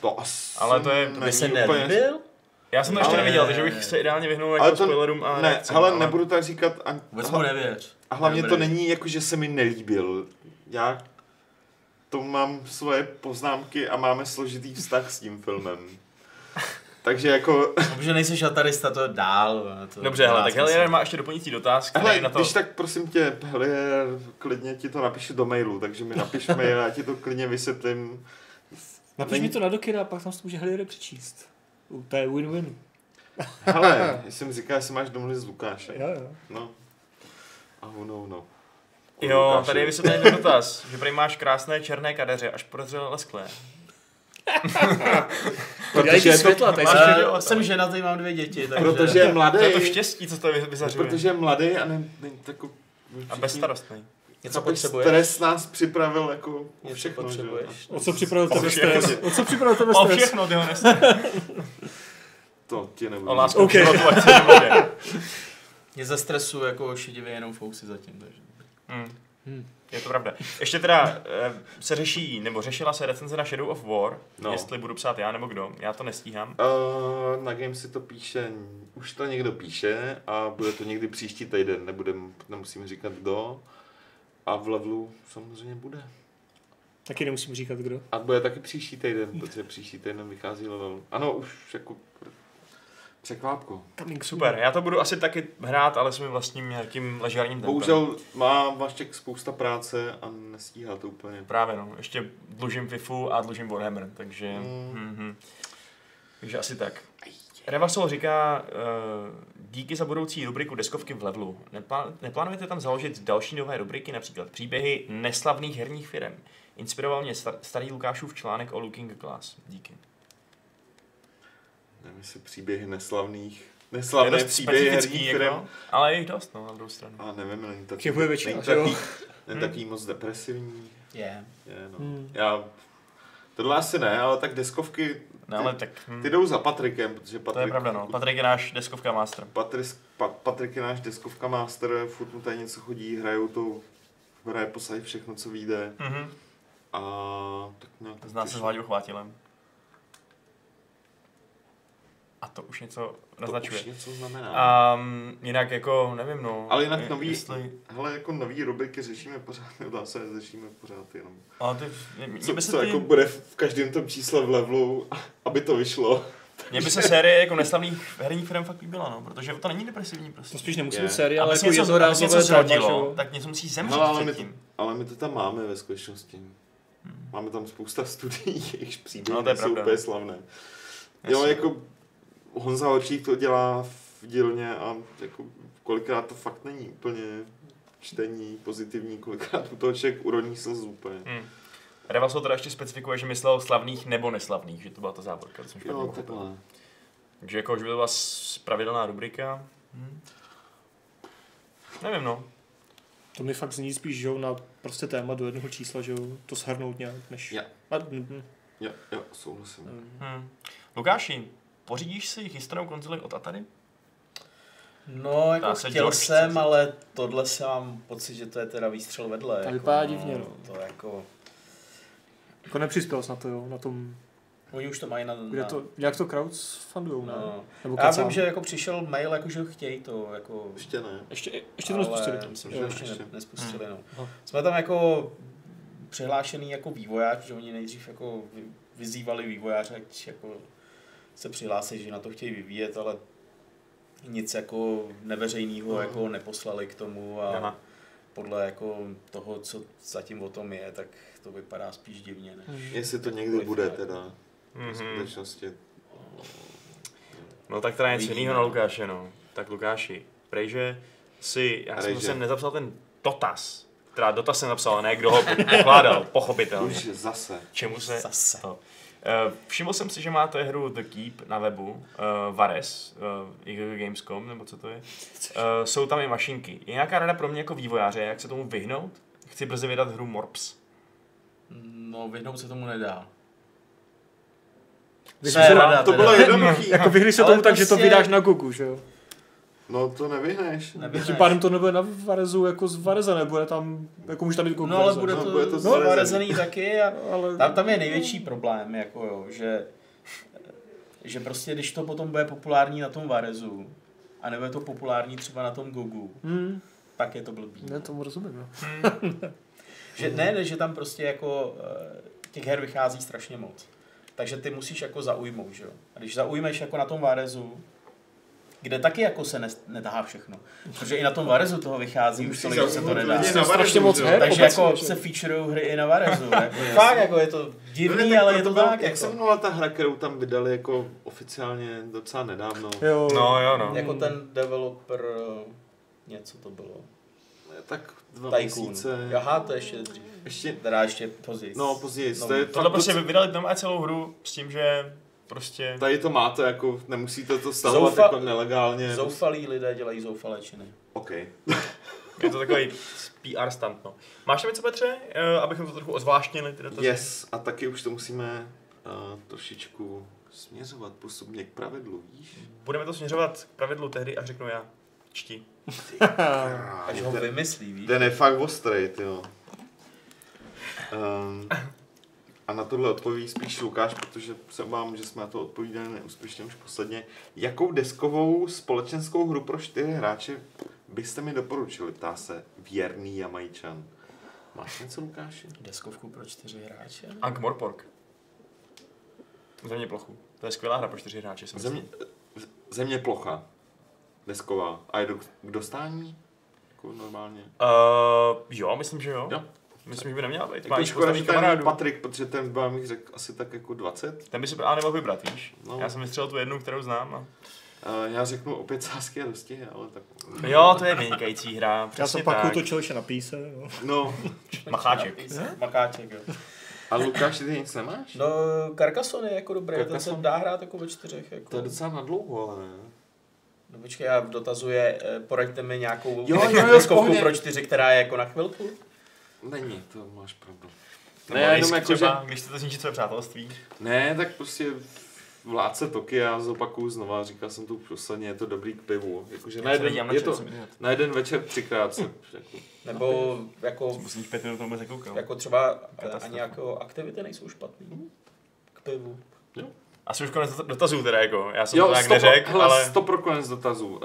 D: To asi
A: Ale to je- to by
C: By se
D: není úplně-
C: nelíbil?
A: Já jsem to ještě
D: Ale-
A: neviděl, takže bych se ideálně vyhnul
D: Ale
A: jako
D: to,
A: spoilerům a
D: ne,
A: reakcím,
D: hele, nebudu tak říkat, ani,
C: Vůbec mu nevěř.
D: A hlavně to
C: Dobrý.
D: není jako, že se mi nelíbil. Já to mám svoje poznámky a máme složitý vztah s tím filmem. Takže jako,
C: No, Protože nejsi šatarista, to je dál. no, To
A: Dobře, hele,
C: dá
A: tak
C: smysl.
A: Helier má ještě doplňující dotaz, který
D: hele,
A: na to...
D: když tak prosím tě, hele, klidně ti to napíšu do mailu, takže mi napiš mail, já ti to klidně vysvětlím.
E: Napiš mi to na dokina a pak tam si to může Heliere přečíst. To je win-win.
D: Hele, já jsem říkal, že máš domluvit s Lukášem.
E: Jo, jo.
D: No. A ono, no.
A: Jo, tady je vysvětlený ten dotaz, že prý máš krásné černé kadeře, až podezřele lesklé.
E: Protože
D: je to-
E: světla, tady
A: máš-
E: se-
A: Máš-
C: Eh, Jsem ženatý, mám dvě děti, takže...
D: Protože je mladý,
A: To je to štěstí, co to vy- vyzařuje.
D: protože je mladý a není jako- ne, takový...
A: A bezstarostný.
C: Něco
D: Chápeš,
C: potřebuješ?
D: Stres nás připravil jako o
C: Něco
D: všechno,
C: potřebuješ?
D: Že? jo?
E: O co připravil
A: O
E: tebe
A: všechno.
E: stres? O co připravil tebe
D: Prostě-
A: O
E: stres?
A: všechno, ty ho nes...
D: To No. ti nebudu.
A: O lásku
E: Ok.
A: okay. životu, ať se nebude.
C: Mě ze stresu jako šedivě jenom fousy zatím, takže...
A: Hmm.
E: Hmm.
A: Je to pravda. Ještě teda eh, se řeší, nebo řešila se recenze na Shadow of War,
D: No.
A: no. jestli budu psát já nebo kdo, já to nestíhám.
D: Uh, na Game si to píše, už to někdo píše a bude to někdy příští týden, nebudem, nemusím říkat kdo. A v levelu samozřejmě bude.
B: Taky nemusím říkat, kdo.
D: A bude taky příští týden, protože příští týden vychází level. Ano, už jako překvápku.
B: Coming soon.
A: Super, já to budu asi taky hrát, ale svým vlastním nějakým ležárním tempem.
D: Bohužel má Vaštěk spousta práce a nestíhá to úplně.
A: Právě no, ještě dlužím FIFU a dlužím Warhammer, takže...
D: Mm.
A: Mm. Takže asi tak. Revasol říká, eh, díky za budoucí rubriku Deskovky v levelu. Neplá- Neplánujete tam založit další nové rubriky, například příběhy neslavných herních firm? Inspiroval mě sta- starý Lukášův článek o Looking Glass. Díky.
D: Nevím, jestli příběhy neslavných.
A: Je
D: Neslavné
A: dost
D: příběhy
A: specifický,
D: herních firm.
A: jako, ale je jich dost, no, na druhou stranu.
D: A nevím, není tak,
B: Těch bude většina,
D: není
B: že jo?
D: taký, není taký moc depresivní.
C: Je.
D: Je, no.
B: Hmm.
D: Já, tohle asi ne, ale tak deskovky,
A: No, ale tak, hm,
D: ty jdou za Patrikem, protože
A: to je
D: Patrik,
A: pravda, no. Patrik je náš deskovka master.
D: Patris, pa, Patrik je náš deskovka master, furt mu tady něco chodí, hrajou to, hraje posadí všechno, co vyjde.
A: Mhm.
D: A tak nějak...
A: Z nás se s
D: těžko.
A: Vláďou chvátilem. A to už něco
D: To
A: naznačuje.
D: už něco znamená.
A: A um, jinak jako, nevím no.
D: Ale jinak
A: je-
D: nový-
A: Jestli,
D: Hele, jako nový rubriky řešíme pořád, dá se řešíme pořád jenom.
A: ale ty, mě,
D: Co,
A: mě by se,
D: co
A: ty,
D: jako bude v každém tom čísle v levelu, aby to vyšlo.
A: mě by se série jako neslavných herních firm fakt líbila, no, protože to není depresivní prostě.
B: To spíš nemusí
D: Je.
B: být série, ale
A: Aby
B: jako
A: se něco, aby se něco
B: jednorázové téma, že
A: zrodilo,
B: jo?
A: tak něco musí zemřít
D: Hele, ale my
A: předtím.
D: Ale my to tam máme ve skutečnosti. Máme tam spousta studií, jejichž příběhy
A: Hmm. No, to je
D: no, jsou
A: pravda.
D: úplně slavné. Jo,
A: Jasně.
D: jako Honza Horčík to dělá v dílně a jako kolikrát to fakt není úplně čtení pozitivní, kolikrát u toho člověk urodní slzu úplně.
A: Hmm. Revaso teda ještě specifikuje, že myslel slavných nebo neslavných, že to byla ta závorka. To jsem špatně
D: Jo,
A: pochopil.
D: takhle.
A: Takže jako, že by to byla s- pravidelná rubrika.
D: Mhm.
A: Hm. Nevím no.
B: To mi fakt zní spíš, že jo, na prostě téma do jednoho čísla, že jo, to shrnout nějak, než...
D: Já.
B: A, mm,
D: Jo, jo, souhlasím.
B: mm,
A: Hm. Lukáši, pořídíš si chystanou konzoli od Atari?
C: No, jako
A: Dá se
C: chtěl
A: George
C: jsem,
A: chce.
C: ale tohle se mám pocit, že to je teda výstřel vedle.
B: To
C: jako,
B: vypadá divně, no.
C: To jako...
B: Jako nepřispěl jsi na to, jo, na tom,
C: Oni už to mají na...
B: kde
C: na
B: to, jak to crowdfundujou, ne?
C: no.
B: Nebo
C: Já
B: kecám.
C: vím, že jako přišel mail, jako že chtějí to, jako...
D: Ještě ne.
B: Ještě, ještě to nespustili.
C: Ale myslím,
D: Jo,
C: že to ještě
D: ještě.
C: ne- nespustili,
D: Hmm.
C: no.
B: Aha.
C: Jsme tam jako přihlášený jako vyvojář, že oni nejdřív jako vy- vyzývali vývojáře, ať jako se přihlásí, že na to chtějí vyvíjet, ale nic jako neveřejného
D: Mhm.
C: jako neposlali k tomu a
A: Aha.
C: podle jako toho, co zatím o tom je, tak to vypadá spíš divně. Ne?
D: Jestli to někdy bude teda,
A: Mhm.
D: v skutečnosti.
A: No tak teda něco
C: Uvidíme.
A: jiného na Lukáše, no. Tak Lukáši, prejže si, já jsem
D: Prejže.
A: zase nezapsal ten dotaz. Teda dotaz jsem napsal, ale ne kdo ho pokládal, pochopitelně.
D: Už zase.
A: Čemu se...
C: Zase.
A: To. Eh, Všiml jsem si, že máte hru The Keep na webu, eh, Vares, eh, i- Gamescom, nebo co to je. Eh, Jsou tam i mašinky. Je nějaká rada pro mě jako vývojáře, jak se tomu vyhnout? Chci brzy vydat hru Morps.
C: No, vyhnout se tomu nedá.
B: Vy-
C: Co je rada
D: To
C: teda?
D: bylo jednoduchý.
B: Jako vyhli se
C: Ale
B: tomu tak, že to
C: prostě-
B: vydáš na Gogu, že jo?
D: No to nevyhneš.
C: Nevyhneš.
B: Tím pádem to nebude na Varezu jako z Vareza, nebude tam, jako může tam být Gogu
C: No, ale
B: verze.
C: bude
D: No,
C: to, no,
D: bude to zarezený.
C: zarazený taky a
B: no? ale...
C: Tam, tam je největší problém, jako jo, že, že prostě když to potom bude populární na tom Varezu a nebude to populární třeba na tom Gogu,
B: Hmm,
C: tak je to blbý.
B: ne, tomu rozumím, no.
C: Že, ne, ne, že tam prostě jako eh, těch her vychází strašně moc. Takže ty musíš jako zaujmout, že jo. A když zaujmeš jako na tom Varezu, kde taky jako se nes- netahá všechno. Protože i na tom Varezu toho vychází, už tolik, že se to nedá.
D: Lidi
B: To je
D: na
B: strašně
D: Varezu,
B: moc
D: že jo?
B: her.
C: Takže
B: obecně,
C: jako
B: že-
C: se featureují hry i na Varezu. Jako, fakt, jako je to divný, ale je to
D: byla-
C: tak.
D: Jak
C: jako.
D: se jmenovala ta hra, kterou tam vydali jako oficiálně docela nedávno?
B: Jo,
A: No jo, no.
D: Hmm.
C: Jako ten developer, eh, něco to bylo.
D: Tak dva
C: Hmm. Tycoon.
D: měsíce.
C: Aha, to ještě dřív.
D: Ještě,
C: Teda ještě později.
D: no později,
C: No,
D: to je
A: Tohle
D: fakt
A: prostě
D: prostě...
A: vydali tam celou hru s tím, že prostě...
D: Tady to máte, jako nemusíte to stahovat
C: Zoufa-
D: jako nelegálně.
C: Zoufalí lidé dělají zoufalé činy.
D: OK.
A: Je to takový PR stunt, no. Máš tam něco, Petře, Eh, abychom to trochu ozvláštnili? Ty dotazy?
D: Yes, a taky už to musíme uh, trošičku směřovat postupně k pravidlu, víš?
A: Budeme to směřovat k pravidlu tehdy, až řeknu já. Čti.
C: Až ho vymyslí, víš?
D: Ten je fakt ostrý, ty jo. Um, a na tohle odpoví spíš Lukáš, protože se obávám, že jsme na to odpovídali neúspěšně už posledně. Jakou deskovou společenskou hru pro čtyři hráče byste mi doporučili, ptá se věrný Jamajčan. Máš něco, Lukáši?
C: Deskovku pro čtyři hráče?
A: Ankh Morpork. Země plochu. To je skvělá hra pro čtyři hráče, si
D: Země,
A: myslím.
D: z- země plocha. Desková. A je do, k dostání? Jako normálně.
A: Uh, jo, myslím, že jo.
D: Jo.
A: Myslím, že by neměla být.
D: Jako
A: Máš
D: škoda, že
A: postavíš
D: tam není
A: kamarádu.
D: Patrik, protože ten by mi řekl asi tak jako 20.
A: Ten by si ale nemohl vybrat, víš?
D: No.
A: Já jsem vystřelil tu jednu, kterou znám. A...
D: Eh, já řeknu opět sásky a dostihy, ale tak...
A: Jo, to je vynikající hra. Přesně
B: Já jsem pak
A: tak.
B: utočil ještě na píse. Jo.
D: No,
A: Macháček.
C: Makáček, jo.
D: a Lukáš, ty nic nemáš?
C: No, Carcassonne je jako dobrý, ten se
D: Carcassonne.
C: dá hrát jako ve čtyřech. Jako.
D: To je docela na dlouho, ale ne?
C: No počkej, já dotazuje, eh, poraďte mi nějakou
D: jo, jo,
C: deskovku
D: vzpomněl.
C: pro čtyři, která je jako na chvilku.
D: Není, to máš pravdu.
A: Ne, jenom jako, třeba, že... když chcete zničit své přátelství.
D: Ne, tak prostě vládce Tokia zopakuju znova, říkal jsem to už posledně, je to dobrý k pivu. Jakože na
A: Já se
D: jeden,
A: nedívám na
D: je
A: čas,
D: to,
A: jsem idiot.
D: na jeden večer třikrát se jako,
C: Nebo jako,
A: Posledních pět minut vůbec nekoukal.
C: jako třeba
A: Katastrofa.
C: ani jako aktivity nejsou špatný. K pivu.
A: Asi už konec dota- dotazů teda jako, já jsem
D: Jo,
A: to tak
D: sto
A: neřekl,
D: pro,
A: ale...
D: ale... sto pro konec dotazů. Uh,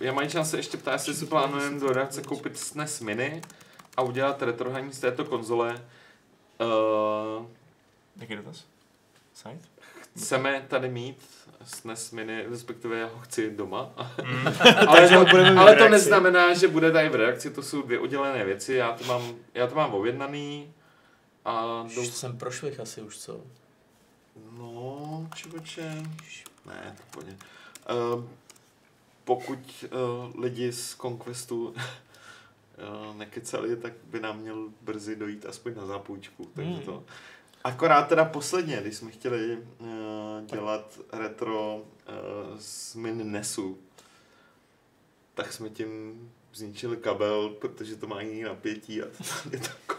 D: Jamajčan se ještě ptá, jestli si plánujeme do reakce koupit SNES Mini a udělat retrohraní z této konzole. Uh,
A: Jaký dotaz? Side?
D: chceme tady mít SNES Mini, respektive já ho chci doma.
A: Mm.
D: ale,
B: ho budeme
D: to,
B: mít
D: ale
B: v
D: to
B: reakci.
D: neznamená, že bude tady v reakci, to jsou dvě oddělené věci, já to mám, já to mám objednaný. A
C: Už
D: do...
C: to jsem prošvih asi už, co?
D: No, čivoče. Ne, to pojď. Uh, pokud uh, lidi z Conquestu uh, nekecali, tak by nám měl brzy dojít aspoň na zápůjčku. Takže to. Akorát teda posledně, když jsme chtěli uh, dělat retro uh, z Minnesu, tak jsme tím zničili kabel, protože to má jiný napětí a je to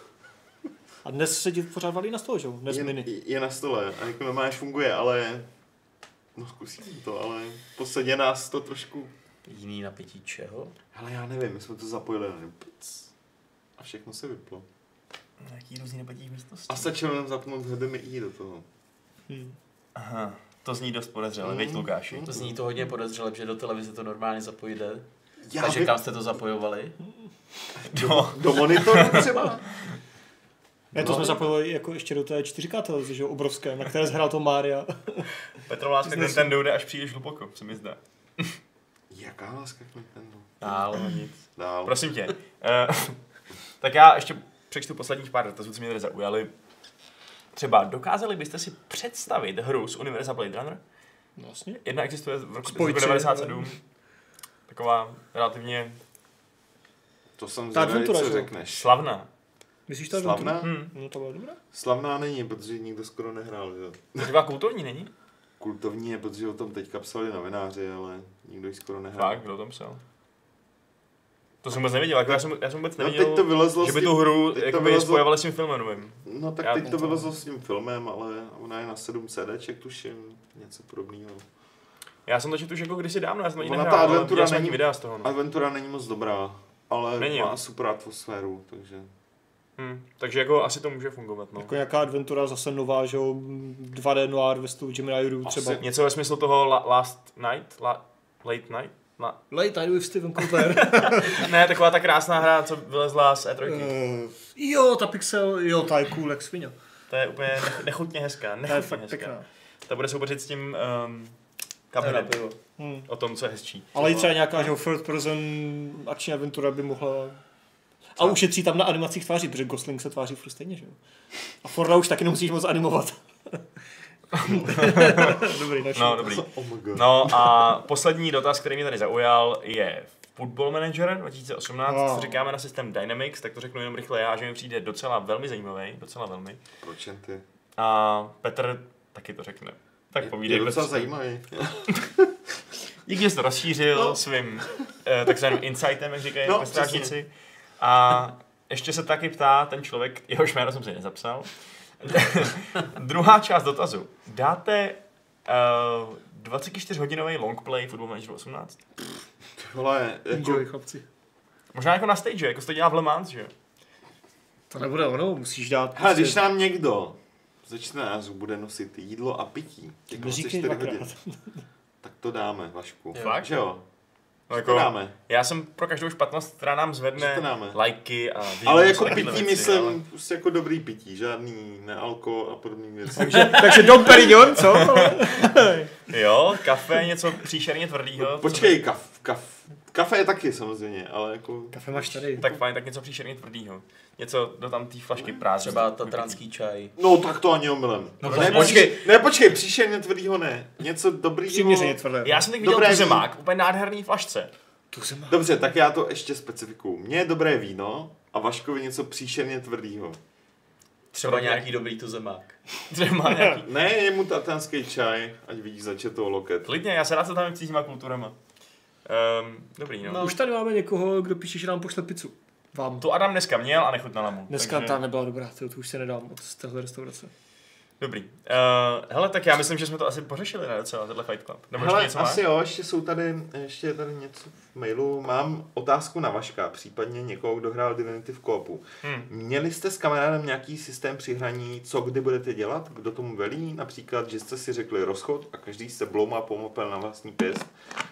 B: A dnes se ti pořád valí na stole, že jo? Dnes
D: je,
B: mini.
D: je na stole a jako normálně funguje, ale no zkusím to, ale v podstatě nás to trošku,
C: Jiný napětí čeho?
D: hele já nevím, my jsme to zapojili na pic a všechno se vyplo.
A: Jaký různý nepatí místnosti.
D: A stačilo jenom zapnout HDMI do toho.
B: Hmm.
A: Aha, to zní dost podezřele,
D: Mm.
A: mm. veď Lukáši?
C: To zní to hodně podezřele, že do televize to normálně zapojde.
D: Já
C: Takže
D: vy-
C: kam jste to zapojovali?
A: No,
D: Do monitoru třeba?
B: Ne, to jsme zapojili jako ještě do té 4K televize, že jo, obrovské, na které zhrál to Mária.
A: Petro Láska Nintendo jde až příliš hluboko, se mi zdá.
D: Jaká láska k Nintendo?
C: Dál.
A: no nic.
D: Dál.
A: Prosím tě. eh, tak já ještě přečtu posledních pár dotazů, co mě tady zaujaly. Třeba dokázali byste si představit hru z univerza Blade Runner?
B: Vlastně.
A: Jedna existuje v roku z roku
B: Spojci,
A: 97. Taková relativně
D: To jsem
B: Ta
D: zvědavý,
B: adventura,
D: co
B: že jo?
D: řekneš.
A: slavná.
B: Myslíš to?
D: Slavná?
A: Hm.
B: No to bylo dobré.
D: Slavná není, protože nikdo skoro nehrál, že? jo.
A: Taková kultovní není?
D: Kultovní je, protože o tom teďka psali novináři, ale nikdo ji skoro nehrál.
A: Fakt, kdo o tom psal? To jsem vůbec neviděl, jako já jsem, já jsem vůbec
D: No
A: neviděl,
D: teď to vylezlo
A: že
D: s
A: by
D: tím-
A: tu hru
D: teď to
A: jakoby
D: vylezlo-
A: spojovali s tím filmem novým.
D: No tak
A: Já-
D: teď to bylo s tím filmem, ale ona je na 7 CDček, tuším, něco podobného.
A: Já jsem to četl už jako kdysi dávno, já jsem to ani
D: Ona ta
A: nehrál, ale
D: adventura
A: viděl jsem
D: není-
A: nějaký videa z toho. No.
D: Adventura není moc dobrá, ale
A: Není,
D: má
A: jo.
D: super atmosféru, takže...
A: Hm. Takže jako asi to může fungovat, no.
B: Jako nějaká adventura zase nová, že jo, 2D noir ve stylu Jimmy Ryderu třeba.
D: Asi.
A: Něco ve smyslu toho la, Last Night? La, late Night? La,
B: Late Night with Steven Cooper.
A: ne, taková ta krásná hra, co vylezla z E E3.
B: Eh, jo, ta pixel, jo, ta je cool, jak svině.
A: To je úplně nech- nechutně hezká,
B: Ta je
A: nechutně
B: fakt
A: hezká.
B: pěkná.
A: Ta bude soupeřit s tím um,
C: To je na
A: kabinem
C: pivo.
B: Hmm.
A: o tom, co je hezčí.
B: Ale i třeba nějaká, že jo, third person akční adventura by mohla... A ušetří tam na animacích tváří, protože Gosling se tváří furt stejně, že jo? A Forda už taky nemusíš moc animovat. Dobrý, naši.
A: No, dobrý.
D: Oh my god.
A: No a poslední dotaz, který mě tady zaujal, je Football Manager 2018,
B: No.
A: co říkáme na systém Dynamics, tak to řeknu jenom rychle já, že mi přijde docela velmi zajímavý, docela velmi.
D: Proč jen ty?
A: A Petr taky to řekne. Tak
D: Je, je
A: povídej.
D: docela
A: prosím.
D: zajímavý.
A: Díky, že jsi to rozšířil
D: No.
A: no. svým eh, takzvaným insightem, jak říkají
D: No,
A: no, strážníci. A ještě se taky ptá ten člověk, jehož jméno jsem si nezapsal. Druhá část dotazu. Dáte uh, 24-hodinový longplay Football Manager 18?
D: Tohle je jako...
B: Enjoy, chlapci.
A: Možná jako na stage, jako se to dělá v Le Mans, že? jo?
B: To nebude ono, musíš dát... prostě
D: Hele, když nám někdo ze čtenářů bude nosit jídlo a pití, těch
B: Neříkej
D: 24 hodin,
B: dvakrát.
D: tak to dáme, Vašku.
A: Jo. Fakt?
D: Že jo?
A: No,
D: To dáme.
A: já jsem pro každou špatnost, která nám zvedne
D: Že to dáme.
A: lajky a views
D: Ale
A: a
D: jako
A: takovýhle
D: pití
A: věci,
D: myslím,
A: no, ale-
D: prostě jako dobrý pití, žádný nealko a podobný věci.
B: Takže Dom Perignon, co?
A: Jo, kafe, něco příšerně tvrdýho. co-
D: Počkej, kaf, kaf, kafe je taky samozřejmě, ale jako...
B: Kafe máš tady.
A: Tak fajn, tak něco příšerně tvrdýho. Něco do tam té flašky prázdné.
C: Třeba tatranský čaj.
D: No tak to ani omylem.
C: No
D: No,
C: to
D: ne,
C: znáš.
D: počkej, ne, počkej, příšerně tvrdýho ne. Něco dobrýho.
B: Přiměřeně tvrdé.
A: Já jsem teď viděl
D: Dobré
A: tu zemák, úplně nádherný flašce.
D: Dobře, tak já to ještě specifikuju. Mně je dobré víno a Vaškovi něco příšerně tvrdýho.
C: Třeba nějaký dobrý to zemák.
A: Třeba nějaký.
D: Ne, je mu tatánský čaj, ať vidí začetou loket.
A: Klidně, já se rád se tam s těma kulturama. Um, dobrý, no.
B: Už tady máme někoho, kdo píše, že nám pošle pizzu. Vám.
A: To Adam dneska měl a nechutnala mu.
B: Dneska ta nebyla dobrá, tyjo, to už se nedám od z téhle restaurace.
A: Dobrý. Uh, hele, tak já myslím, že jsme to asi pořešili, ne, docela, tenhle Fight Club. Nebo ještě
D: Hele,
A: něco
D: asi
A: má?
D: jo, ještě jsou tady, ještě je tady něco v mailu. Mám otázku na Vaška, případně někoho, kdo hrál Divinity v koopu.
A: Hmm.
D: Měli jste s kamarádem nějaký systém při hraní, co kdy budete dělat, kdo tomu velí? Například, že jste si řekli rozchod a každý se blouma pomopel na vlastní pěst,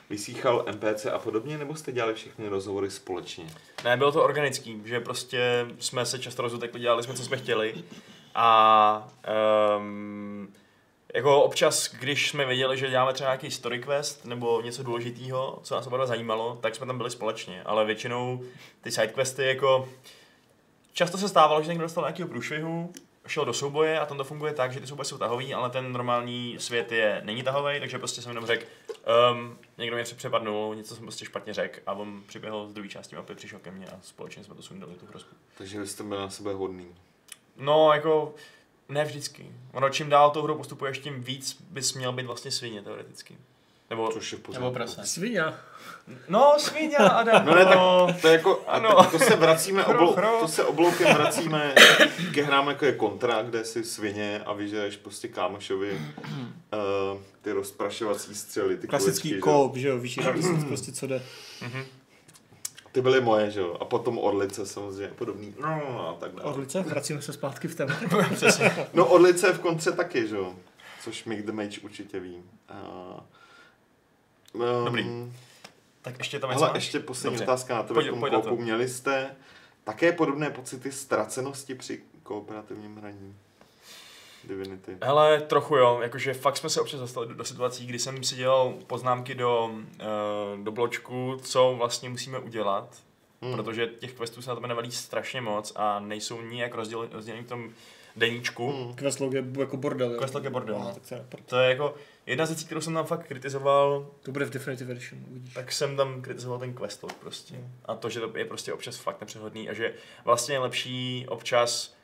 D: vysíchal MPC a podobně, nebo jste dělali všechny rozhovory společně?
A: Ne, bylo to organický, že prostě jsme se často rozutekli, dělali jsme, co jsme chtěli. A um, jako občas, když jsme věděli, že děláme třeba nějaký story quest nebo něco důležitého, co nás oba dva zajímalo, tak jsme tam byli společně. Ale většinou ty side questy jako... Často se stávalo, že někdo dostal nějakého průšvihu, šel do souboje a tam to funguje tak, že ty souboje jsou tahový, ale ten normální svět je není tahový, takže prostě jsem jenom řekl, um, někdo mě přepadnul, něco jsem prostě špatně řekl a on přiběhl z druhé části mapy, přišel ke mně a společně jsme to sundali tu hrozbu.
D: Takže vy jste byli na sebe hodný.
A: No, jako ne vždycky. Ono čím dál tou hrou postupuješ, tím víc bys měl být vlastně svině teoreticky. Nebo,
D: Což je v pořádku.
C: Nebo prase.
B: Svině.
A: no svině, Adam,
D: No ne, tak
A: no.
D: to je jako, a
A: Ano.
D: no. to se vracíme,
A: Chro,
D: oblo,
A: chro.
D: to se obloukem vracíme ke hrám jako je kontra, kde si svině a vyžereš prostě kámošovi uh, ty rozprašovací střely. Ty
E: Klasický
D: kulečky,
E: koop, že jo, víš, že prostě co jde.
D: Že? Ty byly moje, že jo, a potom orlice samozřejmě a podobný, no, no, no a tak dále.
B: Orlice, vracíme se zpátky v téma.
D: No orlice je v kontře taky, že jo, což Mick the Mage určitě ví. Uh, um,
A: Dobrý. Tak ještě tam něco
D: Hele,
A: máš?
D: ještě poslední
A: Dobře.
D: Dobře. otázka na tebe
A: Pojď-
D: k tomu
A: pojď na to.
D: koupu. Měli jste také podobné pocity ztracenosti při kooperativním hraní? Divinity.
A: Hele, trochu jo, jakože fakt jsme se občas dostali do, do situací, kdy jsem si dělal poznámky do, eh, do bločku, co vlastně musíme udělat, hmm. protože těch questů se na tebe nevalí strašně moc a nejsou nijak rozděleny, rozděleny v tom deníčku. Hmm.
E: Questlog je jako bordel, jo.
A: Questlog je bordel,
E: No,
A: no.
E: tak to je na prd.
A: To je jako jedna z věcí, kterou jsem tam fakt kritizoval,
B: To bude v Definitive Edition, uvidíš.
A: tak jsem tam kritizoval ten questlog prostě. A to, že to je prostě občas fakt nepřehodný a že vlastně je lepší občas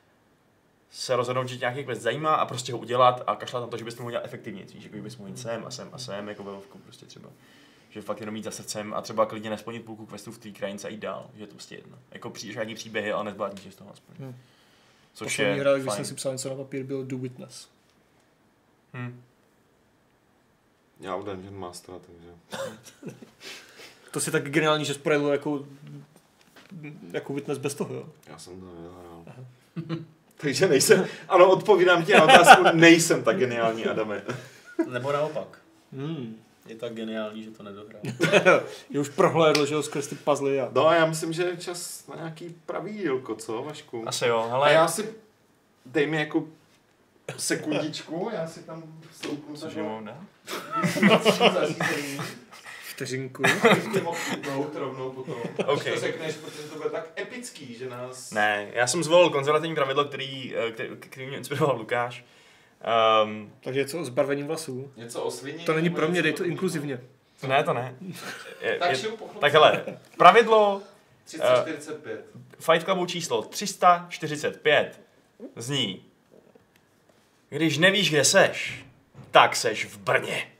A: se rozhodnout, že tě nějaký quest zajímá a prostě ho udělat a kašlat na to, že bys to mohl dělat efektivně, víš, jako že bys mohl jít sem a sem a sem, jako ve Vovku prostě třeba. Že fakt jenom jít za srdcem a třeba klidně nesplnit půlku questů v té krajince a jít dál, že je to prostě jedno. Jako přijdeš na nějaký příběhy, ale nezvládneš je z toho aspoň.
B: Hmm.
A: Což
B: Poslední
A: je
B: hra, když
A: fajn.
B: jsem si psal něco na papír, byl Do Witness.
A: Hm.
D: Já u Dungeon Mastera, takže...
E: To si tak geniální, že spravilo jako jako Witness bez toho, jo.
D: Já jsem to nedohrál. takže nejsem... Ano, odpovídám ti na otázku, nejsem tak geniální, Adame.
C: Nebo naopak.
E: Hmm.
C: Je tak geniální, že to nedohrál.
E: Je už prohlédl, že jo, skrz ty puzzle a...
D: No a já myslím, že je čas na nějaký pravý dílko, co, Vašku?
A: Asi jo,
D: A
A: hele,
D: já si... Dej mi jako sekundičku, já si tam stoupnu
A: cože
D: takhle
A: mu dá?
D: zařízení.
B: Vteřinku.
D: Ještě mohl chytnout rovnou potom.
A: OK.
D: To řekneš, protože to bude tak epický, že nás...
A: Ne, já jsem zvolil konzervativní pravidlo, který, eh, který, který mě inspiroval Lukáš. Um,
B: Takže co o zbarvením vlasů?
D: Něco o svině.
B: To není
D: nebo
B: pro mě,
D: něco
B: dej to
D: podobného.
B: inkluzivně.
A: ne, to ne. Je,
D: Tak
A: je, Eh,
D: šiju pochopit.
A: tak hele, pravidlo
D: 345.
A: Fight Clubu číslo 345 zní Když nevíš, kde seš, tak seš v Brně.